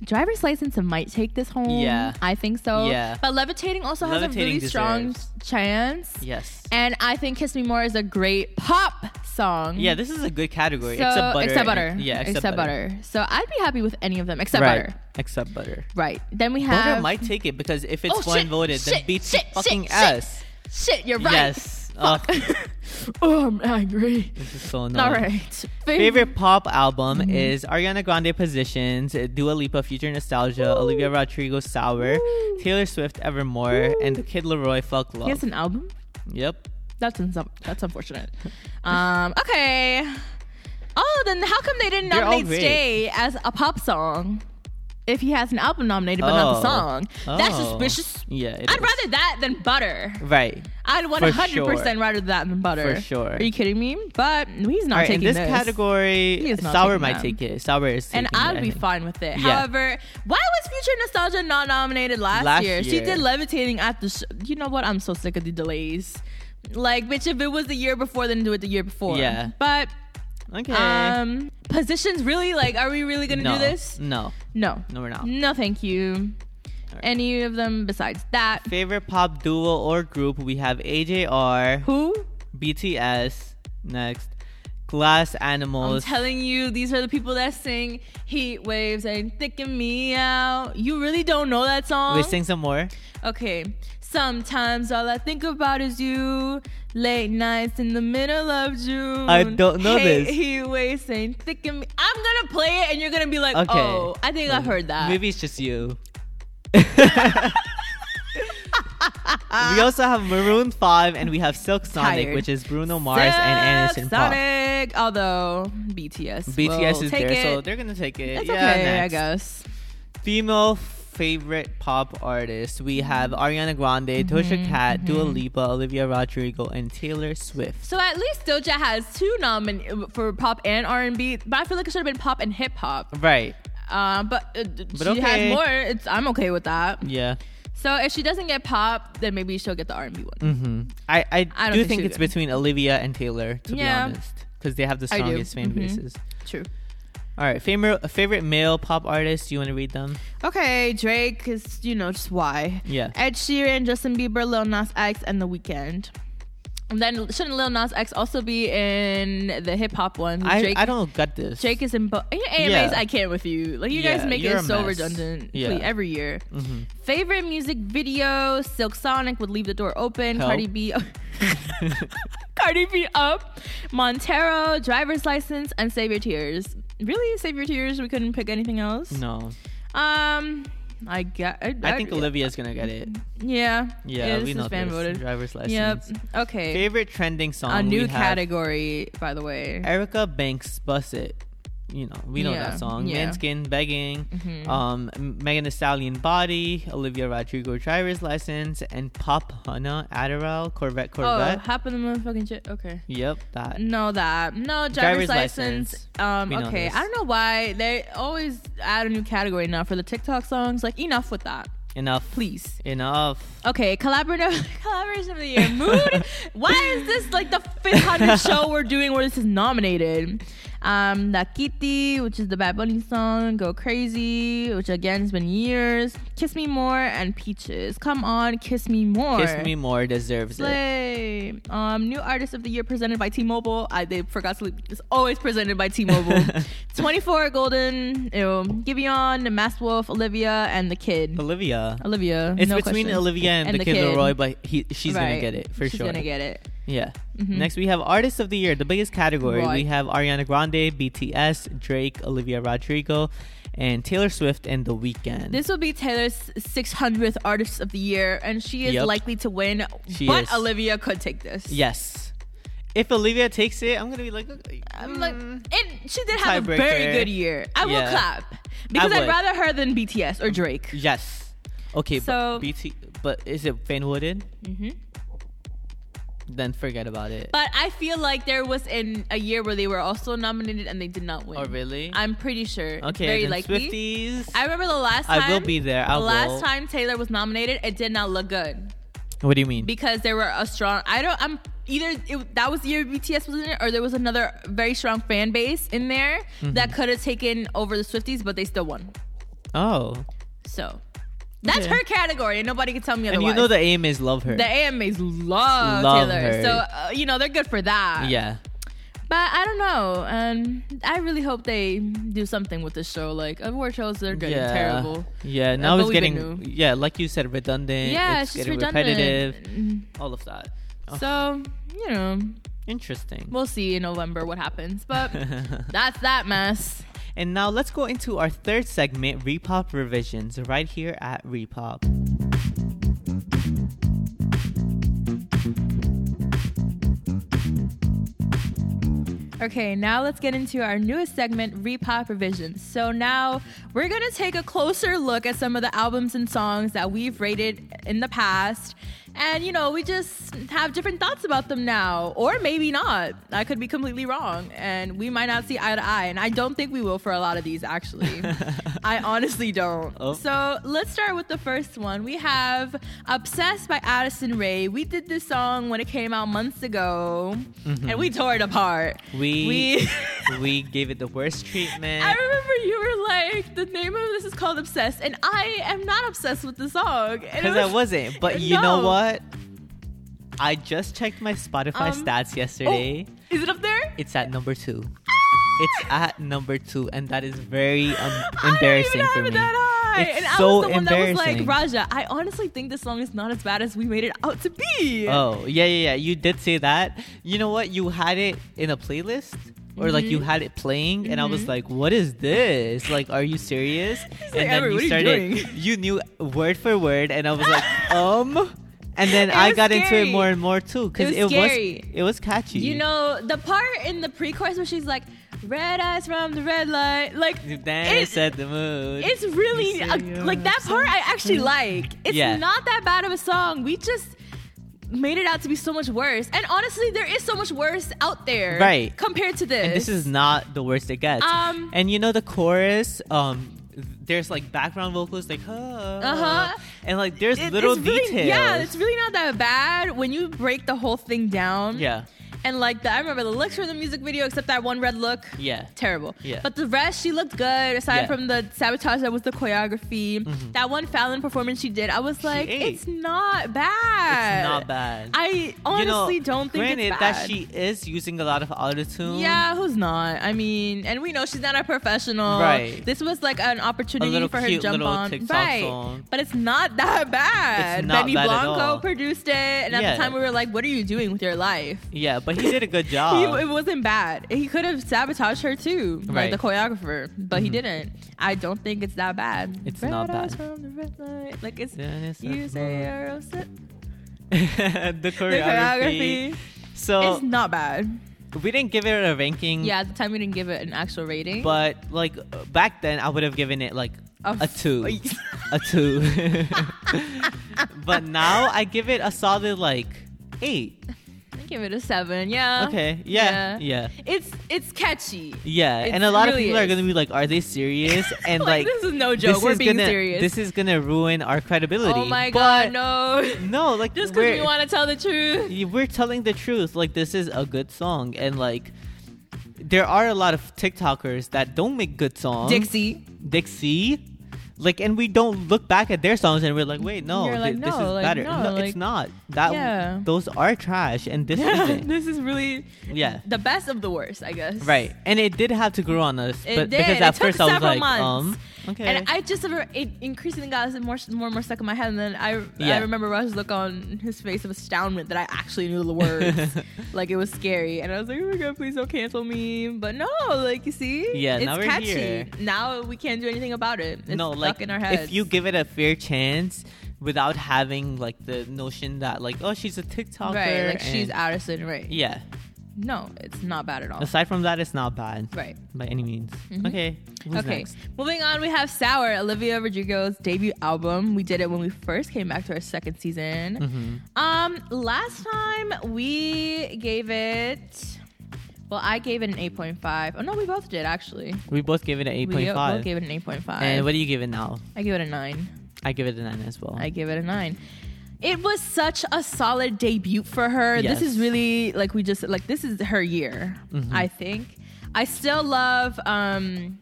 Speaker 1: Driver's license might take this home.
Speaker 2: Yeah.
Speaker 1: I think so.
Speaker 2: Yeah.
Speaker 1: But levitating also has a
Speaker 2: Levitating
Speaker 1: really strong
Speaker 2: deserves.
Speaker 1: chance.
Speaker 2: Yes.
Speaker 1: And I think Kiss Me More is a great pop song.
Speaker 2: yeah, this is a good category.
Speaker 1: So,
Speaker 2: except butter.
Speaker 1: Except
Speaker 2: and-
Speaker 1: butter.
Speaker 2: Yeah, except,
Speaker 1: butter. So I'd be happy with any of them except
Speaker 2: right.
Speaker 1: butter.
Speaker 2: Except butter.
Speaker 1: Right. Then we have
Speaker 2: Butter might take it because if it's
Speaker 1: Oh,
Speaker 2: one
Speaker 1: shit,
Speaker 2: voted, then
Speaker 1: shit,
Speaker 2: beats
Speaker 1: shit,
Speaker 2: fucking
Speaker 1: shit, shit.
Speaker 2: ass.
Speaker 1: Shit, you're right. [laughs]
Speaker 2: Yes. Ugh,
Speaker 1: oh, I'm angry.
Speaker 2: this is so annoying.
Speaker 1: All right.
Speaker 2: Favorite pop album
Speaker 1: Mm-hmm.
Speaker 2: is Ariana Grande Positions, Dua Lipa Future Nostalgia, Olivia Rodrigo Sour, Taylor Swift Evermore, and the Kid Leroy Fuck Love.
Speaker 1: He has an album.
Speaker 2: Yep.
Speaker 1: That's un- that's
Speaker 2: [laughs]
Speaker 1: unfortunate. um. Okay. Oh, then how come they didn't
Speaker 2: They're all
Speaker 1: nominate
Speaker 2: great.
Speaker 1: "Stay" as a pop song? If he has an album nominated but not the
Speaker 2: Oh.
Speaker 1: song, that's
Speaker 2: Oh.
Speaker 1: suspicious.
Speaker 2: Yeah. it
Speaker 1: I'd
Speaker 2: is.
Speaker 1: rather that than butter.
Speaker 2: Right.
Speaker 1: I'd one
Speaker 2: For
Speaker 1: hundred percent
Speaker 2: sure.
Speaker 1: rather that than butter.
Speaker 2: For sure.
Speaker 1: Are you kidding me? But he's not
Speaker 2: All right, in
Speaker 1: taking
Speaker 2: this,
Speaker 1: He
Speaker 2: category,
Speaker 1: is not
Speaker 2: Sour
Speaker 1: taking
Speaker 2: might
Speaker 1: that.
Speaker 2: take it. Sour is
Speaker 1: and
Speaker 2: taking it,
Speaker 1: I'd
Speaker 2: I
Speaker 1: be
Speaker 2: think.
Speaker 1: fine with it.
Speaker 2: Yeah.
Speaker 1: However, why was Future Nostalgia not nominated last,
Speaker 2: Last
Speaker 1: year? She
Speaker 2: year.
Speaker 1: did levitating at the. Sh- you know what? I'm so sick of the delays. Like, bitch, if it was the year before, then do it the year before.
Speaker 2: Yeah.
Speaker 1: But
Speaker 2: Okay.
Speaker 1: um, positions really like, are we really gonna
Speaker 2: no.
Speaker 1: do this?
Speaker 2: No.
Speaker 1: No.
Speaker 2: No, we're not.
Speaker 1: No, thank you. Any of them besides that?
Speaker 2: Favorite pop duo or group, we have AJR,
Speaker 1: Who?
Speaker 2: BTS, next, Glass
Speaker 1: I'm
Speaker 2: Animals.
Speaker 1: telling you, these are the people that sing "Heat Waves" and "Thicken Me Out." You really don't know that song?
Speaker 2: we sing some more.
Speaker 1: Okay. Sometimes all I think about is you. Late nights in the middle of June.
Speaker 2: I don't know
Speaker 1: Hey,
Speaker 2: this.
Speaker 1: He waits and thick and me. I'm gonna play it and you're gonna be like,
Speaker 2: Okay.
Speaker 1: oh, I think I've heard that.
Speaker 2: Maybe it's
Speaker 1: [laughs]
Speaker 2: just you. we also have Maroon 5 and we have Silk Sonic,
Speaker 1: Tired.
Speaker 2: which is Bruno Mars and Anderson Paak.
Speaker 1: Sonic, although BTS.
Speaker 2: BTS
Speaker 1: will
Speaker 2: is
Speaker 1: take
Speaker 2: there,
Speaker 1: it.
Speaker 2: so they're gonna take it.
Speaker 1: That's
Speaker 2: yeah,
Speaker 1: okay, I
Speaker 2: next.
Speaker 1: guess.
Speaker 2: Female favorite pop artists. We have
Speaker 1: Mm-hmm.
Speaker 2: Ariana Grande, Doja Cat, Dua Lipa, Olivia Rodrigo, and Taylor Swift.
Speaker 1: So at least Doja has two nomin for pop and R and B, but I feel like it should have been pop and hip hop.
Speaker 2: Right.
Speaker 1: Uh, but uh, she
Speaker 2: okay.
Speaker 1: has more. It's I'm okay with that.
Speaker 2: Yeah.
Speaker 1: So if she doesn't get pop, then maybe she'll get the R and B one.
Speaker 2: I, I,
Speaker 1: I don't
Speaker 2: do
Speaker 1: think
Speaker 2: think
Speaker 1: she
Speaker 2: it's
Speaker 1: would.
Speaker 2: between Olivia and Taylor, to
Speaker 1: Yeah.
Speaker 2: be honest. because they have the
Speaker 1: I do.
Speaker 2: strongest fan
Speaker 1: Mhm.
Speaker 2: bases.
Speaker 1: True.
Speaker 2: All right, favorite favorite male pop artist. You want to read them?
Speaker 1: Okay, Drake is, you know, just why.
Speaker 2: Yeah.
Speaker 1: Ed Sheeran, Justin Bieber, Lil Nas X, and The Weeknd. And then shouldn't Lil Nas X also be in the hip hop one?
Speaker 2: I, I don't get this.
Speaker 1: Drake is in both. AMAs,
Speaker 2: Yeah.
Speaker 1: I can't with you. Like you
Speaker 2: Yeah,
Speaker 1: guys make
Speaker 2: you're
Speaker 1: it
Speaker 2: a
Speaker 1: so
Speaker 2: mess.
Speaker 1: redundant
Speaker 2: Yeah. Mm-hmm.
Speaker 1: please, every year. Favorite music video: Silk Sonic would leave the door open.
Speaker 2: Help.
Speaker 1: Cardi B. [laughs] Cardi B up. Montero, driver's license, and Save Your Tears. Really, Save Your Tears? We couldn't pick anything else.
Speaker 2: No,
Speaker 1: Um, I get. I,
Speaker 2: I think Olivia's gonna get
Speaker 1: Mm-hmm.
Speaker 2: it.
Speaker 1: Yeah.
Speaker 2: Yeah,
Speaker 1: this
Speaker 2: we
Speaker 1: is
Speaker 2: know
Speaker 1: fan
Speaker 2: this.
Speaker 1: voted.
Speaker 2: Driver's license.
Speaker 1: Yep. Okay.
Speaker 2: Favorite trending song.
Speaker 1: A new
Speaker 2: we have
Speaker 1: category, by the way.
Speaker 2: Erica Banks, "Bust It." You know, we know
Speaker 1: Yeah,
Speaker 2: that song.
Speaker 1: yeah. Mm-hmm.
Speaker 2: Manskin, begging. Um, Megan Thee Stallion, body. Olivia Rodrigo, driver's license, and Pop Hana, Adderall, Corvette,
Speaker 1: oh,
Speaker 2: Corvette.
Speaker 1: hop in the motherfucking shit. Okay.
Speaker 2: yep, that.
Speaker 1: No, that no driver's,
Speaker 2: Driver's
Speaker 1: license.
Speaker 2: license. We
Speaker 1: Um,
Speaker 2: know
Speaker 1: okay,
Speaker 2: this.
Speaker 1: I don't know why they always add a new category now for the TikTok songs. Like enough with that,
Speaker 2: Enough,
Speaker 1: please.
Speaker 2: Enough.
Speaker 1: Okay, collaborative [laughs] collaboration of the
Speaker 2: [laughs]
Speaker 1: year. Mood. why is this like the 500th show we're doing where this is nominated? Um, La Kitty, which is the Bad Bunny song, Go Crazy, which again has been years. Kiss Me More and Peaches. Come on, kiss me more.
Speaker 2: Kiss Me More deserves
Speaker 1: Slay.
Speaker 2: it.
Speaker 1: Um, new artist of the year presented by T-Mobile. I they forgot to. leave- It's always presented by
Speaker 2: [laughs]
Speaker 1: T-Mobile. Twenty four Golden, ew, Giveon, Mass Wolf, Olivia, and the kid.
Speaker 2: Olivia.
Speaker 1: Olivia.
Speaker 2: It's
Speaker 1: no
Speaker 2: between
Speaker 1: question.
Speaker 2: Olivia and, the, kid, Leroy, but he, she's gonna
Speaker 1: Right.
Speaker 2: get it for
Speaker 1: She's
Speaker 2: sure.
Speaker 1: gonna get it.
Speaker 2: Yeah. Next, we have Artist of the Year, the biggest category. We
Speaker 1: Mm-hmm. Right.
Speaker 2: have Ariana Grande, BTS, Drake, Olivia Rodrigo, and Taylor Swift, and The Weeknd.
Speaker 1: This will be Taylor's 600th artist of the year, and she is
Speaker 2: Yep.
Speaker 1: likely to win.
Speaker 2: She
Speaker 1: but
Speaker 2: is.
Speaker 1: Olivia could take this.
Speaker 2: yes. If Olivia takes it, I'm gonna be like, okay,
Speaker 1: I'm like,
Speaker 2: mm.
Speaker 1: and she did have a very
Speaker 2: Tiebreaker.
Speaker 1: good year. I will
Speaker 2: Yeah.
Speaker 1: clap because I'd
Speaker 2: would.
Speaker 1: rather her than BTS or Drake.
Speaker 2: yes. Okay,
Speaker 1: So-
Speaker 2: but BT, but is it fan voted?
Speaker 1: Mm-hmm.
Speaker 2: Then forget about it.
Speaker 1: But I feel like there was in a year where they were also nominated and they did not win.
Speaker 2: oh, really?
Speaker 1: I'm pretty sure. It's
Speaker 2: okay,
Speaker 1: very
Speaker 2: then
Speaker 1: likely.
Speaker 2: Swifties.
Speaker 1: I remember the last time.
Speaker 2: I will be there. I
Speaker 1: the last
Speaker 2: will.
Speaker 1: time Taylor was nominated, it did not look good
Speaker 2: What do you mean?
Speaker 1: because there were a strong. I don't. I'm either it, that was the year BTS was in it, or there was another very strong fan base in there
Speaker 2: Mm-hmm.
Speaker 1: that could have taken over the Swifties, but they still won.
Speaker 2: oh,
Speaker 1: So that's
Speaker 2: Okay.
Speaker 1: her category, and nobody can tell me
Speaker 2: and
Speaker 1: otherwise.
Speaker 2: you know the aim is love her.
Speaker 1: the AMAs love,
Speaker 2: Love
Speaker 1: Taylor,
Speaker 2: her.
Speaker 1: so uh, you know they're good for that.
Speaker 2: yeah.
Speaker 1: But I don't know. Um, I really hope they do something with this show. Like award shows, they're getting terrible.
Speaker 2: Yeah, now
Speaker 1: but
Speaker 2: it's
Speaker 1: we've been
Speaker 2: getting
Speaker 1: new.
Speaker 2: yeah, like you said, redundant.
Speaker 1: Yeah,
Speaker 2: it's
Speaker 1: it's just
Speaker 2: getting
Speaker 1: redundant.
Speaker 2: repetitive. All of that. Oh,
Speaker 1: So you know,
Speaker 2: interesting.
Speaker 1: we'll see in November what happens. But that's that mess.
Speaker 2: [laughs] and now let's go into our third segment, Repop revisions, right here at Repop.
Speaker 1: Okay, now let's get into our newest segment, Repop Revisions. So now we're gonna take a closer look at some of the albums and songs that we've rated in the past. And you know, we just have different thoughts about them now, or maybe not. I could be completely wrong, and we might not see eye to eye. And I don't think we will for a lot of these, actually. I honestly don't.
Speaker 2: Oh.
Speaker 1: So let's start with the first one. We have Obsessed by Addison Ray. We did this song when it came out months ago, and we tore it apart.
Speaker 2: We
Speaker 1: We. [laughs]
Speaker 2: [laughs] we, gave it the worst treatment.
Speaker 1: I remember you were like, the name of this is called Obsessed, and I am not obsessed with the song. And it
Speaker 2: Because I wasn't. But you know
Speaker 1: No.
Speaker 2: what? I just checked my
Speaker 1: Um,
Speaker 2: Spotify stats
Speaker 1: Oh,
Speaker 2: yesterday.
Speaker 1: is it up there?
Speaker 2: It's at number two. It's at number two, and that is very um,
Speaker 1: I
Speaker 2: embarrassing
Speaker 1: don't even
Speaker 2: for
Speaker 1: have it
Speaker 2: me.
Speaker 1: that high.
Speaker 2: It's
Speaker 1: and I
Speaker 2: so
Speaker 1: was the one that was like,
Speaker 2: embarrassing.
Speaker 1: Raja, I honestly think this song is not as bad as we made it out to be.
Speaker 2: Oh,
Speaker 1: [laughs]
Speaker 2: yeah, yeah, yeah. You did say that. You know what? You had it in a playlist or like
Speaker 1: Mm-hmm.
Speaker 2: you had it playing and I was like, "What is this? Like, are
Speaker 1: [laughs]
Speaker 2: you serious?" and
Speaker 1: like, "Emery, what are you doing?"
Speaker 2: [laughs] you knew word for word and I was
Speaker 1: [laughs]
Speaker 2: like, "Um?" And then
Speaker 1: It
Speaker 2: I
Speaker 1: was
Speaker 2: got into it
Speaker 1: scary.
Speaker 2: more and more too cuz
Speaker 1: It
Speaker 2: it was
Speaker 1: was scary.
Speaker 2: it was catchy.
Speaker 1: You know, the part in the pre chorus where she's like, red eyes from the red light. Like,
Speaker 2: then
Speaker 1: it-
Speaker 2: it set the mood.
Speaker 1: It's really
Speaker 2: You say
Speaker 1: uh,
Speaker 2: you're
Speaker 1: like that part I actually like. It's
Speaker 2: Yeah.
Speaker 1: not that bad of a song. We just made it out to be so much worse. And honestly, there is so much worse out there.
Speaker 2: Right.
Speaker 1: Compared to this.
Speaker 2: and this is not the worst it gets.
Speaker 1: Um,
Speaker 2: and you know the chorus, um, th- there's like background vocals like, huh, uh
Speaker 1: Uh-huh.
Speaker 2: and like there's
Speaker 1: It-
Speaker 2: little
Speaker 1: it's really-
Speaker 2: details.
Speaker 1: Yeah, it's really not that bad when you break the whole thing down.
Speaker 2: yeah.
Speaker 1: And like the, I remember the looks from the music video, except that one red look.
Speaker 2: Yeah.
Speaker 1: Terrible.
Speaker 2: Yeah.
Speaker 1: But the rest, she looked good. Aside
Speaker 2: Yeah. Mm-hmm.
Speaker 1: from the sabotage, that was the choreography. That one Fallon performance she did, I was like,
Speaker 2: ate.
Speaker 1: it's not bad.
Speaker 2: It's not bad.
Speaker 1: I
Speaker 2: You know,
Speaker 1: honestly don't think
Speaker 2: granted
Speaker 1: it's bad.
Speaker 2: that she is using a lot of autotune.
Speaker 1: Yeah, who's not? I mean, and we know she's not a professional.
Speaker 2: Right.
Speaker 1: This was like an opportunity
Speaker 2: little
Speaker 1: for her to
Speaker 2: cute
Speaker 1: jump
Speaker 2: little
Speaker 1: on.
Speaker 2: TikTok
Speaker 1: right.
Speaker 2: song.
Speaker 1: But it's not that bad.
Speaker 2: It's not
Speaker 1: Benny
Speaker 2: bad at
Speaker 1: Blanco
Speaker 2: all.
Speaker 1: produced it, and at
Speaker 2: Yeah.
Speaker 1: the time we were like, "What are you doing with your life?"
Speaker 2: Yeah, but he did a
Speaker 1: [laughs]
Speaker 2: good
Speaker 1: He,
Speaker 2: job.
Speaker 1: it wasn't bad. He could have sabotaged her too, like
Speaker 2: Right. Mm-hmm.
Speaker 1: the choreographer, but he didn't. I don't think it's that bad.
Speaker 2: It's
Speaker 1: Red
Speaker 2: not
Speaker 1: eyes
Speaker 2: bad.
Speaker 1: from the red light. Like it's
Speaker 2: Then it's
Speaker 1: you
Speaker 2: a-
Speaker 1: say you're a sip-
Speaker 2: [laughs] the
Speaker 1: the
Speaker 2: choreography.
Speaker 1: choreography.
Speaker 2: So
Speaker 1: it's not bad.
Speaker 2: we didn't give it a ranking.
Speaker 1: Yeah, at the time we didn't give it an actual rating.
Speaker 2: Mm. But like uh, back then, I would have given it like
Speaker 1: A
Speaker 2: a,
Speaker 1: f- [laughs]
Speaker 2: two, [laughs] a two. [laughs] but now I give it a solid like eight.
Speaker 1: I give it a seven. Uh, Yeah.
Speaker 2: Okay. Yeah. Yeah.
Speaker 1: It's it's catchy.
Speaker 2: Yeah,
Speaker 1: It
Speaker 2: and a lot
Speaker 1: really
Speaker 2: of people
Speaker 1: is.
Speaker 2: are gonna be like, "Are they
Speaker 1: [laughs]
Speaker 2: serious?" And
Speaker 1: like,
Speaker 2: like,
Speaker 1: this is no joke.
Speaker 2: this
Speaker 1: We're
Speaker 2: is
Speaker 1: being
Speaker 2: gonna,
Speaker 1: serious.
Speaker 2: This is gonna ruin our credibility.
Speaker 1: oh my god,
Speaker 2: But
Speaker 1: no. [laughs]
Speaker 2: No, like
Speaker 1: Just because we
Speaker 2: we're,
Speaker 1: want to tell the [laughs] truth.
Speaker 2: y- we're telling the truth. Like this is a good song, and like there are a lot of TikTokers that don't make good songs.
Speaker 1: Dixie.
Speaker 2: Dixie. Like, and we don't look back at their songs and we're like, wait, no,
Speaker 1: You're like,
Speaker 2: thi- this
Speaker 1: no,
Speaker 2: is
Speaker 1: like,
Speaker 2: better.
Speaker 1: no, like-
Speaker 2: it's not. That
Speaker 1: Yeah.
Speaker 2: those are
Speaker 1: [laughs]
Speaker 2: trash, and this isn't.
Speaker 1: this is really
Speaker 2: Yeah.
Speaker 1: the best of the worst, I guess.
Speaker 2: Right, and it did have to grow on us,
Speaker 1: It
Speaker 2: but
Speaker 1: did.
Speaker 2: because
Speaker 1: It
Speaker 2: at
Speaker 1: took
Speaker 2: first I was
Speaker 1: several
Speaker 2: like,
Speaker 1: months.
Speaker 2: um, okay,
Speaker 1: And I just remember it increasingly got more, more and more stuck in my head, and then I I
Speaker 2: Yeah.
Speaker 1: remember Raj's look on his face of astoundment that I actually knew the
Speaker 2: [laughs]
Speaker 1: words, like it was scary, and I was like, oh my god, please don't cancel me. But no, like you see,
Speaker 2: Yeah,
Speaker 1: it's
Speaker 2: now we're
Speaker 1: catchy.
Speaker 2: here.
Speaker 1: Now we can't do anything about it. It's
Speaker 2: no,
Speaker 1: stuck
Speaker 2: like
Speaker 1: in our heads.
Speaker 2: if you give it a fair chance without having like the notion that like, oh, she's a TikToker,
Speaker 1: right, like she's
Speaker 2: and-
Speaker 1: Addison, right?
Speaker 2: yeah.
Speaker 1: No, it's not bad at all.
Speaker 2: Aside from that, it's not bad
Speaker 1: Right. Mm-hmm.
Speaker 2: by any means. Okay, who's
Speaker 1: okay.
Speaker 2: next?
Speaker 1: Moving on, we have Sour, Olivia Rodrigo's debut album. We did it when we first came back to our second season.
Speaker 2: Mm-hmm. Mm.
Speaker 1: Um, last time we gave it. Well, I gave it an 8.5. Oh no, we both did actually.
Speaker 2: We both gave it an eight
Speaker 1: We uh,
Speaker 2: point
Speaker 1: both
Speaker 2: five.
Speaker 1: gave it an 8.5.
Speaker 2: And what do you give it now?
Speaker 1: I give it a nine.
Speaker 2: I give it a nine as well.
Speaker 1: I give it a nine. It was such a solid debut for her.
Speaker 2: Yes. Mm-hmm.
Speaker 1: This is really like we just like this is her year, I think. I still love um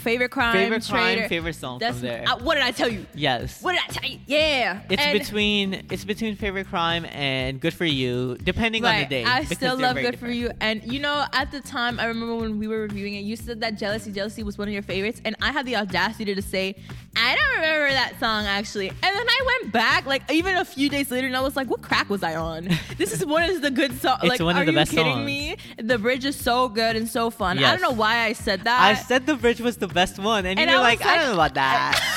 Speaker 1: favorite crime,
Speaker 2: favorite crime,
Speaker 1: Traitor.
Speaker 2: favorite song
Speaker 1: That's
Speaker 2: from there.
Speaker 1: uh, what did I tell you?
Speaker 2: yes.
Speaker 1: What did I tell you? Yeah,
Speaker 2: It's
Speaker 1: And-
Speaker 2: between it's between favorite crime and good for you, depending on the
Speaker 1: Right.
Speaker 2: day.
Speaker 1: I
Speaker 2: because
Speaker 1: still
Speaker 2: they're
Speaker 1: love
Speaker 2: very
Speaker 1: Good for
Speaker 2: different.
Speaker 1: You, and you know, at the time, I remember when we were reviewing it, you said that Jealousy, Jealousy was one of your favorites, and I had the audacity to say, I don't remember that song actually. And then I went back, like even a few days later, and I was like, what crack was I
Speaker 2: [laughs]
Speaker 1: on? This is one of the good songs.
Speaker 2: It's
Speaker 1: like,
Speaker 2: one of
Speaker 1: are
Speaker 2: the
Speaker 1: you
Speaker 2: best
Speaker 1: kidding
Speaker 2: songs.
Speaker 1: me? The bridge is so good and so fun. I
Speaker 2: Yes.
Speaker 1: don't know why I said that.
Speaker 2: I said the bridge was the best one, and,
Speaker 1: And
Speaker 2: you
Speaker 1: I
Speaker 2: were
Speaker 1: was
Speaker 2: like, I
Speaker 1: like-
Speaker 2: don't know
Speaker 1: [laughs]
Speaker 2: about that.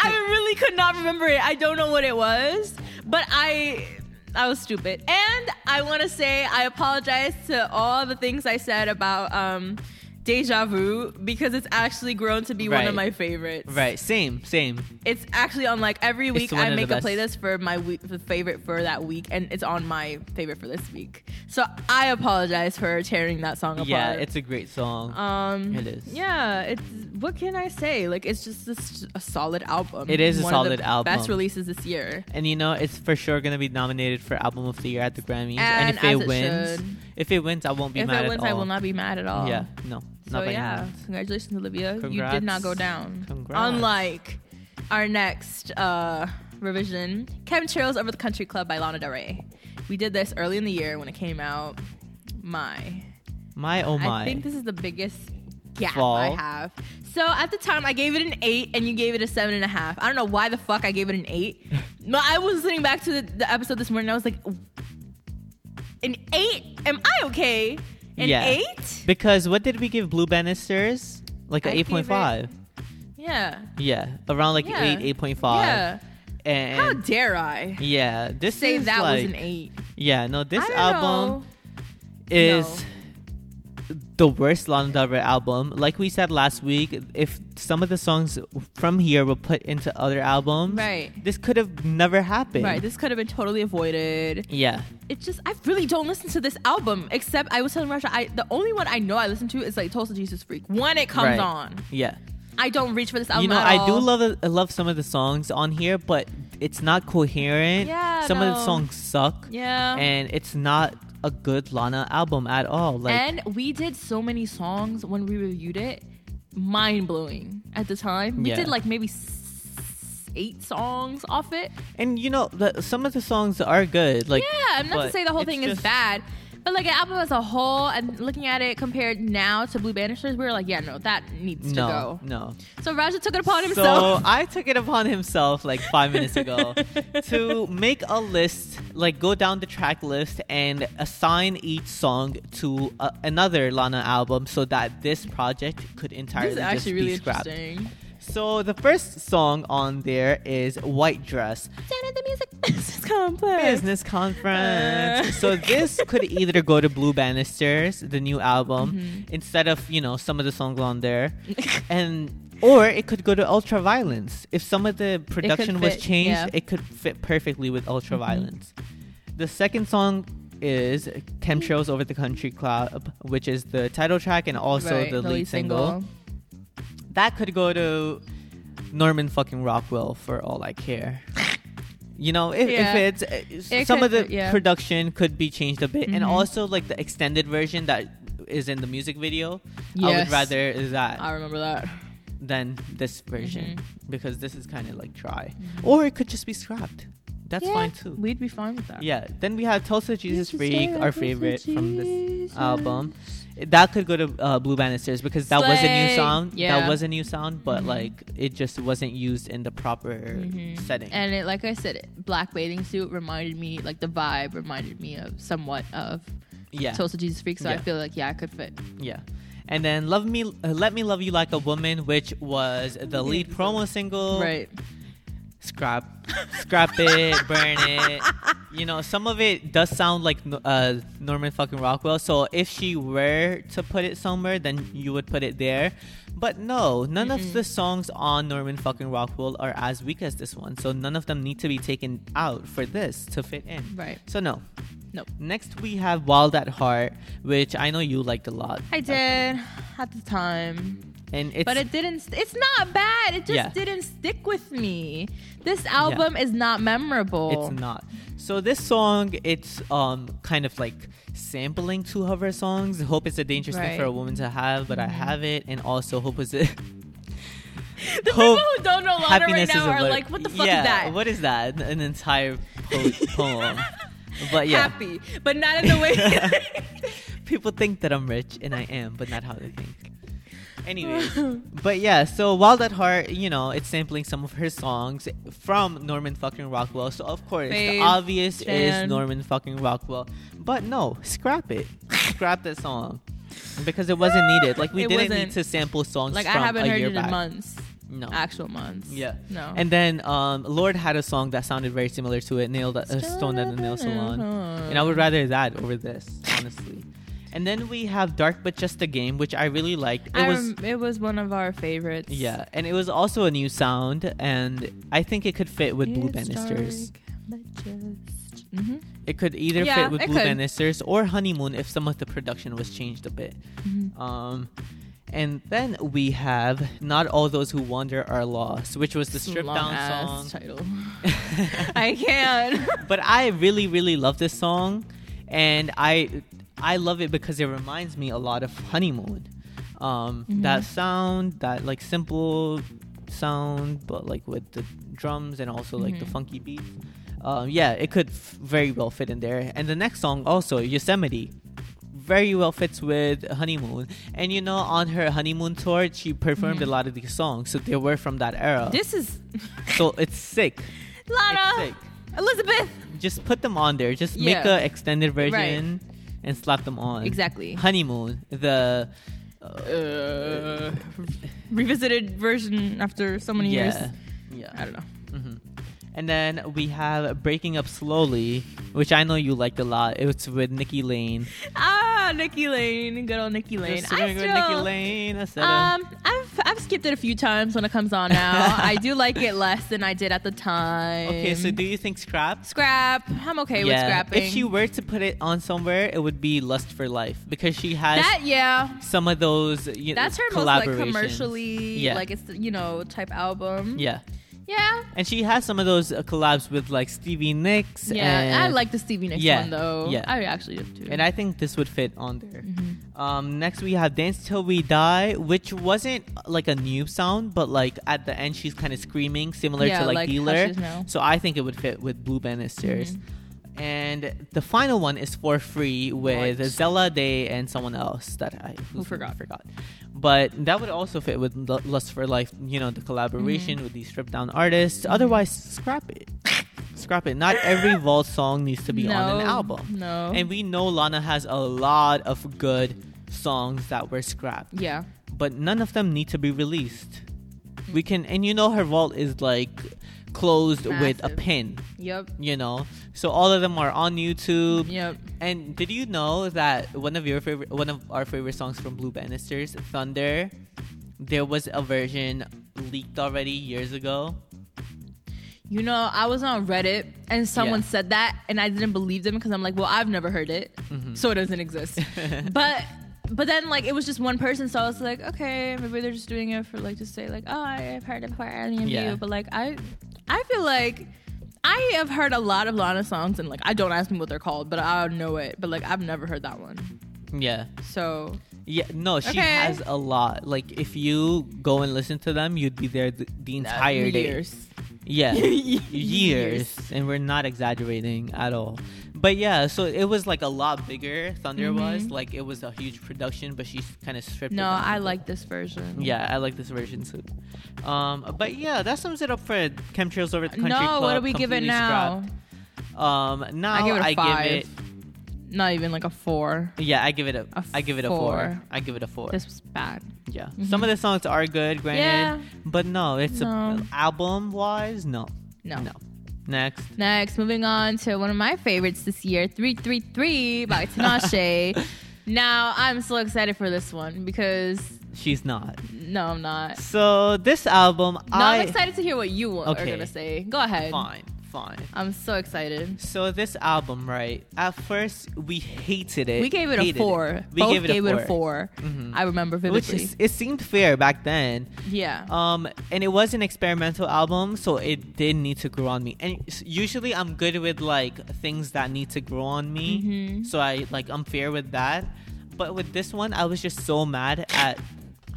Speaker 1: I really could not remember it. I don't know what it was, but I I was stupid. And I want to say I apologize to all the things I said about um Deja Vu because it's actually grown to be one of
Speaker 2: Right.
Speaker 1: my favorites.
Speaker 2: right, same, same.
Speaker 1: It's actually on like every week
Speaker 2: one
Speaker 1: I
Speaker 2: of the
Speaker 1: make a
Speaker 2: best.
Speaker 1: playlist for my week, the favorite for that week and it's on my favorite for this week. So I apologize for tearing that song apart.
Speaker 2: Yeah, it's a great song.
Speaker 1: um
Speaker 2: it is.
Speaker 1: yeah, it's what can I say? Like it's just this, a solid album.
Speaker 2: It is a
Speaker 1: One of the
Speaker 2: solid album.
Speaker 1: Best releases this year.
Speaker 2: And you know, it's for sure gonna be nominated for album of the year at the Grammys.
Speaker 1: And as
Speaker 2: if it
Speaker 1: it
Speaker 2: wins,
Speaker 1: should.
Speaker 2: if it wins, I won't be
Speaker 1: if
Speaker 2: mad
Speaker 1: it wins,
Speaker 2: at all.
Speaker 1: I will not be mad at all.
Speaker 2: Yeah, no,
Speaker 1: So
Speaker 2: not by any
Speaker 1: yeah,
Speaker 2: means.
Speaker 1: congratulations, Olivia. You did
Speaker 2: Congrats.
Speaker 1: not go down.
Speaker 2: Congrats.
Speaker 1: Unlike our next uh, revision, "Chemtrails Over the Country Club" by Lana Del Rey. We did this early in the year when it came out. My,
Speaker 2: My oh my.
Speaker 1: I think this is the biggest gap I
Speaker 2: Fall.
Speaker 1: have. So at the time, I gave it an eight, and you gave it a seven and a half. I don't know why the fuck I gave it an
Speaker 2: [laughs]
Speaker 1: eight. but I was listening back to the, the episode this morning. And I was like, an eight? Am I okay? An
Speaker 2: Yeah.
Speaker 1: eight?
Speaker 2: Because what did we give Blue Bannisters? Like
Speaker 1: I
Speaker 2: an
Speaker 1: gave
Speaker 2: eight point five.
Speaker 1: Yeah.
Speaker 2: Yeah, around like
Speaker 1: Yeah.
Speaker 2: eight, eight point five.
Speaker 1: Yeah.
Speaker 2: And
Speaker 1: How dare I
Speaker 2: yeah, this
Speaker 1: say
Speaker 2: is
Speaker 1: that
Speaker 2: like,
Speaker 1: was an eight?
Speaker 2: Yeah, no, this
Speaker 1: I don't
Speaker 2: album
Speaker 1: know.
Speaker 2: is the worst Lana Del Rey album. Like we said last week, if some of the songs from here were put into other albums,
Speaker 1: Right.
Speaker 2: this could have never happened.
Speaker 1: Right, this could have been totally avoided.
Speaker 2: yeah,
Speaker 1: It's just I really don't listen to this album except I was telling Russia I the only one I know I listen to is like Tulsa Jesus Freak when it comes
Speaker 2: Right.
Speaker 1: on.
Speaker 2: yeah.
Speaker 1: I don't reach for this album.
Speaker 2: you know,
Speaker 1: at
Speaker 2: I do uh,
Speaker 1: all.
Speaker 2: love I love some of the songs on here, but it's not coherent.
Speaker 1: Yeah,
Speaker 2: Some of the
Speaker 1: no.
Speaker 2: songs suck.
Speaker 1: Yeah.
Speaker 2: And it's not a good Lana album at all. Like
Speaker 1: and we did so many songs when we reviewed it, mind blowing at the time. We
Speaker 2: Yeah.
Speaker 1: did like maybe s- eight songs off it.
Speaker 2: and you know, the, some of the songs are good. Like
Speaker 1: Yeah, I'm not to
Speaker 2: but
Speaker 1: say the whole
Speaker 2: it's
Speaker 1: thing is
Speaker 2: just-
Speaker 1: bad, but like an album as a whole, and looking at it compared now to Blue Banisters, we were like, yeah, no, that needs to
Speaker 2: No,
Speaker 1: go.
Speaker 2: no.
Speaker 1: So Raja took it upon
Speaker 2: So
Speaker 1: himself.
Speaker 2: [laughs] I took it upon himself like five minutes
Speaker 1: [laughs]
Speaker 2: ago to make a list, like go down the track list and assign each song to uh, another Lana album, so that this project could
Speaker 1: [laughs]
Speaker 2: entirely
Speaker 1: this is
Speaker 2: just
Speaker 1: actually really
Speaker 2: be scrapped.
Speaker 1: interesting.
Speaker 2: So the first song on there is "White Dress"
Speaker 1: Down at the music [laughs] business complex.
Speaker 2: business conference.
Speaker 1: Uh.
Speaker 2: so this could either go to Blue Banisters, the new album,
Speaker 1: Mm-hmm.
Speaker 2: instead of you know some of the songs on
Speaker 1: [laughs]
Speaker 2: there, and or it could go to Ultraviolence. If some of the production was
Speaker 1: fit,
Speaker 2: changed,
Speaker 1: yeah. Mm-hmm.
Speaker 2: it could fit perfectly with Ultraviolence. The second song is Chemtrails Over the Country Club, which is the title track and also
Speaker 1: Right,
Speaker 2: the, lead, single. That could go to Norman fucking Rockwell for all I care. You know, if,
Speaker 1: Yeah.
Speaker 2: if it's uh,
Speaker 1: It
Speaker 2: some
Speaker 1: could-
Speaker 2: of the
Speaker 1: yeah.
Speaker 2: production could be changed a bit, and
Speaker 1: Mhm.
Speaker 2: also like the extended version that is in the music video, I would
Speaker 1: Yes. Uh,
Speaker 2: rather is that
Speaker 1: I remember that.
Speaker 2: than this version
Speaker 1: mm-hmm.
Speaker 2: because this is kind of like dry, or it could just be scrapped. That's
Speaker 1: Yeah,
Speaker 2: fine too.
Speaker 1: We'd be fine with that.
Speaker 2: yeah. Then we have Tulsa Jesus Freak, our favorite from this album. That could go to uh, Blue Banisters because that was a new
Speaker 1: Slay.
Speaker 2: sound. That
Speaker 1: Yeah.
Speaker 2: was a new sound, but
Speaker 1: Mhm.
Speaker 2: like it just wasn't used in the proper
Speaker 1: Mhm.
Speaker 2: setting.
Speaker 1: And it, like I said, it- black bathing suit reminded me, like the vibe reminded me of somewhat of
Speaker 2: yeah.
Speaker 1: Tulsa Jesus Freak. So I
Speaker 2: Yeah.
Speaker 1: feel like yeah, I could fit.
Speaker 2: Yeah. And then Love Me uh, Let Me Love You Like a Woman, which was the lead promo single.
Speaker 1: Right.
Speaker 2: Scrap scrap it, burn it. You know, some of it does sound like no- uh, Norman fucking Rockwell. So if she were to put it somewhere, then you would put it there. But no, none of the songs on Norman fucking Rockwell are as weak as this one. So none of them need to be taken out for this to fit in.
Speaker 1: Right.
Speaker 2: So no.
Speaker 1: Nope.
Speaker 2: Next we have Wild at Heart, which I know you liked a lot.
Speaker 1: I did at the time,
Speaker 2: And it's
Speaker 1: but it didn't. st- It's not bad. It just
Speaker 2: Yeah.
Speaker 1: didn't stick with me. This album is not memorable.
Speaker 2: It's not. So this song, it's um kind of like sampling two of her songs. Hope is a dangerous thing for
Speaker 1: Right. Mm-hmm.
Speaker 2: a woman to have, but I have it, and also hope is [laughs] a
Speaker 1: [laughs] The
Speaker 2: Hope-
Speaker 1: people who don't know Lana right
Speaker 2: happiness is
Speaker 1: now
Speaker 2: a
Speaker 1: are
Speaker 2: blur.
Speaker 1: like, what the fuck
Speaker 2: yeah,
Speaker 1: is that?
Speaker 2: What is that? An entire po-
Speaker 1: [laughs]
Speaker 2: poem. But yeah,
Speaker 1: Happy, but not in the
Speaker 2: [laughs]
Speaker 1: way. [laughs]
Speaker 2: people think that I'm rich, and I am, but not how they think.
Speaker 1: [laughs]
Speaker 2: Anyways, but yeah, so Wild at Heart, you know, it's sampling some of her songs from Norman fucking Rockwell. So of course, the
Speaker 1: Babe,
Speaker 2: obvious is
Speaker 1: Stan.
Speaker 2: Norman fucking Rockwell. But no, scrap it, scrap that song because it wasn't needed. Like we
Speaker 1: It
Speaker 2: didn't need
Speaker 1: wasn't.
Speaker 2: to sample songs.
Speaker 1: like I
Speaker 2: from
Speaker 1: haven't
Speaker 2: a
Speaker 1: heard
Speaker 2: year
Speaker 1: it
Speaker 2: back.
Speaker 1: in months,
Speaker 2: No.
Speaker 1: actual months.
Speaker 2: Yeah.
Speaker 1: No.
Speaker 2: And then um, Lord had a song that sounded very similar to it, Nailed at, uh, Stone at the Nail Salon. And I would rather that over this, honestly. And then we have Dark But Just a Game, which I really liked. It
Speaker 1: I
Speaker 2: was
Speaker 1: rem- it was one of our favorites.
Speaker 2: yeah, and it was also a new sound, and I think it could fit with Blue Bannisters. Mm-hmm.
Speaker 1: hmm
Speaker 2: It could either
Speaker 1: Yeah,
Speaker 2: fit with
Speaker 1: it
Speaker 2: Blue
Speaker 1: could.
Speaker 2: Bannisters or Honeymoon if some of the production was changed a bit.
Speaker 1: Mm-hmm.
Speaker 2: Um, and then we have Not All Those Who Wander Are Lost, which was the stripped down song. [laughs]
Speaker 1: title. I can't.
Speaker 2: but I really really love this song, and I I love it because it reminds me a lot of honeymoon. Um, That sound, that like simple sound, but like with the drums and also like the funky beats. Um, yeah, it could f- very well fit in there. And the next song also Yosemite. Very well fits with honeymoon, and you know on her honeymoon tour she performed a lot of these songs, so they were from that era.
Speaker 1: This is
Speaker 2: so it's sick. It's
Speaker 1: Lana
Speaker 2: sick
Speaker 1: Elizabeth.
Speaker 2: just put them on there. Just make
Speaker 1: Yeah.
Speaker 2: a extended version and slap them on.
Speaker 1: Exactly.
Speaker 2: Honeymoon, the
Speaker 1: Uh, revisited version after so many
Speaker 2: yeah,
Speaker 1: years. I
Speaker 2: yeah.
Speaker 1: don't know.
Speaker 2: hmm And then we have breaking up slowly, which I know you liked a lot. It was with Nikki Lane.
Speaker 1: Ah, Nikki Lane. Good old Nikki Lane.
Speaker 2: Just
Speaker 1: I
Speaker 2: swimming with Nikki
Speaker 1: still,
Speaker 2: Lane. I said, uh,
Speaker 1: um, I've I've skipped it a few times when it comes on
Speaker 2: [laughs]
Speaker 1: now. I do like it less than I did at the time.
Speaker 2: okay, so do you think scraps?
Speaker 1: scrap. I'm okay with scrapping.
Speaker 2: If she were to put it on somewhere, it would be Lust for Life because she has
Speaker 1: that yeah,
Speaker 2: some of those. You know,
Speaker 1: That's her most like
Speaker 2: collaborations.
Speaker 1: commercially
Speaker 2: Yeah.
Speaker 1: like it's you know type album.
Speaker 2: Yeah.
Speaker 1: Yeah.
Speaker 2: And she has some of those uh, collabs with like Stevie Nicks. and,
Speaker 1: Yeah. I like the Stevie Nicks
Speaker 2: Yeah,
Speaker 1: one though.
Speaker 2: yeah.
Speaker 1: I actually do too.
Speaker 2: And I think this would fit on there.
Speaker 1: Mm-hmm.
Speaker 2: Um, next we have "Dance Till We Die," which wasn't uh, like a new sound, but like at the end she's kind of screaming, similar
Speaker 1: Yeah,
Speaker 2: to
Speaker 1: like
Speaker 2: like,
Speaker 1: how
Speaker 2: Dealer.
Speaker 1: she is now.
Speaker 2: So I think it would fit with Blue Banisters.
Speaker 1: Mm-hmm.
Speaker 2: And the final one is for free with
Speaker 1: Right.
Speaker 2: Zella Day and someone else that I whose name I
Speaker 1: forgot.
Speaker 2: forgot. But that would also fit with Lu- Lust for Life, you know, the collaboration
Speaker 1: Mm-hmm.
Speaker 2: with these stripped down artists. Otherwise, scrap it. scrap it. Not
Speaker 1: [laughs]
Speaker 2: every vault song needs to be on an
Speaker 1: No,
Speaker 2: album.
Speaker 1: No.
Speaker 2: And we know Lana has a lot of good songs that were scrapped,
Speaker 1: yeah.
Speaker 2: but none of them need to be released. We can, and you know, her vault is like closed with a
Speaker 1: Massive.
Speaker 2: pin,
Speaker 1: Yep.
Speaker 2: you know? So all of them are on YouTube.
Speaker 1: Yep.
Speaker 2: And did you know that one of your favorite, one of our favorite songs from Blue Bannisters, Thunder, there was a version leaked already years ago? [laughs]
Speaker 1: You know, I was on Reddit and someone
Speaker 2: Yeah.
Speaker 1: said that, and I didn't believe them because I'm like, well, I've never heard it,
Speaker 2: Mm-hmm.
Speaker 1: so it doesn't exist. but but then like it was just one person, so I was like, okay, maybe they're just doing it for like to say like, oh, I've heard it before, any of
Speaker 2: Yeah.
Speaker 1: you, but like I I feel like. I have heard a lot of Lana songs and like I don't ask me what they're called, but I know it. But like I've never heard that one.
Speaker 2: Yeah.
Speaker 1: So
Speaker 2: Yeah, no, she
Speaker 1: Okay.
Speaker 2: has a lot. Like if you go and listen to them, you'd be there the, the entire day.
Speaker 1: uh, years. [laughs]
Speaker 2: Yeah.
Speaker 1: Years.
Speaker 2: years. And we're not exaggerating at all. But yeah, so it was like a lot bigger Thunder was. Like it was a huge production, but she's kind of stripped it
Speaker 1: Mm-hmm. No,
Speaker 2: down a
Speaker 1: I
Speaker 2: bit.
Speaker 1: like this version.
Speaker 2: Yeah, I like this version too. Um, but yeah, that sums it up for Chemtrails Over the Country
Speaker 1: No,
Speaker 2: Club.
Speaker 1: what do we give it
Speaker 2: completely
Speaker 1: now?
Speaker 2: scrapped. Um, now
Speaker 1: I give it a
Speaker 2: I
Speaker 1: five.
Speaker 2: give it.
Speaker 1: Not even like a four.
Speaker 2: Yeah, I give it a. I
Speaker 1: A
Speaker 2: give it a
Speaker 1: four.
Speaker 2: four. I give it a four.
Speaker 1: This was bad.
Speaker 2: Yeah. Some of the songs are good, granted.
Speaker 1: Yeah.
Speaker 2: But no, it's
Speaker 1: No.
Speaker 2: a album wise, no.
Speaker 1: No.
Speaker 2: No. Next.
Speaker 1: Next, moving on to one of my favorites this year, 333
Speaker 2: [laughs]
Speaker 1: by Tinashe. now, I'm so excited for this one because
Speaker 2: She's not.
Speaker 1: no, I'm not.
Speaker 2: So this album
Speaker 1: No, I,
Speaker 2: I
Speaker 1: am excited to hear what you wa- are
Speaker 2: Okay.
Speaker 1: going to say. Go ahead.
Speaker 2: fine, fine.
Speaker 1: I'm so excited.
Speaker 2: So this album, right? At first we hated it.
Speaker 1: We gave it a
Speaker 2: hated
Speaker 1: four.
Speaker 2: We
Speaker 1: Both
Speaker 2: gave it
Speaker 1: gave
Speaker 2: a four. Mm-hmm.
Speaker 1: it a 4 I remember vividly.
Speaker 2: Which is, it seemed fair back then.
Speaker 1: yeah.
Speaker 2: Um, and it was an experimental album, so it did need to grow on me. And s- usually, I'm good with like things that need to grow on me,
Speaker 1: Mm-hmm.
Speaker 2: so I like I'm fair with that. But with this one, I was just so mad at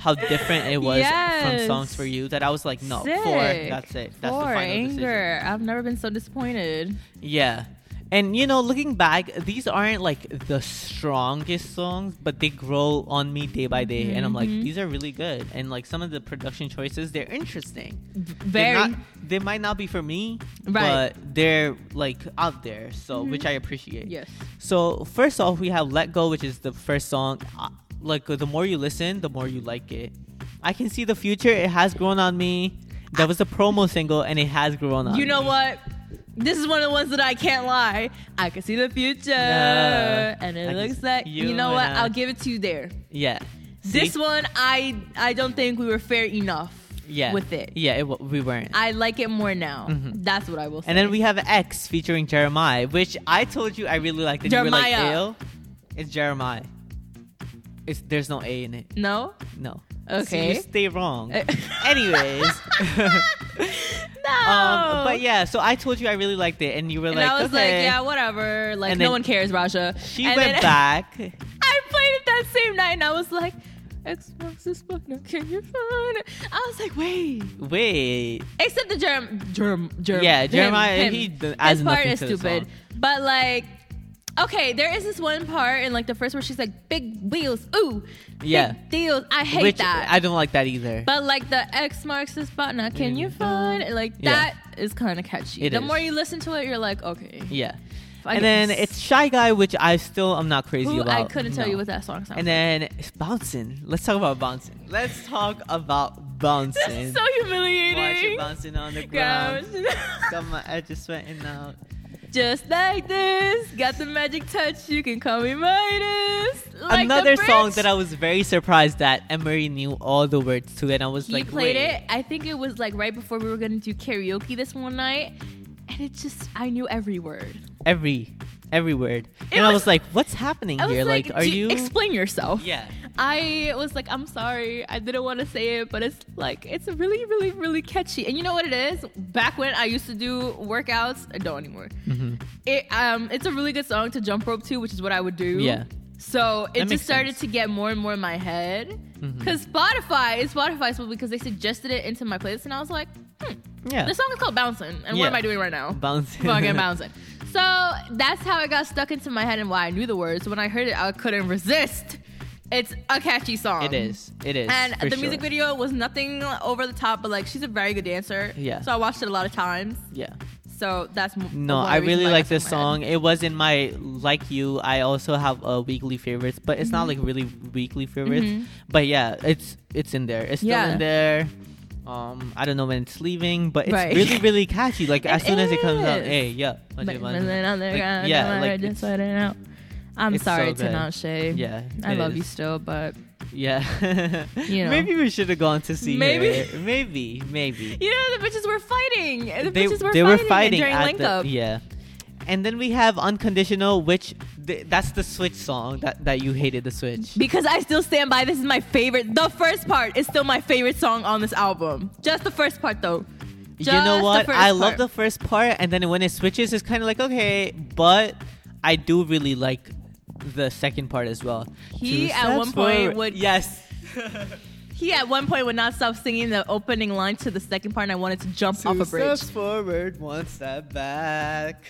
Speaker 2: how different it was from
Speaker 1: Yes.
Speaker 2: songs for you that I was like, no,
Speaker 1: Sick.
Speaker 2: four, that's it, that's
Speaker 1: Four,
Speaker 2: the final decision.
Speaker 1: anger. I've never been so disappointed.
Speaker 2: Yeah. And you know, looking back, these aren't like the strongest songs, but they grow on me day by day,
Speaker 1: Mm-hmm,
Speaker 2: and I'm like, these are really good. And like some of the production choices, they're interesting.
Speaker 1: Very.
Speaker 2: They're not, they might not be for me,
Speaker 1: Right. Mm-hmm.
Speaker 2: but they're like out there, so which I appreciate.
Speaker 1: yes.
Speaker 2: So first off, we have "Let Go," which is the first song. Uh, Like the more you listen, the more you like it. I can see the future. It has grown on me. That was a promo single, and it has grown on.
Speaker 1: You know
Speaker 2: me.
Speaker 1: what? This is one of the ones that I can't lie. I can see the future,
Speaker 2: Yeah.
Speaker 1: and
Speaker 2: I
Speaker 1: it
Speaker 2: can
Speaker 1: looks
Speaker 2: see
Speaker 1: like you,
Speaker 2: you
Speaker 1: know what?
Speaker 2: and I-
Speaker 1: I'll give it to you there.
Speaker 2: Yeah.
Speaker 1: This
Speaker 2: See?
Speaker 1: one, I I don't think we were fair enough.
Speaker 2: Yeah.
Speaker 1: with it.
Speaker 2: Yeah, it, w- we weren't.
Speaker 1: I like it more now. That's what I will say.
Speaker 2: Mm-hmm. and then we have X featuring Jeremiah, which I told you I really liked. And You were like,
Speaker 1: Jeremiah.
Speaker 2: "Ew." It's Jeremiah. It's there's no A in it.
Speaker 1: no. [laughs]
Speaker 2: No.
Speaker 1: Okay.
Speaker 2: So you stay
Speaker 1: [laughs]
Speaker 2: wrong.
Speaker 1: Eh. [laughs]
Speaker 2: Anyways.
Speaker 1: No.
Speaker 2: um, but yeah, so I told you I really liked it, and you were
Speaker 1: And
Speaker 2: like,
Speaker 1: I was like,
Speaker 2: okay.
Speaker 1: yeah, whatever. Like,
Speaker 2: And
Speaker 1: no
Speaker 2: then
Speaker 1: one cares, Raja.
Speaker 2: She
Speaker 1: and
Speaker 2: went
Speaker 1: then [laughs]
Speaker 2: back.
Speaker 1: I played it that same night, and I was like, Xbox is fucking. Can you find it? I was like, wait.
Speaker 2: Wait.
Speaker 1: Except the Jerem, Jerem, Jerem
Speaker 2: Yeah,
Speaker 1: him,
Speaker 2: Jeremiah,
Speaker 1: him.
Speaker 2: he d- adds
Speaker 1: His part
Speaker 2: nothing
Speaker 1: is
Speaker 2: to the
Speaker 1: stupid, but like, okay, there is this one part in like the first where she's like, "Big wheels, ooh,
Speaker 2: Yeah.
Speaker 1: big deals." I hate
Speaker 2: which
Speaker 1: that.
Speaker 2: I don't like that either.
Speaker 1: but like the X marks the spot. Now, can you find it? like
Speaker 2: Yeah.
Speaker 1: that is kind of catchy.
Speaker 2: It
Speaker 1: the
Speaker 2: is.
Speaker 1: more you listen to it, you're like, okay,
Speaker 2: yeah.
Speaker 1: I
Speaker 2: and then
Speaker 1: guess.
Speaker 2: it's Shy Guy, which I still am not crazy
Speaker 1: Who,
Speaker 2: about.
Speaker 1: I couldn't tell
Speaker 2: No.
Speaker 1: you what that song sounds.
Speaker 2: And then it's bouncing. Let's talk about bouncing. Let's talk about
Speaker 1: like. [laughs]
Speaker 2: bouncing.
Speaker 1: this is so
Speaker 2: Watch it
Speaker 1: humiliating.
Speaker 2: bouncing on the
Speaker 1: Gosh.
Speaker 2: ground. Got my edges sweating out.
Speaker 1: Just like this, got the magic touch. You can call me Midas. Like the
Speaker 2: Another song
Speaker 1: bridge.
Speaker 2: that I was very surprised that Emery knew all the words to, and I was
Speaker 1: he
Speaker 2: like,
Speaker 1: played
Speaker 2: Wait.
Speaker 1: it. I think it was like right before we were gonna do karaoke this one night, and it just I knew every word.
Speaker 2: every every word,
Speaker 1: It
Speaker 2: and I
Speaker 1: was-
Speaker 2: was like, what's happening
Speaker 1: I was
Speaker 2: here?
Speaker 1: like,
Speaker 2: are
Speaker 1: "Do-
Speaker 2: you?
Speaker 1: explain yourself?
Speaker 2: yeah,
Speaker 1: I was like, I'm sorry, I didn't want to say it, but it's like it's really, really, really catchy. And you know what it is? Back when I used to do workouts, I don't anymore.
Speaker 2: Mm-hmm.
Speaker 1: It um, it's a really good song to jump rope to, which is what I would do.
Speaker 2: Yeah.
Speaker 1: So it
Speaker 2: That makes
Speaker 1: just started
Speaker 2: sense. Mm-hmm.
Speaker 1: to get more and more in my head because Spotify is Spotify's fault because they suggested it into my playlist, and I was like, hmm,
Speaker 2: Yeah.
Speaker 1: this song is called Bouncing, and what
Speaker 2: Uh. Yeah.
Speaker 1: am I doing right now?
Speaker 2: Bouncing. [laughs]
Speaker 1: Fucking bouncing. So that's how it got stuck into my head and why I knew the words. When I heard it, I couldn't resist. It's a catchy song.
Speaker 2: It is. It is.
Speaker 1: And
Speaker 2: for
Speaker 1: the music
Speaker 2: sure.
Speaker 1: video was nothing over the top, but like she's a very good dancer.
Speaker 2: Yeah.
Speaker 1: So I watched it a lot of times.
Speaker 2: Yeah.
Speaker 1: So that's m-
Speaker 2: No,
Speaker 1: one
Speaker 2: I
Speaker 1: reason
Speaker 2: really
Speaker 1: why it
Speaker 2: like
Speaker 1: got
Speaker 2: this
Speaker 1: stuck in my
Speaker 2: song. It was in my like you. I also have a weekly favorites, but it's
Speaker 1: Mm-hmm.
Speaker 2: not like really weekly favorites. But yeah, it's it's in there. It's still
Speaker 1: Yeah.
Speaker 2: in there. Um, I don't know when it's leaving, but it's
Speaker 1: Right.
Speaker 2: really really catchy. Like as
Speaker 1: It
Speaker 2: soon as it comes out,
Speaker 1: is.
Speaker 2: hey, yeah,
Speaker 1: head.
Speaker 2: like,
Speaker 1: Like, rolling on the ground,
Speaker 2: yeah,
Speaker 1: I'm
Speaker 2: like
Speaker 1: already
Speaker 2: it's-
Speaker 1: sweating out. I'm
Speaker 2: it's
Speaker 1: sorry
Speaker 2: so
Speaker 1: to
Speaker 2: good.
Speaker 1: not shade.
Speaker 2: yeah.
Speaker 1: I
Speaker 2: it
Speaker 1: love
Speaker 2: is.
Speaker 1: you still, but
Speaker 2: Yeah, [laughs]
Speaker 1: You know.
Speaker 2: maybe we should have gone to see.
Speaker 1: Maybe.
Speaker 2: her. maybe,
Speaker 1: [laughs]
Speaker 2: maybe.
Speaker 1: you know the bitches were fighting. The
Speaker 2: they,
Speaker 1: bitches were
Speaker 2: they
Speaker 1: fighting,
Speaker 2: were fighting
Speaker 1: during
Speaker 2: at
Speaker 1: link
Speaker 2: the-
Speaker 1: up.
Speaker 2: Yeah. And then we have Unconditional, which th- that's the Switch song that, that you hated the Switch.
Speaker 1: Because I still stand by this is my favorite. The first part is still my favorite song on this album. Just the first part though.
Speaker 2: you
Speaker 1: Just
Speaker 2: know
Speaker 1: the
Speaker 2: what?
Speaker 1: first
Speaker 2: I love
Speaker 1: part.
Speaker 2: the first part, and then when it switches, it's kind of like, okay, but I do really like the second part as well.
Speaker 1: He
Speaker 2: Two
Speaker 1: at
Speaker 2: steps
Speaker 1: one point
Speaker 2: forward-
Speaker 1: would- [laughs]
Speaker 2: Yes.
Speaker 1: He at one point would not stop singing the opening line to the second part and I wanted to jump off a bridge.
Speaker 2: forward, one step back.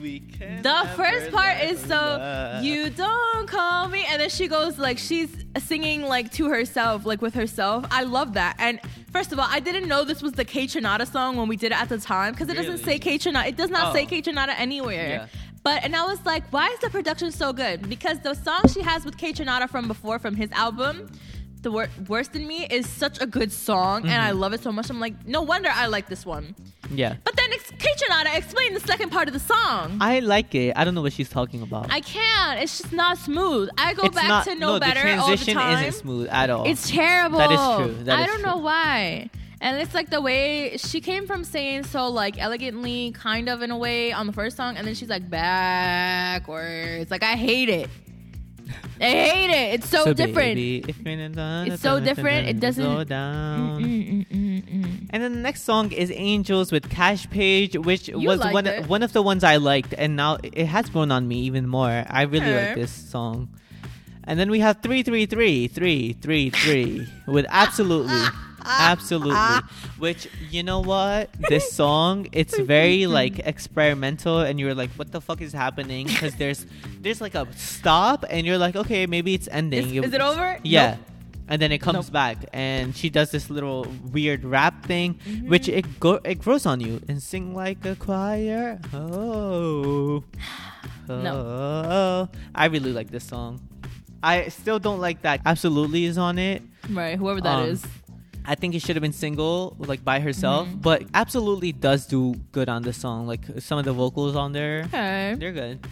Speaker 2: We can.
Speaker 1: The first part is so you don't call me, and then she goes like she's singing like to herself, like with herself. I love that. And first of all, I didn't know this was the K Tronada song when we did it at the time because it doesn't say K
Speaker 2: Really?
Speaker 1: Tronada. It does not say
Speaker 2: Oh.
Speaker 1: K Tronada anywhere.
Speaker 2: Yeah.
Speaker 1: But and I was like, why is the production so good? Because the song she has with K Tronada from before from his album. The wor- worst in me is such a good song, and
Speaker 2: Mm-hmm.
Speaker 1: I love it so much. I'm like, no wonder I like this one.
Speaker 2: Yeah.
Speaker 1: But then, ex- K Tronada explained the second part of the song.
Speaker 2: I like it. I don't know what she's talking about.
Speaker 1: I can't. It's just not smooth. I go
Speaker 2: it's
Speaker 1: back
Speaker 2: not,
Speaker 1: to know
Speaker 2: no,
Speaker 1: better
Speaker 2: the
Speaker 1: all the
Speaker 2: transition
Speaker 1: time.
Speaker 2: isn't smooth at all.
Speaker 1: It's terrible.
Speaker 2: That is true. That
Speaker 1: I
Speaker 2: is
Speaker 1: don't
Speaker 2: true.
Speaker 1: know why. And it's like the way she came from saying so like elegantly, kind of in a way, on the first song, and then she's like backwards. Like I hate it. I hate it. It's so, different.
Speaker 2: baby, if you're not-
Speaker 1: It's so different, it doesn't-
Speaker 2: Go down.
Speaker 1: Mm, mm, mm.
Speaker 2: And then the next song is "Angels" with Cash Page, which was
Speaker 1: liked
Speaker 2: one
Speaker 1: it.
Speaker 2: one of the ones I liked, and now it has grown on me even more. I really
Speaker 1: Okay.
Speaker 2: like this song. And then we have three, three, three, three, three, three with
Speaker 1: [laughs]
Speaker 2: absolutely, absolutely. Which you know what? This song
Speaker 1: [laughs]
Speaker 2: it's very like experimental, and you're like, what the fuck is happening? Because there's there's like a stop, and you're like, okay, maybe it's ending.
Speaker 1: Is- is it over?
Speaker 2: Yeah.
Speaker 1: Nope.
Speaker 2: And then it comes
Speaker 1: Nope.
Speaker 2: back, and she does this little weird rap thing,
Speaker 1: Mm-hmm.
Speaker 2: which it go- it grows on you and sing like a choir. Oh, Oh. I really like this song. I still don't like that. Absolutely is on it.
Speaker 1: Right, whoever that
Speaker 2: Um,
Speaker 1: is. Mm-hmm.
Speaker 2: I think it should have been single, like by herself, but absolutely does do good on this song. Like some of the vocals on there,
Speaker 1: Okay.
Speaker 2: they're good.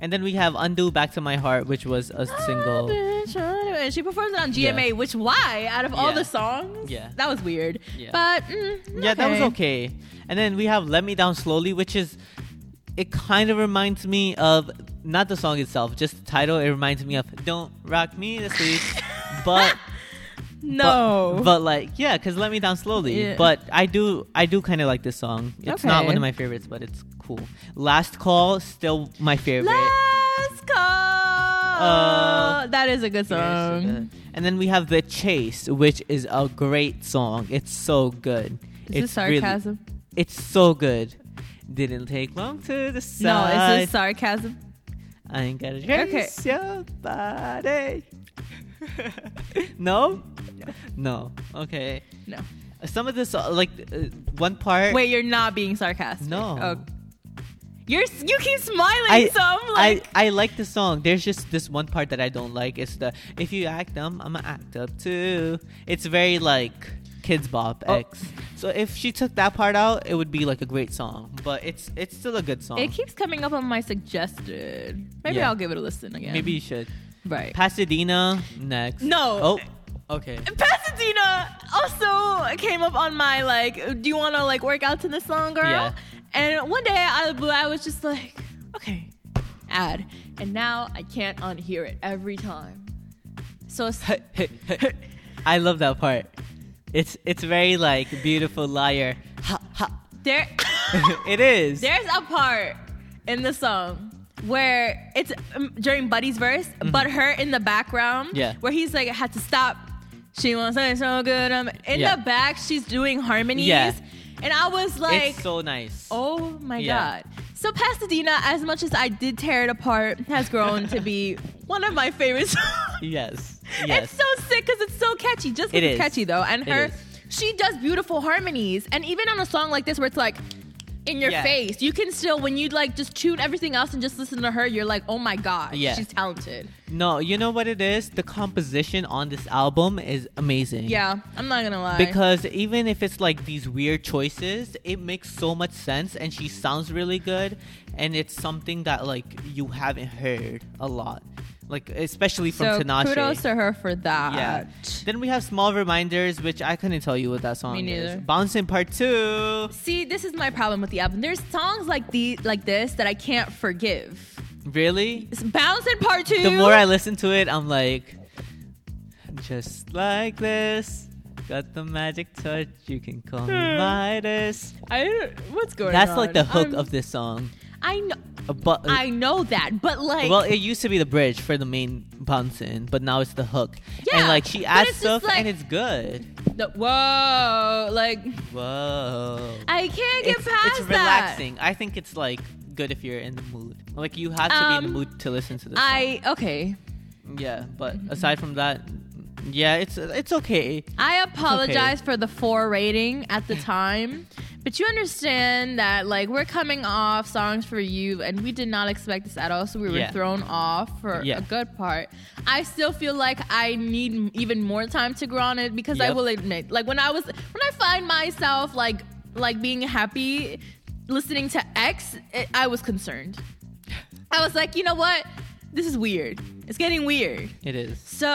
Speaker 2: And then we have "Undo Back to My Heart," which was a
Speaker 1: Ah,
Speaker 2: single.
Speaker 1: And she performs it on
Speaker 2: Yeah.
Speaker 1: GMA, which why out of all
Speaker 2: Yeah.
Speaker 1: the songs,
Speaker 2: Yeah.
Speaker 1: that was weird.
Speaker 2: Yeah.
Speaker 1: But mm,
Speaker 2: Yeah, that was okay. And then we have "Let Me Down Slowly," which is it kind of reminds me of not the song itself, just the title. It reminds me of "Don't Rock Me to
Speaker 1: [laughs]
Speaker 2: Sleep," but
Speaker 1: No,
Speaker 2: but, but like yeah, because "Let Me Down Slowly."
Speaker 1: Yeah.
Speaker 2: But I do I do kind of like this song. It's not
Speaker 1: Okay.
Speaker 2: one of my favorites, but it's cool. "Last Call" still my favorite.
Speaker 1: Let's go.
Speaker 2: Uh,
Speaker 1: that is a good
Speaker 2: Yes, it
Speaker 1: song.
Speaker 2: is. And then we have "The Chase," which is a great song. It's so good.
Speaker 1: Is this
Speaker 2: it's really-
Speaker 1: sarcasm?
Speaker 2: It's so good. Didn't take long to decide.
Speaker 1: no, is this sarcasm?
Speaker 2: I ain't gotta
Speaker 1: Okay.
Speaker 2: dress your
Speaker 1: [laughs]
Speaker 2: body. no, no. Okay.
Speaker 1: No.
Speaker 2: Some of this, uh, like uh, one part.
Speaker 1: Wait, [laughs] you're not being sarcastic.
Speaker 2: No.
Speaker 1: Oh. You're s- you keep smiling,
Speaker 2: I,
Speaker 1: so I'm like
Speaker 2: I I like the song. There's just this one part that I don't like. It's the if you act dumb, I'ma act up too. It's very like kids bop
Speaker 1: Oh.
Speaker 2: X. So if she took that part out, it would be like a great song. But it's it's still a good song.
Speaker 1: it keeps coming up on my suggested. Maybe
Speaker 2: Yeah.
Speaker 1: I'll give it a listen again.
Speaker 2: Maybe you should.
Speaker 1: right.
Speaker 2: Pasadena next.
Speaker 1: No.
Speaker 2: Oh. Okay.
Speaker 1: Pasadena also came up on my like, do you want to like work out to this song, girl?
Speaker 2: Yeah.
Speaker 1: And one day I, I was just like, okay, add. And now I can't unhear it every time. So it's
Speaker 2: I love that part. It's it's very like beautiful liar. Ha ha.
Speaker 1: there.
Speaker 2: [laughs] it is.
Speaker 1: There's a part in the song where it's um, during Buddy's verse, but her in the background.
Speaker 2: Mm-hmm. Yeah.
Speaker 1: Where he's like, I had to stop. She wants something so good. Um, in
Speaker 2: Yeah.
Speaker 1: the back, she's doing harmonies.
Speaker 2: Yeah.
Speaker 1: And I was like,
Speaker 2: it's so nice.
Speaker 1: oh my
Speaker 2: Yeah.
Speaker 1: God. So Pasadena, as much as I did tear it apart, has grown to be one of my favorites. [laughs]
Speaker 2: Yes. Yes.
Speaker 1: It's so sick because it's so catchy. Just 'cause
Speaker 2: It
Speaker 1: it's
Speaker 2: is.
Speaker 1: catchy though, and
Speaker 2: It
Speaker 1: her,
Speaker 2: is.
Speaker 1: she does beautiful harmonies, and even on a song like this where it's like in your
Speaker 2: Yeah.
Speaker 1: face, you can still when you like just tune everything else and just listen to her, you're like, oh my god,
Speaker 2: Yeah.
Speaker 1: she's talented.
Speaker 2: no, you know what it is? The composition on this album is amazing.
Speaker 1: Yeah, I'm not gonna lie.
Speaker 2: Because even if it's like these weird choices, it makes so much sense and she sounds really good and it's something that like you haven't heard a lot. Like especially from
Speaker 1: so
Speaker 2: Tinashe.
Speaker 1: kudos to her for that.
Speaker 2: Yeah. Then we have small reminders, which I couldn't tell you what that song is.
Speaker 1: neither.
Speaker 2: Bouncing Part Two.
Speaker 1: See, this is my problem with the album. There's songs like the like this that I can't forgive.
Speaker 2: Really?
Speaker 1: It's Bouncing Part Two.
Speaker 2: The more I listen to it, I'm like, just like this, got the magic touch. You can call me
Speaker 1: Hmm.
Speaker 2: Midas.
Speaker 1: I don't- what's going on?
Speaker 2: That's like the hook
Speaker 1: I'm-
Speaker 2: of this song.
Speaker 1: I know,
Speaker 2: Uh, But
Speaker 1: I know that, but like,
Speaker 2: well, it used to be the bridge for the main bouncing, but now it's the hook.
Speaker 1: Yeah,
Speaker 2: and like she
Speaker 1: but
Speaker 2: adds
Speaker 1: it's just
Speaker 2: stuff, and
Speaker 1: like-
Speaker 2: it's good.
Speaker 1: The- whoa, like
Speaker 2: Whoa.
Speaker 1: I can't get
Speaker 2: it's,
Speaker 1: past
Speaker 2: it's
Speaker 1: that.
Speaker 2: relaxing. I think it's like good if you're in the mood. Like you have to be in
Speaker 1: Um,
Speaker 2: the mood to listen to this.
Speaker 1: I okay.
Speaker 2: song. yeah, but aside from that, yeah, it's it's okay.
Speaker 1: I apologize for the four rating at the time, but you understand that like we're coming off songs for you, and we did not expect this at all, so we were
Speaker 2: Yeah.
Speaker 1: thrown off for
Speaker 2: Yeah.
Speaker 1: a good part. I still feel like I need m- even more time to grow on it because I
Speaker 2: Yep.
Speaker 1: will admit, like when I was when I find myself like like being happy listening to X, it, I was concerned. I was like, you know what? This is weird. It's getting weird.
Speaker 2: It is.
Speaker 1: So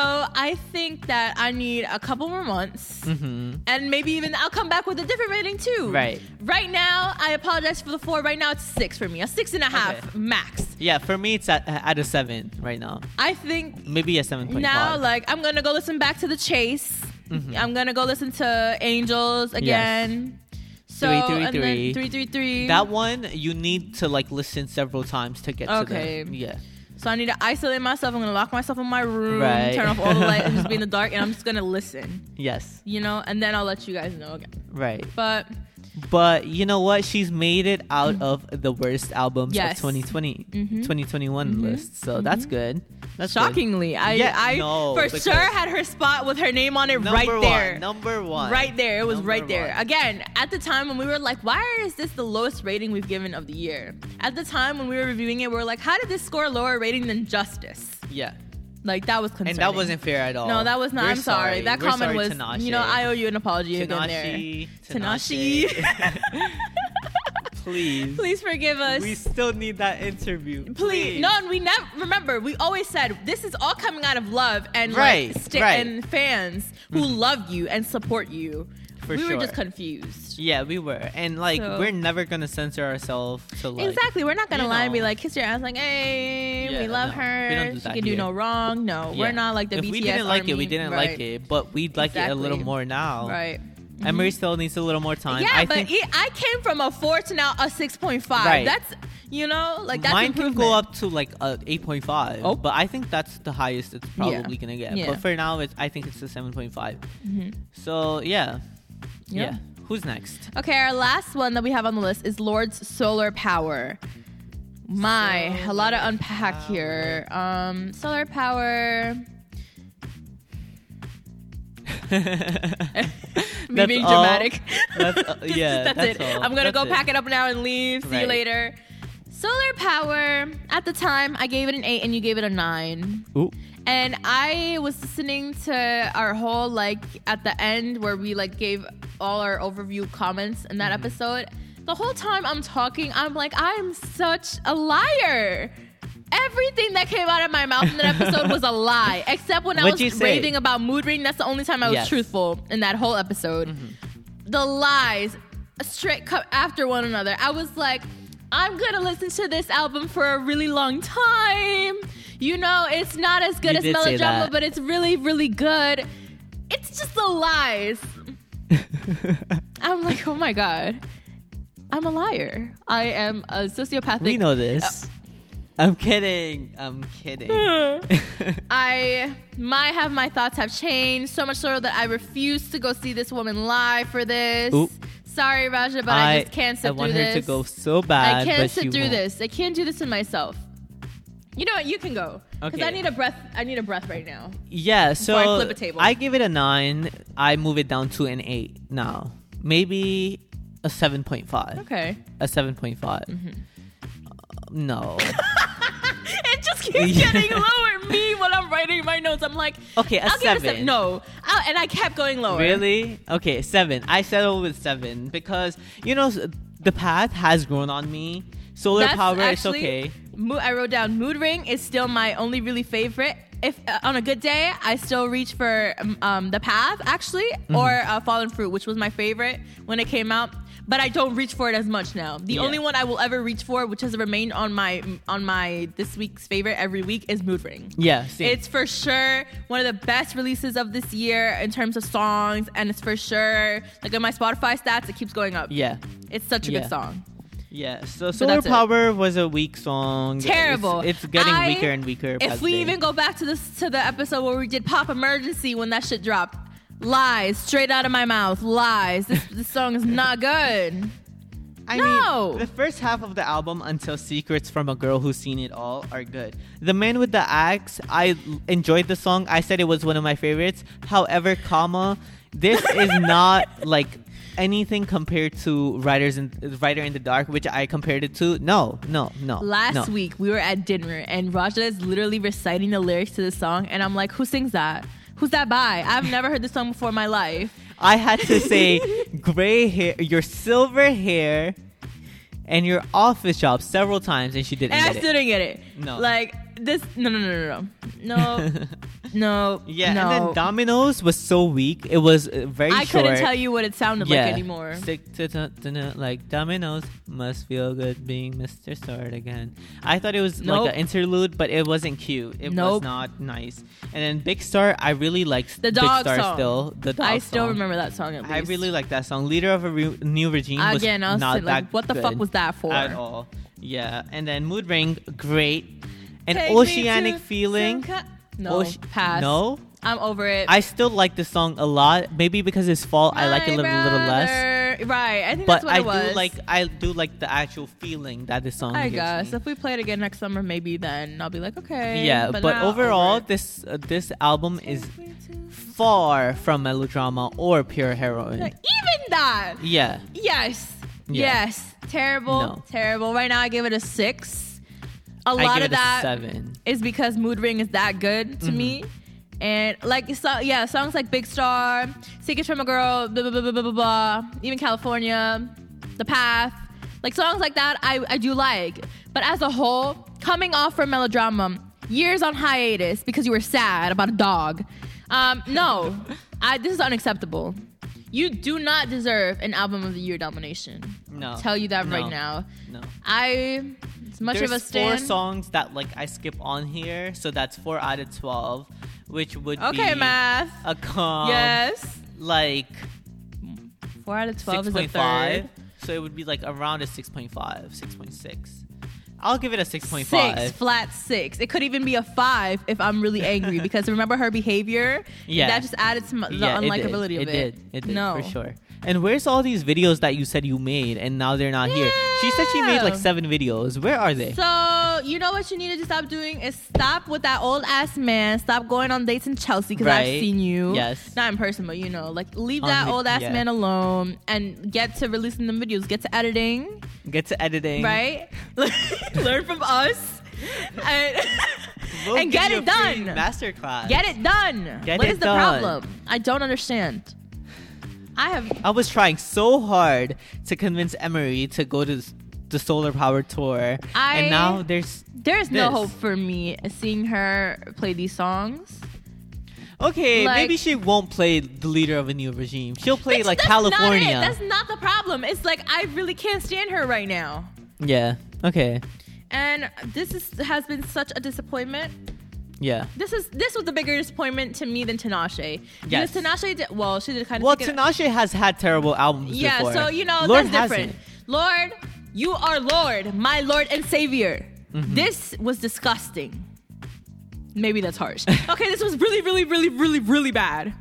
Speaker 1: I think that I need a couple more months,
Speaker 2: Mm-hmm.
Speaker 1: and maybe even I'll come back with a different rating too.
Speaker 2: Right.
Speaker 1: Right now, I apologize for the four. Right now, it's six for me. A six and a half
Speaker 2: Okay.
Speaker 1: max.
Speaker 2: Yeah, for me, it's at, at a seven right now.
Speaker 1: I think
Speaker 2: Maybe a seven point
Speaker 1: now,
Speaker 2: five.
Speaker 1: like, I'm gonna go listen back to the chase.
Speaker 2: Mm-hmm.
Speaker 1: I'm gonna go listen to Angels again. So
Speaker 2: Three,
Speaker 1: and
Speaker 2: three,
Speaker 1: then
Speaker 2: three.
Speaker 1: three, three, three.
Speaker 2: that one you need to like listen several times to get
Speaker 1: Okay.
Speaker 2: to the yeah.
Speaker 1: so I need to isolate myself. I'm gonna lock myself in my room,
Speaker 2: Right.
Speaker 1: turn off all the lights, and just
Speaker 2: [laughs]
Speaker 1: be in the dark, and I'm just gonna listen.
Speaker 2: Yes,
Speaker 1: You know, and then I'll let you guys know again.
Speaker 2: right.
Speaker 1: But
Speaker 2: But you know what? She's made it out of the worst albums
Speaker 1: Yes. Mm-hmm.
Speaker 2: of 2020, 2021 list. So that's good. That's good.
Speaker 1: Shockingly, I
Speaker 2: Yeah,
Speaker 1: I
Speaker 2: no,
Speaker 1: for
Speaker 2: because-
Speaker 1: sure had her spot with her name on it
Speaker 2: Number
Speaker 1: right
Speaker 2: one,
Speaker 1: there.
Speaker 2: Number one.
Speaker 1: Right there, it was
Speaker 2: Number
Speaker 1: right there.
Speaker 2: one.
Speaker 1: Again, at the time when we were like, why is this the lowest rating we've given of the year? At the time when we were reviewing it, we were like, how did this score a lower rating than Justice?
Speaker 2: Yeah.
Speaker 1: Like that was concerning.
Speaker 2: And that wasn't fair at all.
Speaker 1: No, that was not.
Speaker 2: We're
Speaker 1: I'm sorry. That
Speaker 2: We're
Speaker 1: comment
Speaker 2: sorry,
Speaker 1: was,
Speaker 2: Tinashe.
Speaker 1: you know, I owe you an apology again there.
Speaker 2: Tinashe.
Speaker 1: Tinashe.
Speaker 2: [laughs]
Speaker 1: [laughs]
Speaker 2: Please.
Speaker 1: Please forgive us.
Speaker 2: We still need that interview. Please.
Speaker 1: Please. No, and we never remember. We always said this is all coming out of love and
Speaker 2: Right,
Speaker 1: like, sta-
Speaker 2: right. Hmm.
Speaker 1: and fans who love you and support you.
Speaker 2: For
Speaker 1: we were
Speaker 2: sure.
Speaker 1: just confused.
Speaker 2: Yeah, we were. And like,
Speaker 1: So-
Speaker 2: we're never going to censor ourselves to like.
Speaker 1: exactly. We're not gonna
Speaker 2: you
Speaker 1: lie and be
Speaker 2: know.
Speaker 1: like kiss your ass like, hey,
Speaker 2: Yeah,
Speaker 1: we love
Speaker 2: no.
Speaker 1: her.
Speaker 2: We don't do
Speaker 1: she
Speaker 2: that
Speaker 1: can do
Speaker 2: here.
Speaker 1: no wrong. No,
Speaker 2: Yeah.
Speaker 1: we're not like the
Speaker 2: if
Speaker 1: BTS
Speaker 2: we didn't like it, we
Speaker 1: army.
Speaker 2: didn't like
Speaker 1: Right.
Speaker 2: it, but we'd like it a little
Speaker 1: Exactly.
Speaker 2: more now.
Speaker 1: Right. Mm-hmm.
Speaker 2: Emery still needs a little more time.
Speaker 1: Yeah,
Speaker 2: I
Speaker 1: but
Speaker 2: think
Speaker 1: it, I came from a four to now a six point five.
Speaker 2: Right.
Speaker 1: That's you know like that's
Speaker 2: mine can
Speaker 1: improvement.
Speaker 2: go up to like a 8.5.
Speaker 1: Oh.
Speaker 2: but I think that's the highest it's
Speaker 1: Yeah.
Speaker 2: probably gonna get.
Speaker 1: Yeah. Mm-hmm.
Speaker 2: But for now, it's I think it's a 7.5. So yeah,
Speaker 1: Yeah.
Speaker 2: yeah. Who's
Speaker 1: [laughs]
Speaker 2: next?
Speaker 1: Okay, our last one that we have on the list is Lord's Solar Power. My, a lot to unpack here. Um, solar power. Me
Speaker 2: That's
Speaker 1: being
Speaker 2: all?
Speaker 1: dramatic.
Speaker 2: That's, uh,
Speaker 1: [laughs] Just-
Speaker 2: yeah, that's
Speaker 1: it.
Speaker 2: all.
Speaker 1: I'm gonna
Speaker 2: That's
Speaker 1: go
Speaker 2: it.
Speaker 1: pack it up now and leave. See you
Speaker 2: Right.
Speaker 1: later. Solar power. At the time, I gave it an eight, and you gave it a nine.
Speaker 2: Ooh.
Speaker 1: And I was listening to our whole like at the end where we like gave all our overview comments in that
Speaker 2: Mm-hmm.
Speaker 1: episode. The whole time I'm talking, I'm like, I'm such a liar. Everything that came out of my mouth in
Speaker 2: [laughs]
Speaker 1: that episode was a lie, except when I
Speaker 2: What'd you
Speaker 1: was
Speaker 2: say?
Speaker 1: raving about mood ring. That's the only time I was
Speaker 2: Yes. Mm-hmm.
Speaker 1: truthful in that whole episode the lies straight cut after one another. I was like, I'm gonna listen to this album for a really long time. You know, it's not as good
Speaker 2: You
Speaker 1: as
Speaker 2: did say
Speaker 1: Melodrama,
Speaker 2: that.
Speaker 1: but it's really, really good. It's just the lies. I'm like, oh my god. I'm a liar. I am a sociopathic.
Speaker 2: [laughs] we know
Speaker 1: Uh,
Speaker 2: this. I'm kidding. I'm kidding.
Speaker 1: [laughs] I my have my thoughts have changed so much so that I refuse to go see this woman live for this.
Speaker 2: Oop.
Speaker 1: Sorry, Raja, [laughs] but I, just can't sit
Speaker 2: I
Speaker 1: through
Speaker 2: want her
Speaker 1: this.
Speaker 2: to go so bad.
Speaker 1: I
Speaker 2: Uh, but
Speaker 1: can't
Speaker 2: she
Speaker 1: sit through
Speaker 2: won't.
Speaker 1: this. I can't do this to myself. You know what? You can go because I
Speaker 2: Okay.
Speaker 1: need a breath. I need a breath right now.
Speaker 2: Yeah, so
Speaker 1: I flip a table.
Speaker 2: I give it a nine. I move it down to an eight now. Maybe a seven point five.
Speaker 1: Okay. Mm-hmm.
Speaker 2: A seven point five. Uh, no.
Speaker 1: [laughs] It just
Speaker 2: [laughs]
Speaker 1: keeps
Speaker 2: Yeah.
Speaker 1: getting lower. Me when I'm writing my notes, I'm like,
Speaker 2: Okay, a
Speaker 1: I'll give it a
Speaker 2: seven.
Speaker 1: seven. No, i and I kept going lower.
Speaker 2: Really? Okay, seven. I settled with seven because you know s- the path has grown on me. Solar
Speaker 1: That's
Speaker 2: power is
Speaker 1: actually-
Speaker 2: okay.
Speaker 1: Mo- I wrote down mood ring is still my only really favorite. If uh, on a good day, I still reach for um, um, the path actually,
Speaker 2: Mm-hmm.
Speaker 1: or uh, fallen fruit, which was my favorite when it came out. But I don't reach for it as much now. The
Speaker 2: Yeah.
Speaker 1: only one I will ever reach for, which has remained on my on my this week's favorite every week, is mood ring.
Speaker 2: Yeah, see.
Speaker 1: It's for sure one of the best releases of this year in terms of songs, and it's for sure like in my Spotify stats, it keeps going up.
Speaker 2: yeah.
Speaker 1: It's such a
Speaker 2: Yeah.
Speaker 1: good song.
Speaker 2: Yeah. So
Speaker 1: So
Speaker 2: solar
Speaker 1: that's it.
Speaker 2: power was a weak song. It's-
Speaker 1: Terrible.
Speaker 2: It's, getting
Speaker 1: I-
Speaker 2: weaker and weaker. by
Speaker 1: If
Speaker 2: the
Speaker 1: we
Speaker 2: day.
Speaker 1: even go back to this to the episode where we did Pop Emergency when that shit dropped, lies straight out of my mouth, lies. This, [laughs] this song is not good.
Speaker 2: I
Speaker 1: No!
Speaker 2: mean, the first half of the album until Secrets from a Girl Who's Seen It All are good. The Man with the Axe, I l- enjoyed the song. I said it was one of my favorites. However, comma, this
Speaker 1: [laughs]
Speaker 2: is not like anything compared to Writers in Writer in the Dark, which I compared it to. No, no, no.
Speaker 1: Last
Speaker 2: no.
Speaker 1: week we were at dinner and Raja is literally reciting the lyrics to this song, and I'm like, who sings that? Who's that by? I've never heard this song before in my life.
Speaker 2: I had to say
Speaker 1: [laughs]
Speaker 2: gray hair, your silver hair, and your office job several times, and she didn't
Speaker 1: And I
Speaker 2: get
Speaker 1: still
Speaker 2: it.
Speaker 1: didn't get it.
Speaker 2: No.
Speaker 1: Like this no no no no no.
Speaker 2: [laughs]
Speaker 1: No. no.
Speaker 2: Yeah,
Speaker 1: no.
Speaker 2: and then Domino's was so weak. It was uh, very
Speaker 1: I
Speaker 2: short.
Speaker 1: couldn't tell you what it sounded like anymore.
Speaker 2: Stick to t- t- t- like Domino's must feel good being Mr. Start again. I thought it was
Speaker 1: Nope.
Speaker 2: like an interlude, but it wasn't cute. It
Speaker 1: Nope.
Speaker 2: was not nice. And then Big Star, I really liked
Speaker 1: The dog
Speaker 2: Big Star
Speaker 1: song.
Speaker 2: still. The dog
Speaker 1: I still
Speaker 2: song.
Speaker 1: remember that song at least.
Speaker 2: I really like that song. Leader of a Re- New Regime
Speaker 1: Again, I
Speaker 2: was
Speaker 1: was
Speaker 2: not
Speaker 1: sitting like,
Speaker 2: that
Speaker 1: what the fuck
Speaker 2: good
Speaker 1: was that for?
Speaker 2: at all. Yeah, and then Mood Ring, great. And
Speaker 1: Take me
Speaker 2: Oceanic
Speaker 1: to
Speaker 2: Feeling.
Speaker 1: some ki- no,
Speaker 2: Oce-
Speaker 1: pass.
Speaker 2: No,
Speaker 1: I'm over it.
Speaker 2: I still like the song a lot. Maybe because it's fall, I like it
Speaker 1: My
Speaker 2: a little, little less.
Speaker 1: brother. Right. I think that's
Speaker 2: But
Speaker 1: what
Speaker 2: I
Speaker 1: it was.
Speaker 2: do like um, I do like the actual feeling that this song.
Speaker 1: I
Speaker 2: gives
Speaker 1: guess
Speaker 2: me.
Speaker 1: if we play it again next summer, maybe then I'll be like, okay.
Speaker 2: Yeah, but, overall,
Speaker 1: this
Speaker 2: this uh, this album is far from melodrama or pure heroin.
Speaker 1: even that.
Speaker 2: Yeah,
Speaker 1: Yes.
Speaker 2: Yeah.
Speaker 1: Yes. Terrible.
Speaker 2: No.
Speaker 1: Terrible. Right now, I give it a six. A
Speaker 2: I
Speaker 1: lot
Speaker 2: give
Speaker 1: of
Speaker 2: it
Speaker 1: that
Speaker 2: a seven.
Speaker 1: is because Mood Ring is that good to
Speaker 2: Mm-hmm.
Speaker 1: me. And like so, yeah, songs like Big Star, Secrets from a Girl, blah blah blah blah blah blah, blah even California, The Path, like songs like that I, I do like. But as a whole, coming off from melodrama, years on hiatus because you were sad about a dog. Um,
Speaker 2: [laughs]
Speaker 1: no, I, this is unacceptable. You do not deserve an album of the year nomination.
Speaker 2: No,
Speaker 1: tell you that
Speaker 2: No.
Speaker 1: right now.
Speaker 2: No,
Speaker 1: I as much
Speaker 2: there's
Speaker 1: of a
Speaker 2: four
Speaker 1: stand.
Speaker 2: songs that like I skip on here, so that's four out of twelve, which would
Speaker 1: okay,
Speaker 2: be
Speaker 1: math.
Speaker 2: a calm
Speaker 1: yes.
Speaker 2: like
Speaker 1: Um, Four out of twelve
Speaker 2: Six
Speaker 1: is a
Speaker 2: point
Speaker 1: third.
Speaker 2: five, So it would be like around a 6.5, 6.6. I'll give it a 6.5.
Speaker 1: Six flat six. It could even be a five if I'm really
Speaker 2: [laughs]
Speaker 1: angry because remember her behavior.
Speaker 2: Yeah.
Speaker 1: that just added to my, the
Speaker 2: Yeah, it
Speaker 1: unlikability
Speaker 2: did.
Speaker 1: of it.
Speaker 2: It did. It did,
Speaker 1: no,
Speaker 2: for sure. And where's all these videos that you said you made and now they're not here? She said she made like
Speaker 1: Yeah.
Speaker 2: seven videos. Where are they?
Speaker 1: So you know what you needed to stop doing is stop with that old ass man. Stop going on dates in Chelsea because I've
Speaker 2: Right.
Speaker 1: seen you.
Speaker 2: Yes.
Speaker 1: Not in person, but you know, like leave
Speaker 2: On
Speaker 1: that
Speaker 2: the-
Speaker 1: old ass
Speaker 2: yeah.
Speaker 1: man alone and get to releasing the videos. Get to editing.
Speaker 2: Get to editing.
Speaker 1: right? [laughs] Learn from us and, [laughs]
Speaker 2: We'll
Speaker 1: and
Speaker 2: give
Speaker 1: get
Speaker 2: you
Speaker 1: it
Speaker 2: a free
Speaker 1: done.
Speaker 2: Masterclass.
Speaker 1: Get it done.
Speaker 2: Get
Speaker 1: what
Speaker 2: it
Speaker 1: is the
Speaker 2: done.
Speaker 1: problem? I don't understand. I have
Speaker 2: I was trying so hard to convince Emery to go to s- the Solar Power Tour.
Speaker 1: I-
Speaker 2: and now there's.
Speaker 1: there's no
Speaker 2: This.
Speaker 1: hope for me seeing her play these songs.
Speaker 2: Okay,
Speaker 1: Like-
Speaker 2: maybe she won't play the leader of a new regime. She'll play
Speaker 1: Bitch,
Speaker 2: like
Speaker 1: that's
Speaker 2: California.
Speaker 1: Not it. That's not the problem. It's like I really can't stand her right now.
Speaker 2: Yeah. Okay.
Speaker 1: And this is, has been such a disappointment.
Speaker 2: Yeah.
Speaker 1: This is this was the bigger disappointment to me than Tinashe. Because
Speaker 2: Yes.
Speaker 1: Tinashe did well. She did kind of
Speaker 2: Well,
Speaker 1: take it-
Speaker 2: Tinashe has had terrible albums
Speaker 1: Yeah,
Speaker 2: before.
Speaker 1: so you know
Speaker 2: Lorde
Speaker 1: that's different.
Speaker 2: hasn't.
Speaker 1: Lord, you are Lord, my Lord and Savior.
Speaker 2: Mm-hmm.
Speaker 1: This was disgusting. Maybe that's
Speaker 2: [laughs]
Speaker 1: harsh. okay, this was really, really, really, really, really bad.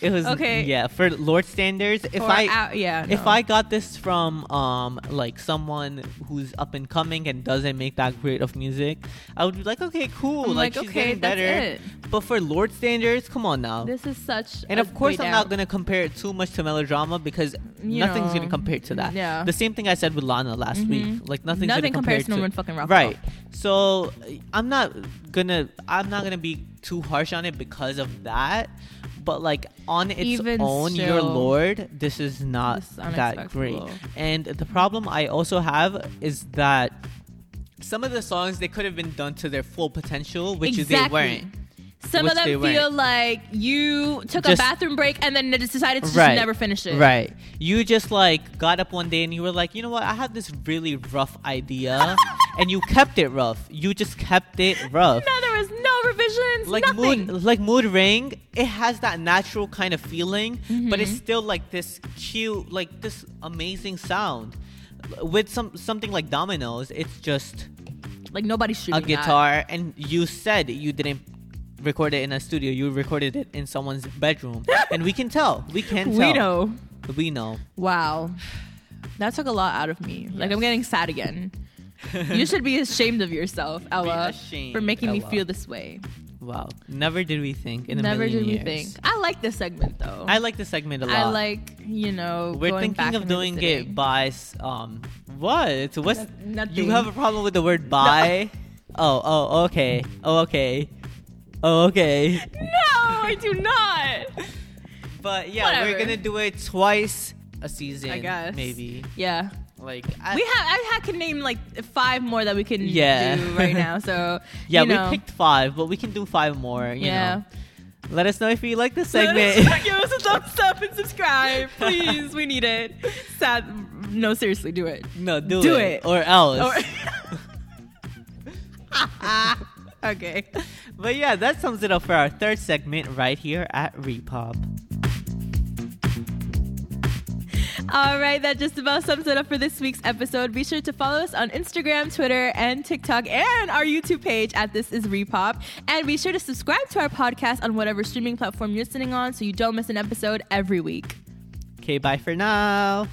Speaker 2: It was
Speaker 1: Okay.
Speaker 2: Yeah, for Lord standards, if
Speaker 1: Or
Speaker 2: I
Speaker 1: out- yeah,
Speaker 2: if
Speaker 1: no.
Speaker 2: I got this from um like someone who's up and coming and doesn't make that great of music, I would be like, okay, cool,
Speaker 1: I'm
Speaker 2: like,
Speaker 1: like,
Speaker 2: she's
Speaker 1: okay,
Speaker 2: getting
Speaker 1: that's
Speaker 2: better.
Speaker 1: it.
Speaker 2: But for Lord standards, come on now.
Speaker 1: This is such.
Speaker 2: and
Speaker 1: a
Speaker 2: of course,
Speaker 1: way
Speaker 2: I'm
Speaker 1: down.
Speaker 2: not gonna compare it too much to melodrama because
Speaker 1: You
Speaker 2: nothing's
Speaker 1: know,
Speaker 2: gonna compare to that.
Speaker 1: yeah. Mm-hmm.
Speaker 2: The same thing I said with Lana last week. Like nothing's
Speaker 1: Nothing
Speaker 2: gonna compare
Speaker 1: compares to Norman fucking Rockwell.
Speaker 2: Right. So I'm not gonna I'm not gonna be too harsh on it because of that. But like on its
Speaker 1: Even
Speaker 2: own, your
Speaker 1: still,
Speaker 2: lord, this is not
Speaker 1: this is
Speaker 2: that great.
Speaker 1: unacceptable.
Speaker 2: And the problem I also have is that some of the songs they could have been done to their full potential, which is they
Speaker 1: Exactly.
Speaker 2: weren't.
Speaker 1: Some
Speaker 2: which
Speaker 1: of them
Speaker 2: they
Speaker 1: feel
Speaker 2: weren't.
Speaker 1: like you took a
Speaker 2: Just-
Speaker 1: bathroom break and then they just decided to just never finish it.
Speaker 2: Right. You just like got up one day and you were like, you know what? I have this really rough
Speaker 1: [laughs]
Speaker 2: idea, and you kept it rough. You just kept it rough.
Speaker 1: No, there was no revisions.
Speaker 2: Like
Speaker 1: nothing.
Speaker 2: mood, like mood ring, it has that natural kind of feeling, but it's
Speaker 1: Mm-hmm.
Speaker 2: still like this cute, like this amazing sound. With some something like dominoes, it's just
Speaker 1: like nobody's shooting
Speaker 2: a
Speaker 1: that.
Speaker 2: guitar, and you said you didn't record it in a studio. You recorded it in someone's
Speaker 1: [laughs]
Speaker 2: bedroom, and we can tell. We can tell.
Speaker 1: We know.
Speaker 2: We know.
Speaker 1: Wow. That took a lot out of me. Like I'm getting sad
Speaker 2: [laughs]
Speaker 1: again. you should be ashamed of yourself, Ella,
Speaker 2: ashamed,
Speaker 1: for making me
Speaker 2: Ella.
Speaker 1: feel this way.
Speaker 2: Wow. Never did we think in a
Speaker 1: Never
Speaker 2: million
Speaker 1: did we
Speaker 2: years.
Speaker 1: think. I like this segment though.
Speaker 2: I like the segment a lot.
Speaker 1: I like, you know,
Speaker 2: We're
Speaker 1: going
Speaker 2: thinking
Speaker 1: back
Speaker 2: of
Speaker 1: and
Speaker 2: doing
Speaker 1: revisiting.
Speaker 2: it by s- um what? What's
Speaker 1: No- nothing.
Speaker 2: You have a problem with the word
Speaker 1: [laughs]
Speaker 2: by? Oh, oh, okay. Oh, okay. Oh, okay.
Speaker 1: No, I do
Speaker 2: [laughs]
Speaker 1: not.
Speaker 2: But yeah, we're
Speaker 1: Whatever.
Speaker 2: going to do it twice a season
Speaker 1: I guess.
Speaker 2: maybe.
Speaker 1: Yeah.
Speaker 2: Like I,
Speaker 1: We have I ha- can name like five more that we can
Speaker 2: Yeah.
Speaker 1: do right now. So
Speaker 2: [laughs] Yeah,
Speaker 1: you know. [laughs]
Speaker 2: we picked 5, but we can do 5 more, you
Speaker 1: Yeah.
Speaker 2: know. Let us know if you like this
Speaker 1: Give
Speaker 2: segment.
Speaker 1: [laughs] us a thumbs up and subscribe, please. We need it. Sad. No, seriously, do it.
Speaker 2: no, do,
Speaker 1: Do it.
Speaker 2: or else. [laughs]
Speaker 1: Or- [laughs] okay.
Speaker 2: But yeah, that sums it up for our third segment right here at Repop.
Speaker 1: All right, that just about sums it up for this week's episode. Be sure to follow us on Instagram, Twitter, and TikTok, and our YouTube page at This Is Repop. And be sure to subscribe to our podcast on whatever streaming platform you're listening on so you don't miss an episode every week.
Speaker 2: Okay, bye for now.